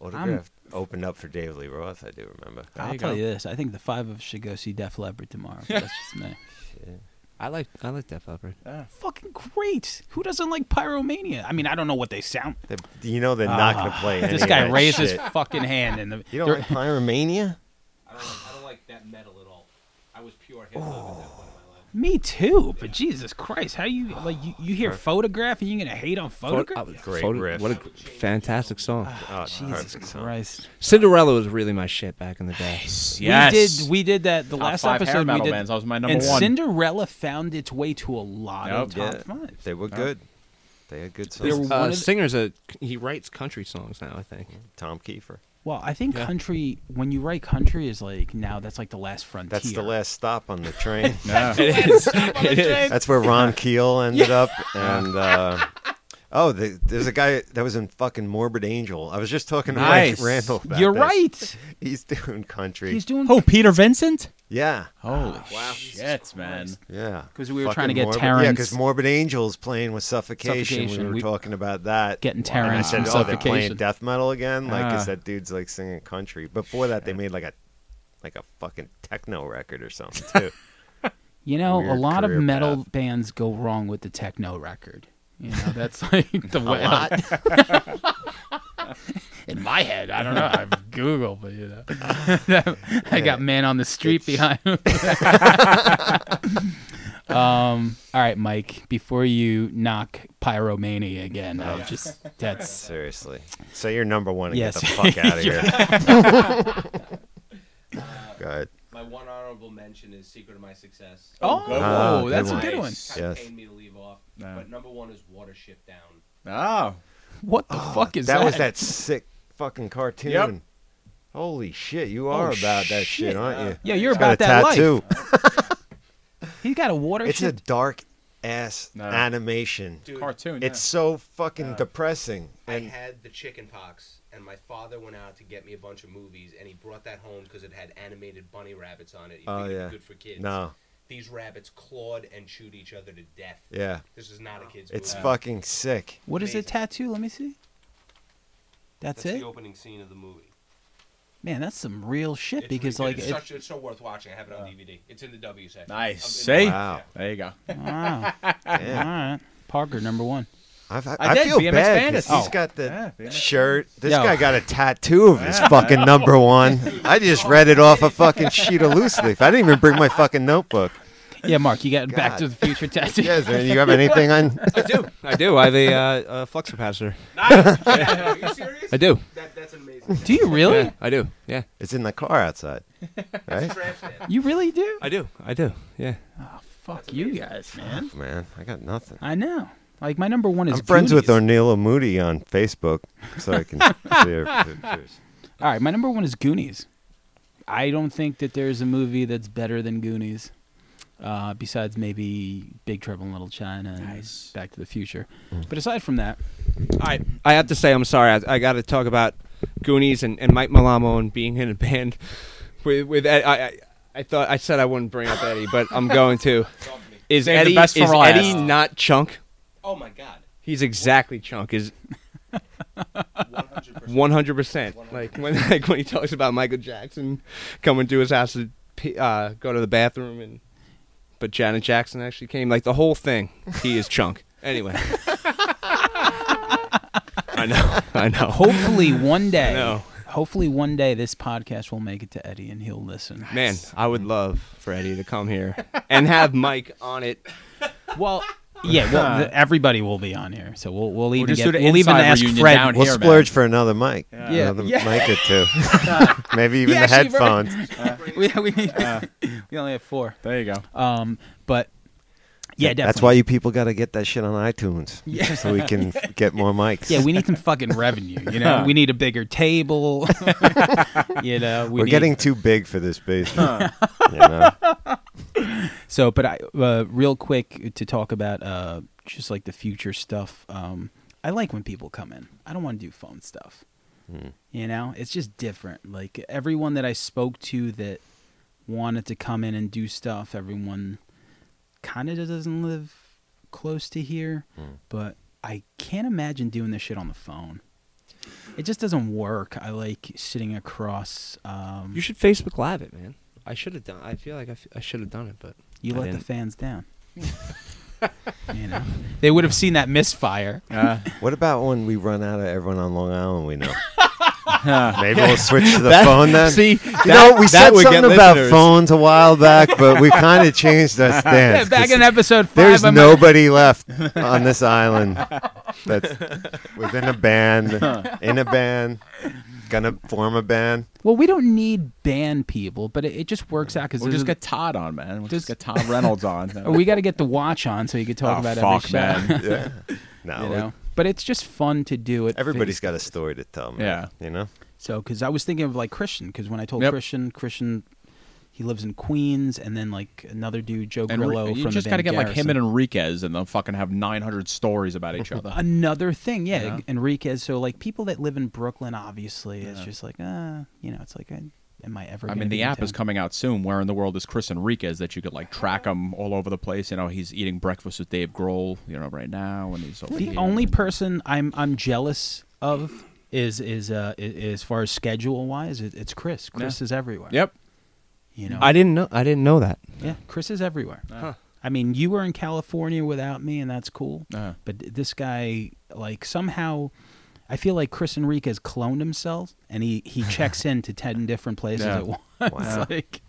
S5: Autograph opened up for David Lee Roth. I do remember.
S3: There
S2: I'll
S3: you
S2: tell
S3: go.
S2: you this: I think the five of us should go see Def Leppard tomorrow. But that's just me.
S1: I like I like Def Leppard.
S2: Fucking great! Who doesn't like pyromania? I mean, I don't know what they sound.
S5: They, you know they're not going to play. Any
S2: Ah. This
S5: of
S2: guy
S5: that
S2: raised his
S5: shit.
S2: fucking hand, and the
S5: You don't like Pyromania?
S4: I don't, like, I don't like that metal at all. I was pure hip hop at that point in my life.
S2: Me too, but Jesus Christ, how you like you, you hear photograph and you're gonna hate on photograph?
S5: Great
S1: Photo-
S5: riff.
S1: What a fantastic song.
S5: Oh,
S2: Jesus
S5: perfect.
S2: Christ.
S1: Ah. Cinderella was really my shit back in the day.
S3: Yes.
S2: We did we did that the
S3: Top
S2: last
S3: five hair
S2: episode we
S3: metal
S2: did,
S3: bands. That was my number
S2: and
S3: one.
S2: Cinderella found its way to a lot of
S3: Yep.
S2: top five.
S5: They were good. They had good
S3: They were-
S5: songs.
S3: one
S1: Uh,
S3: of the-
S1: singer's a he writes country songs now. I think.
S5: Tom Kiefer.
S2: Well, I think
S1: Yeah.
S2: country when you write country is like now that's like the last frontier.
S5: That's the last stop on the train.
S3: Yeah.
S1: It is. it is.
S5: That's where Ron Keel ended up. And uh, oh, the, there's a guy that was in fucking Morbid Angel. I was just talking to
S3: Nice.
S5: Ra- Randall. About
S2: You're
S5: this.
S2: right.
S5: He's doing country.
S2: He's doing
S3: Oh, Peter Vincent?
S5: yeah.
S3: Holy shit, man.
S5: Yeah.
S2: 'Cause we were trying to
S5: Fucking
S2: get
S5: morbid. Yeah,
S2: Terrence-
S5: because Morbid Angel's playing with suffocation.
S2: Suffocation.
S5: We were
S2: We-
S5: talking about that.
S2: getting
S5: And I
S2: Terrence
S5: said,
S2: from
S5: oh, they're playing
S2: suffocation.
S5: death metal again. Like,
S3: Ah.
S5: is that dude's like singing country? Before that, they made like a like a fucking techno record or something too.
S2: You know, a
S5: Weird
S2: lot of
S5: career
S2: metal
S5: path.
S2: bands go wrong with the techno record. You know, that's like the way. In my head, I don't know. I've Googled, but you know, I got man on the street behind. me. um. All right, Mike. Before you knock pyromania
S5: Oh,
S2: again, I'll just that's
S5: Seriously. So you're number one and
S2: Yes.
S5: get the fuck out of here. Good.
S4: My one honorable mention is Secret of My Success.
S2: Oh,
S3: good
S5: Ah,
S2: that's
S5: good
S2: a good
S5: one.
S2: one.
S4: Kind of
S5: Yes.
S4: pained me to leave off.
S3: Yeah.
S4: But number one is Watership Down.
S3: Oh.
S2: What the fuck is that?
S5: Ah, that was that sick fucking cartoon. Holy shit, you are about that shit, aren't you?
S2: Yeah, you're
S5: It's
S2: Oh, about
S5: got a
S2: that
S5: tattoo.
S2: life. He got a water.
S5: It's a
S2: shit-
S5: dark ass
S3: No.
S5: animation.
S4: Dude,
S3: Cartoon.
S5: It's so fucking depressing.
S4: I
S5: And
S4: had the chicken pox, and my father went out to get me a bunch of movies, and he brought that home because it had animated bunny rabbits on it. You
S5: Oh,
S4: think it'd
S5: yeah.
S4: be good for kids?
S5: no,
S4: These rabbits clawed and chewed each other to death.
S5: yeah,
S4: This is not a kids.
S5: it's
S4: movie.
S5: fucking sick.
S2: What is the
S4: amazing.
S2: tattoo? Let me see. That's,
S4: That's
S2: it,
S4: the opening scene of the movie.
S2: man. That's some real shit
S4: It's
S2: because
S4: really
S2: like,
S4: good. it's,
S2: it-
S4: such, it's so worth watching. I have it on DVD. It's in the W section.
S3: Nice.
S4: I'm-
S3: See?
S5: Wow.
S3: There you go.
S2: wow, all
S5: Damn.
S2: right. Parker number one.
S5: I've, I,
S3: I
S5: I
S3: did,
S5: feel
S3: BMX
S5: bad because
S3: Bandits.
S5: he's
S3: Oh.
S5: got the
S3: Yeah, BMX
S5: shirt. This
S2: Yo.
S5: guy got a tattoo of his fucking number one. I just read it off a fucking sheet of loose leaf. I didn't even bring my fucking notebook.
S2: Yeah, Mark, you got Back
S5: God.
S2: to the Future tattoo.
S5: Yes, man, you have anything on?
S1: I do. I do. I have a, uh, a flux capacitor.
S4: Nice. Yeah, Are you serious?
S1: I do.
S4: That, that's amazing.
S2: Do you really?
S1: I do. Yeah.
S5: It's in the car outside, right?
S4: Trash can.
S2: You really do?
S1: I do. I do. Yeah.
S2: Fuck you guys, man.
S5: Man, I got nothing.
S2: I know. Like my number one is.
S5: I'm friends with
S2: Goonies.
S5: Ornella Moody on Facebook, so I can see her pictures.
S2: All right, my number one is Goonies. I don't think that there's a movie that's better than Goonies, uh, besides maybe Big Trouble in Little China and
S3: Nice.
S2: Back to the Future.
S5: Mm.
S2: But aside from that,
S1: I I have to say I'm sorry. I, I got to talk about Goonies and, and Mike Malamo and being in a band with with Ed, I, I I thought I said I wouldn't bring up Eddie, but I'm going to. Is
S3: Save the
S1: Eddie
S3: best for
S1: is
S3: last.
S1: Eddie not Chunk?
S4: Oh my god.
S1: He's exactly Chunk. Is
S4: 100%.
S1: One hundred percent. Like when like when he talks about Michael Jackson coming to his house to pee- uh, go to the bathroom, and but Janet Jackson actually came. Like the whole thing, he is chunk. Anyway, I know, I know.
S2: hopefully one day,
S1: know.
S2: hopefully one day, this podcast will make it to Eddie and he'll listen.
S1: Man, I would love for Eddie to come here and have Mike on it.
S2: Well, yeah, well, the, everybody will be on here, so we'll we'll even
S3: Uh, just
S2: get,
S3: do an
S2: we'll even
S3: inside
S2: ask
S3: reunion
S2: Fred.
S3: down
S5: We'll
S3: here, man.
S5: splurge for another mic,
S2: Yeah.
S5: another
S2: Yeah.
S5: mic or two, maybe even the
S2: actually very-
S5: headphones.
S2: we we,
S3: Uh,
S2: we only have four.
S3: There you go.
S2: Um, but yeah, definitely.
S5: That's why you people got to get that shit on iTunes,
S2: Yeah.
S5: so we can get more mics.
S2: Yeah, we need some fucking revenue. You know, we need a bigger table. you know, we
S5: are
S2: need-
S5: getting too big for this basement. you know?
S2: so. But I uh, real quick to talk about uh, just like the future stuff. Um, I like when people come in. I don't want to do phone stuff. You know, it's just different. Like everyone that I spoke to that wanted to come in and do stuff, everyone kind of doesn't live close to here. But I can't imagine doing this shit on the phone. It just doesn't work. I like sitting across. Um,
S1: You should Facebook Live it, man. I should have done. I feel like I, f- I should have done it, but
S2: You
S1: I
S2: let the
S1: didn't.
S2: fans down. you know, they would have seen that misfire.
S3: Uh,
S5: What about when we run out of everyone on Long Island? We know.
S3: huh.
S5: Maybe we'll switch to the phone
S3: Uh,
S5: then.
S1: See,
S5: you know, we said
S1: that would get
S5: something about
S1: listeners.
S5: phones a while back, but we kind of changed our stance.
S2: Back
S5: 'cause
S2: in episode five,
S5: There's
S2: I'm-
S5: nobody left on this island that's within a band, in a band, gonna form a band.
S2: well, we don't need band people, but it, it just works out because
S3: We'll just get Todd on, man. We'll just,
S2: Just-
S3: get Todd Reynolds on.
S2: we got to get the watch on so you could talk
S3: Oh,
S2: about
S3: fuck,
S2: every show.
S3: man.
S5: Yeah. No,
S2: you
S5: it-
S2: know. But it's just fun to do it.
S5: everybody's
S2: face-
S5: got a story to tell. Man,
S3: Yeah.
S5: you know.
S2: So, because I was thinking of like Christian, because when I told
S3: Yep.
S2: Christian, Christian, he lives in Queens, and then like another dude, Joe
S3: And
S2: Grillo
S3: re- you
S2: from
S3: just
S2: Van
S3: gotta get like him
S2: Garrison.
S3: and Enriquez, and they'll fucking have nine hundred stories about each other.
S2: another thing. Yeah,
S3: Yeah.
S2: Enriquez. So like people that live in Brooklyn, obviously, it's just like uh, you know, it's like I, am I ever?
S3: I
S2: gonna
S3: mean,
S2: be
S3: the
S2: in
S3: app is
S2: town?
S3: coming out soon. Where in the world is Chris Enriquez that you could like track him all over the place? You know, he's eating breakfast with Dave Grohl, you know, right now, and he's over
S2: The
S3: here
S2: only
S3: and-
S2: person I'm I'm jealous of is is uh i- as far as schedule wise, it, it's Chris. Chris
S3: Yeah.
S2: is everywhere.
S3: Yep.
S2: You know.
S1: I didn't know. I didn't know that.
S2: yeah, Chris is everywhere. I mean, you were in California without me, and that's cool.
S3: Uh,
S2: But this guy, like somehow, I feel like Chris Enriquez cloned himself, and he he checks into ten different places
S3: Yeah.
S2: at once.
S5: Wow.
S2: like,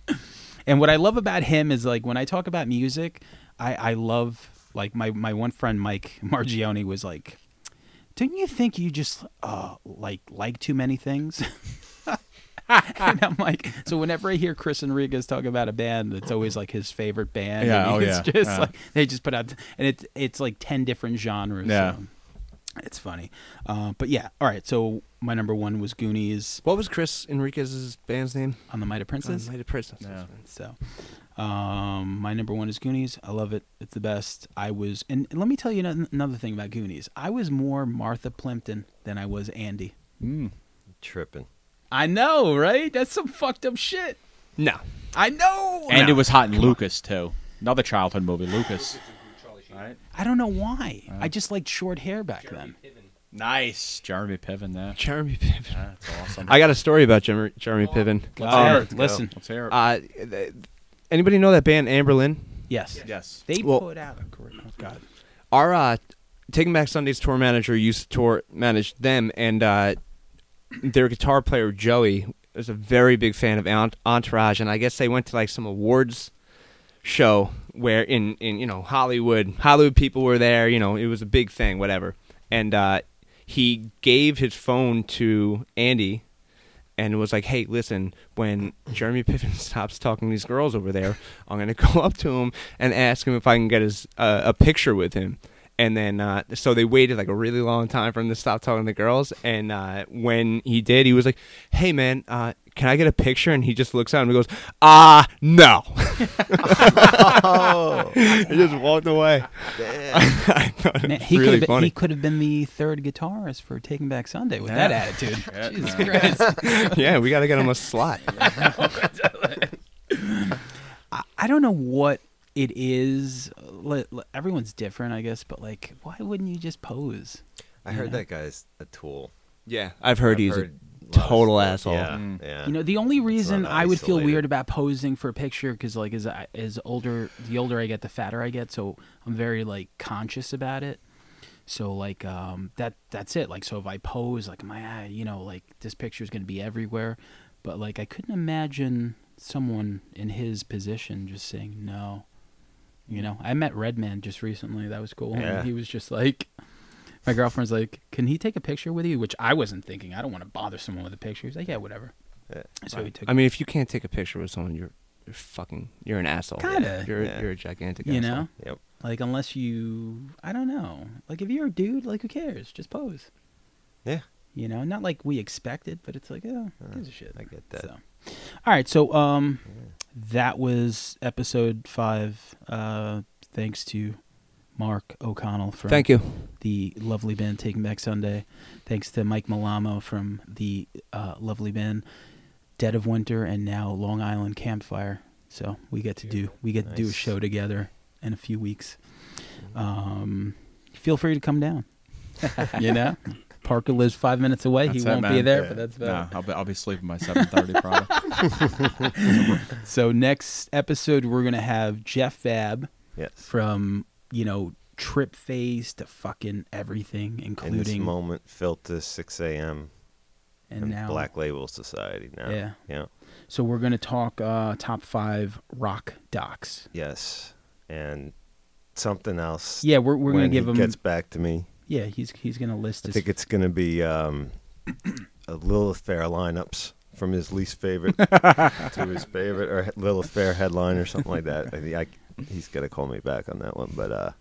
S2: and what I love about him is like when I talk about music, I I love like my my one friend Mike Margione was like, "Didn't you think you just uh like like too many things?" and I'm like, so whenever I hear Chris Enriquez talk about a band, it's always like his favorite band.
S3: Yeah,
S2: and
S3: oh,
S2: it's
S3: yeah,
S2: just
S3: yeah.
S2: like they just put out, and it's it's like ten different genres.
S3: Yeah.
S2: so it's funny. Uh, but yeah, all right. So my number one was Goonies
S1: What was Chris Enriquez's band's name?
S2: on the Might of Princes.
S1: United Princess.
S3: Yeah.
S2: So, um, my number one is Goonies. I love it. It's the best. I was, and let me tell you ano- another thing about Goonies. I was more Martha Plimpton than I was Andy.
S3: mm.
S5: Tripping.
S2: I know, right? That's some fucked up shit.
S1: No.
S2: I know.
S3: And it was hot in Lucas too. Another childhood movie, Lucas.
S2: I don't know why. I just liked short hair back then.
S3: Nice, Jeremy Piven. There,
S1: Jeremy Piven.
S3: that's awesome.
S1: I got a story about Jeremy, Jeremy Piven.
S2: Oh, Let's
S1: Um,
S2: hear it. Listen.
S3: Let's hear it.
S1: uh, th- anybody know that band Amberlin?
S2: Yes.
S3: yes.
S2: They
S1: Well-
S2: put out a great. Oh, God.
S1: Our uh, Taking Back Sunday's tour manager used to tour manage them, and uh, their guitar player Joey was a very big fan of Ent- Entourage, and I guess they went to like some awards show where in in you know Hollywood, Hollywood people were there. You know, it was a big thing, whatever. And uh, he gave his phone to Andy. And was like, hey, listen, when Jeremy Piven stops talking to these girls over there, I'm going to go up to him and ask him if I can get his uh, a picture with him. And then, uh, so they waited like a really long time for him to stop talking to girls. And uh, when he did, he was like, hey, man, uh, can I get a picture? And he just looks at him and goes, ah, no.
S5: Oh,
S1: He just walked away. I thought it
S2: Man,
S1: was
S2: he
S1: really
S2: could have been,
S1: funny.
S2: he could have been the third guitarist for Taking Back Sunday with that attitude. Jesus
S3: Yeah.
S2: Christ.
S1: yeah, we got to get him a slot.
S2: I, I don't know what it is. Li- li- Everyone's different, I guess, but like, why wouldn't you just pose?
S5: I heard that guy's a tool.
S1: yeah, I've heard
S5: I've
S1: he's
S5: heard
S1: a
S5: lot of
S1: total
S5: stuff.
S1: asshole.
S5: Yeah,
S3: Mm.
S5: yeah.
S2: You know, the only reason
S5: not
S2: I would feel
S5: isolated.
S2: weird about posing for a picture because, like, as I, as older, the older I get, the fatter I get, so I'm very like conscious about it. So like, um, that that's it. Like, so if I pose, like, my, ah, you know, like this picture's gonna be everywhere, but like, I couldn't imagine someone in his position just saying no. You know, I met Redman just recently. That was cool. And
S5: Yeah.
S2: He was just like, my girlfriend's like, "Can he take a picture with you?" Which I wasn't thinking. I don't want to bother someone with a picture. He's like, "Yeah, whatever."
S5: Yeah.
S2: So he took.
S1: I mean, if you can't take a picture with someone, you're, you're fucking, you're an asshole.
S2: Kinda.
S1: You're,
S5: Yeah.
S1: you're a gigantic
S2: you
S1: asshole.
S2: know,
S5: Yep.
S2: like unless you, I don't know. Like if you're a dude, like who cares? Just pose.
S5: Yeah.
S2: You know, not like we expected, but it's like, oh, who gives a shit.
S5: I get that.
S2: So, all right. So, um, that was episode five. Uh, thanks to Mark O'Connell for
S1: Thank you.
S2: the lovely band Taking Back Sunday. Thanks to Mike Malamo from the uh, lovely band Dead of Winter and now Long Island Campfire. So we get to do we get to do a
S5: Nice.
S2: show together in a few weeks. Um, feel free to come down. you know, Parker lives five minutes away.
S3: That's
S2: he
S3: it,
S2: won't be
S3: man.
S2: there,
S3: Yeah.
S2: but that's about
S3: No,
S2: it.
S3: I'll be, I'll be sleeping by seven thirty probably.
S2: So next episode we're gonna have Jeff Fab
S5: Yes.
S2: from you know Trip Phase to fucking everything,
S5: In this
S2: including
S5: moment, filter 6 a.m.
S2: and now
S5: Black Label Society. Now.
S2: Yeah.
S5: Yeah.
S2: So we're gonna talk uh, top five rock docs.
S5: Yes. And something else.
S2: Yeah, we're we're
S5: when
S2: gonna give
S5: he
S2: him.
S5: gets back to me.
S2: yeah, he's he's gonna list
S5: I
S2: his.
S5: think it's going to be um, a Lilith Fair lineups from his least favorite to his favorite, or Lilith Fair headline, or something like that. I think I, he's got to call me back on that one. But uh,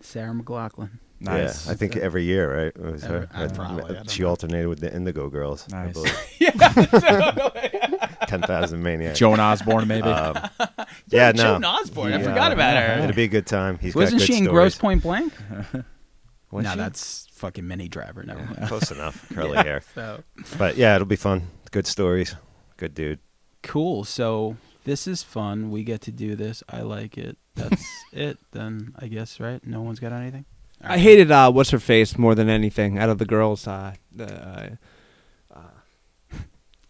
S2: Sarah McLaughlin.
S3: Nice.
S5: Yeah, I think every year, right? It was her.
S2: Every- I probably, I don't
S5: she
S2: know.
S5: alternated with the Indigo Girls.
S3: Nice.
S5: Ten thousand maniacs. Um,
S3: Joan Osborne, maybe.
S5: Uh, yeah,
S2: Joan
S5: no,
S2: Osborne. I
S5: Yeah.
S2: forgot about her.
S5: it'd be a good time. He's
S2: Wasn't
S5: got good
S2: she in
S5: stories.
S2: Gross Point Blank?
S5: Was
S2: no,
S5: she?
S2: that's fucking Mini Driver. Never mind.
S5: close enough. Curly hair,
S2: So
S5: but yeah, it'll be fun. Good stories. Good dude.
S2: cool. So this is fun. We get to do this. I like it. That's it. Then I guess right. No one's got anything. All
S1: I
S2: right.
S1: hated uh, what's her face more than anything out of the girls. Uh, the uh, uh,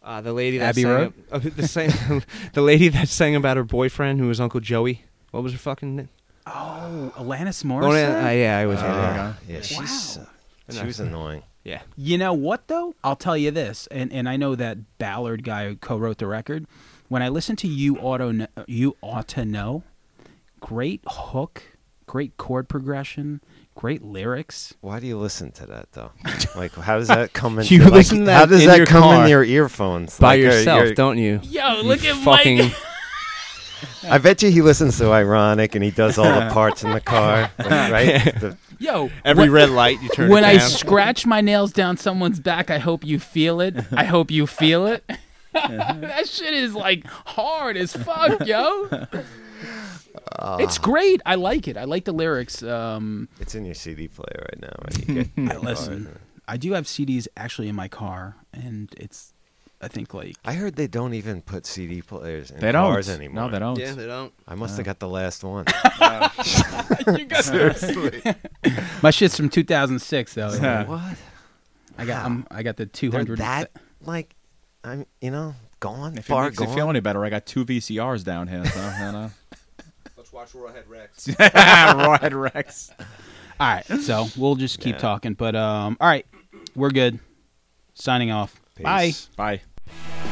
S1: uh, the lady that
S2: Abbey
S1: sang,
S2: Road?
S1: uh, the, sang- the lady that sang about her boyfriend who was Uncle Joey. What was her fucking name?
S2: Oh, Alanis
S1: Oh,
S2: Morissette.
S1: yeah, uh, yeah, I was.
S5: Uh,
S3: okay.
S5: yeah, she's
S2: Wow.
S5: she was annoying.
S1: yeah.
S2: You know what though? I'll tell you this, and and I know that Ballard guy who co-wrote the record. When I listen to you auto Kn- you ought to know, great hook, great chord progression, great lyrics.
S5: Why do you listen to that though? Like, how does that come in?
S1: You
S5: like,
S1: listen to that
S5: how does
S1: in
S5: that
S1: your
S5: come
S1: car
S5: in your earphones
S1: By
S5: Like, you're-
S1: yourself,
S5: you're-
S1: don't you?
S2: Yo,
S1: You fucking.
S5: I bet you he listens to ironic and he does all the parts in the car, right? The-
S2: Yo,
S1: Every
S2: wh-
S1: red light you turn.
S2: when
S1: it
S2: I
S1: down.
S2: scratch my nails down someone's back, I hope you feel it. I hope you feel it.
S1: Uh-huh.
S2: that shit is like hard as fuck, yo. it's great. I like it. I like the lyrics. Um,
S5: it's in your CD player right now. Right? You get- you get cars.
S2: I do have CDs actually in my car, and it's, I think like
S5: I heard they don't even put CD players in
S3: They don't.
S5: cars anymore.
S3: No, they don't.
S1: Yeah, they don't.
S5: I must have got the last one.
S2: my shit's from 2006 though.
S5: what?
S2: I got I'm, I got the
S5: They're
S2: 200.
S5: that like, I'm you know gone
S3: If it
S5: far
S3: makes you feel
S5: gone.
S3: any better, I got two VCRs down here. So, you know.
S4: Let's watch Rawhead Rex.
S3: Rawhead Rex.
S2: All right, so we'll just keep
S5: Yeah.
S2: talking. But um, all right, we're good. Signing off. Bye.
S5: Peace.
S3: Bye.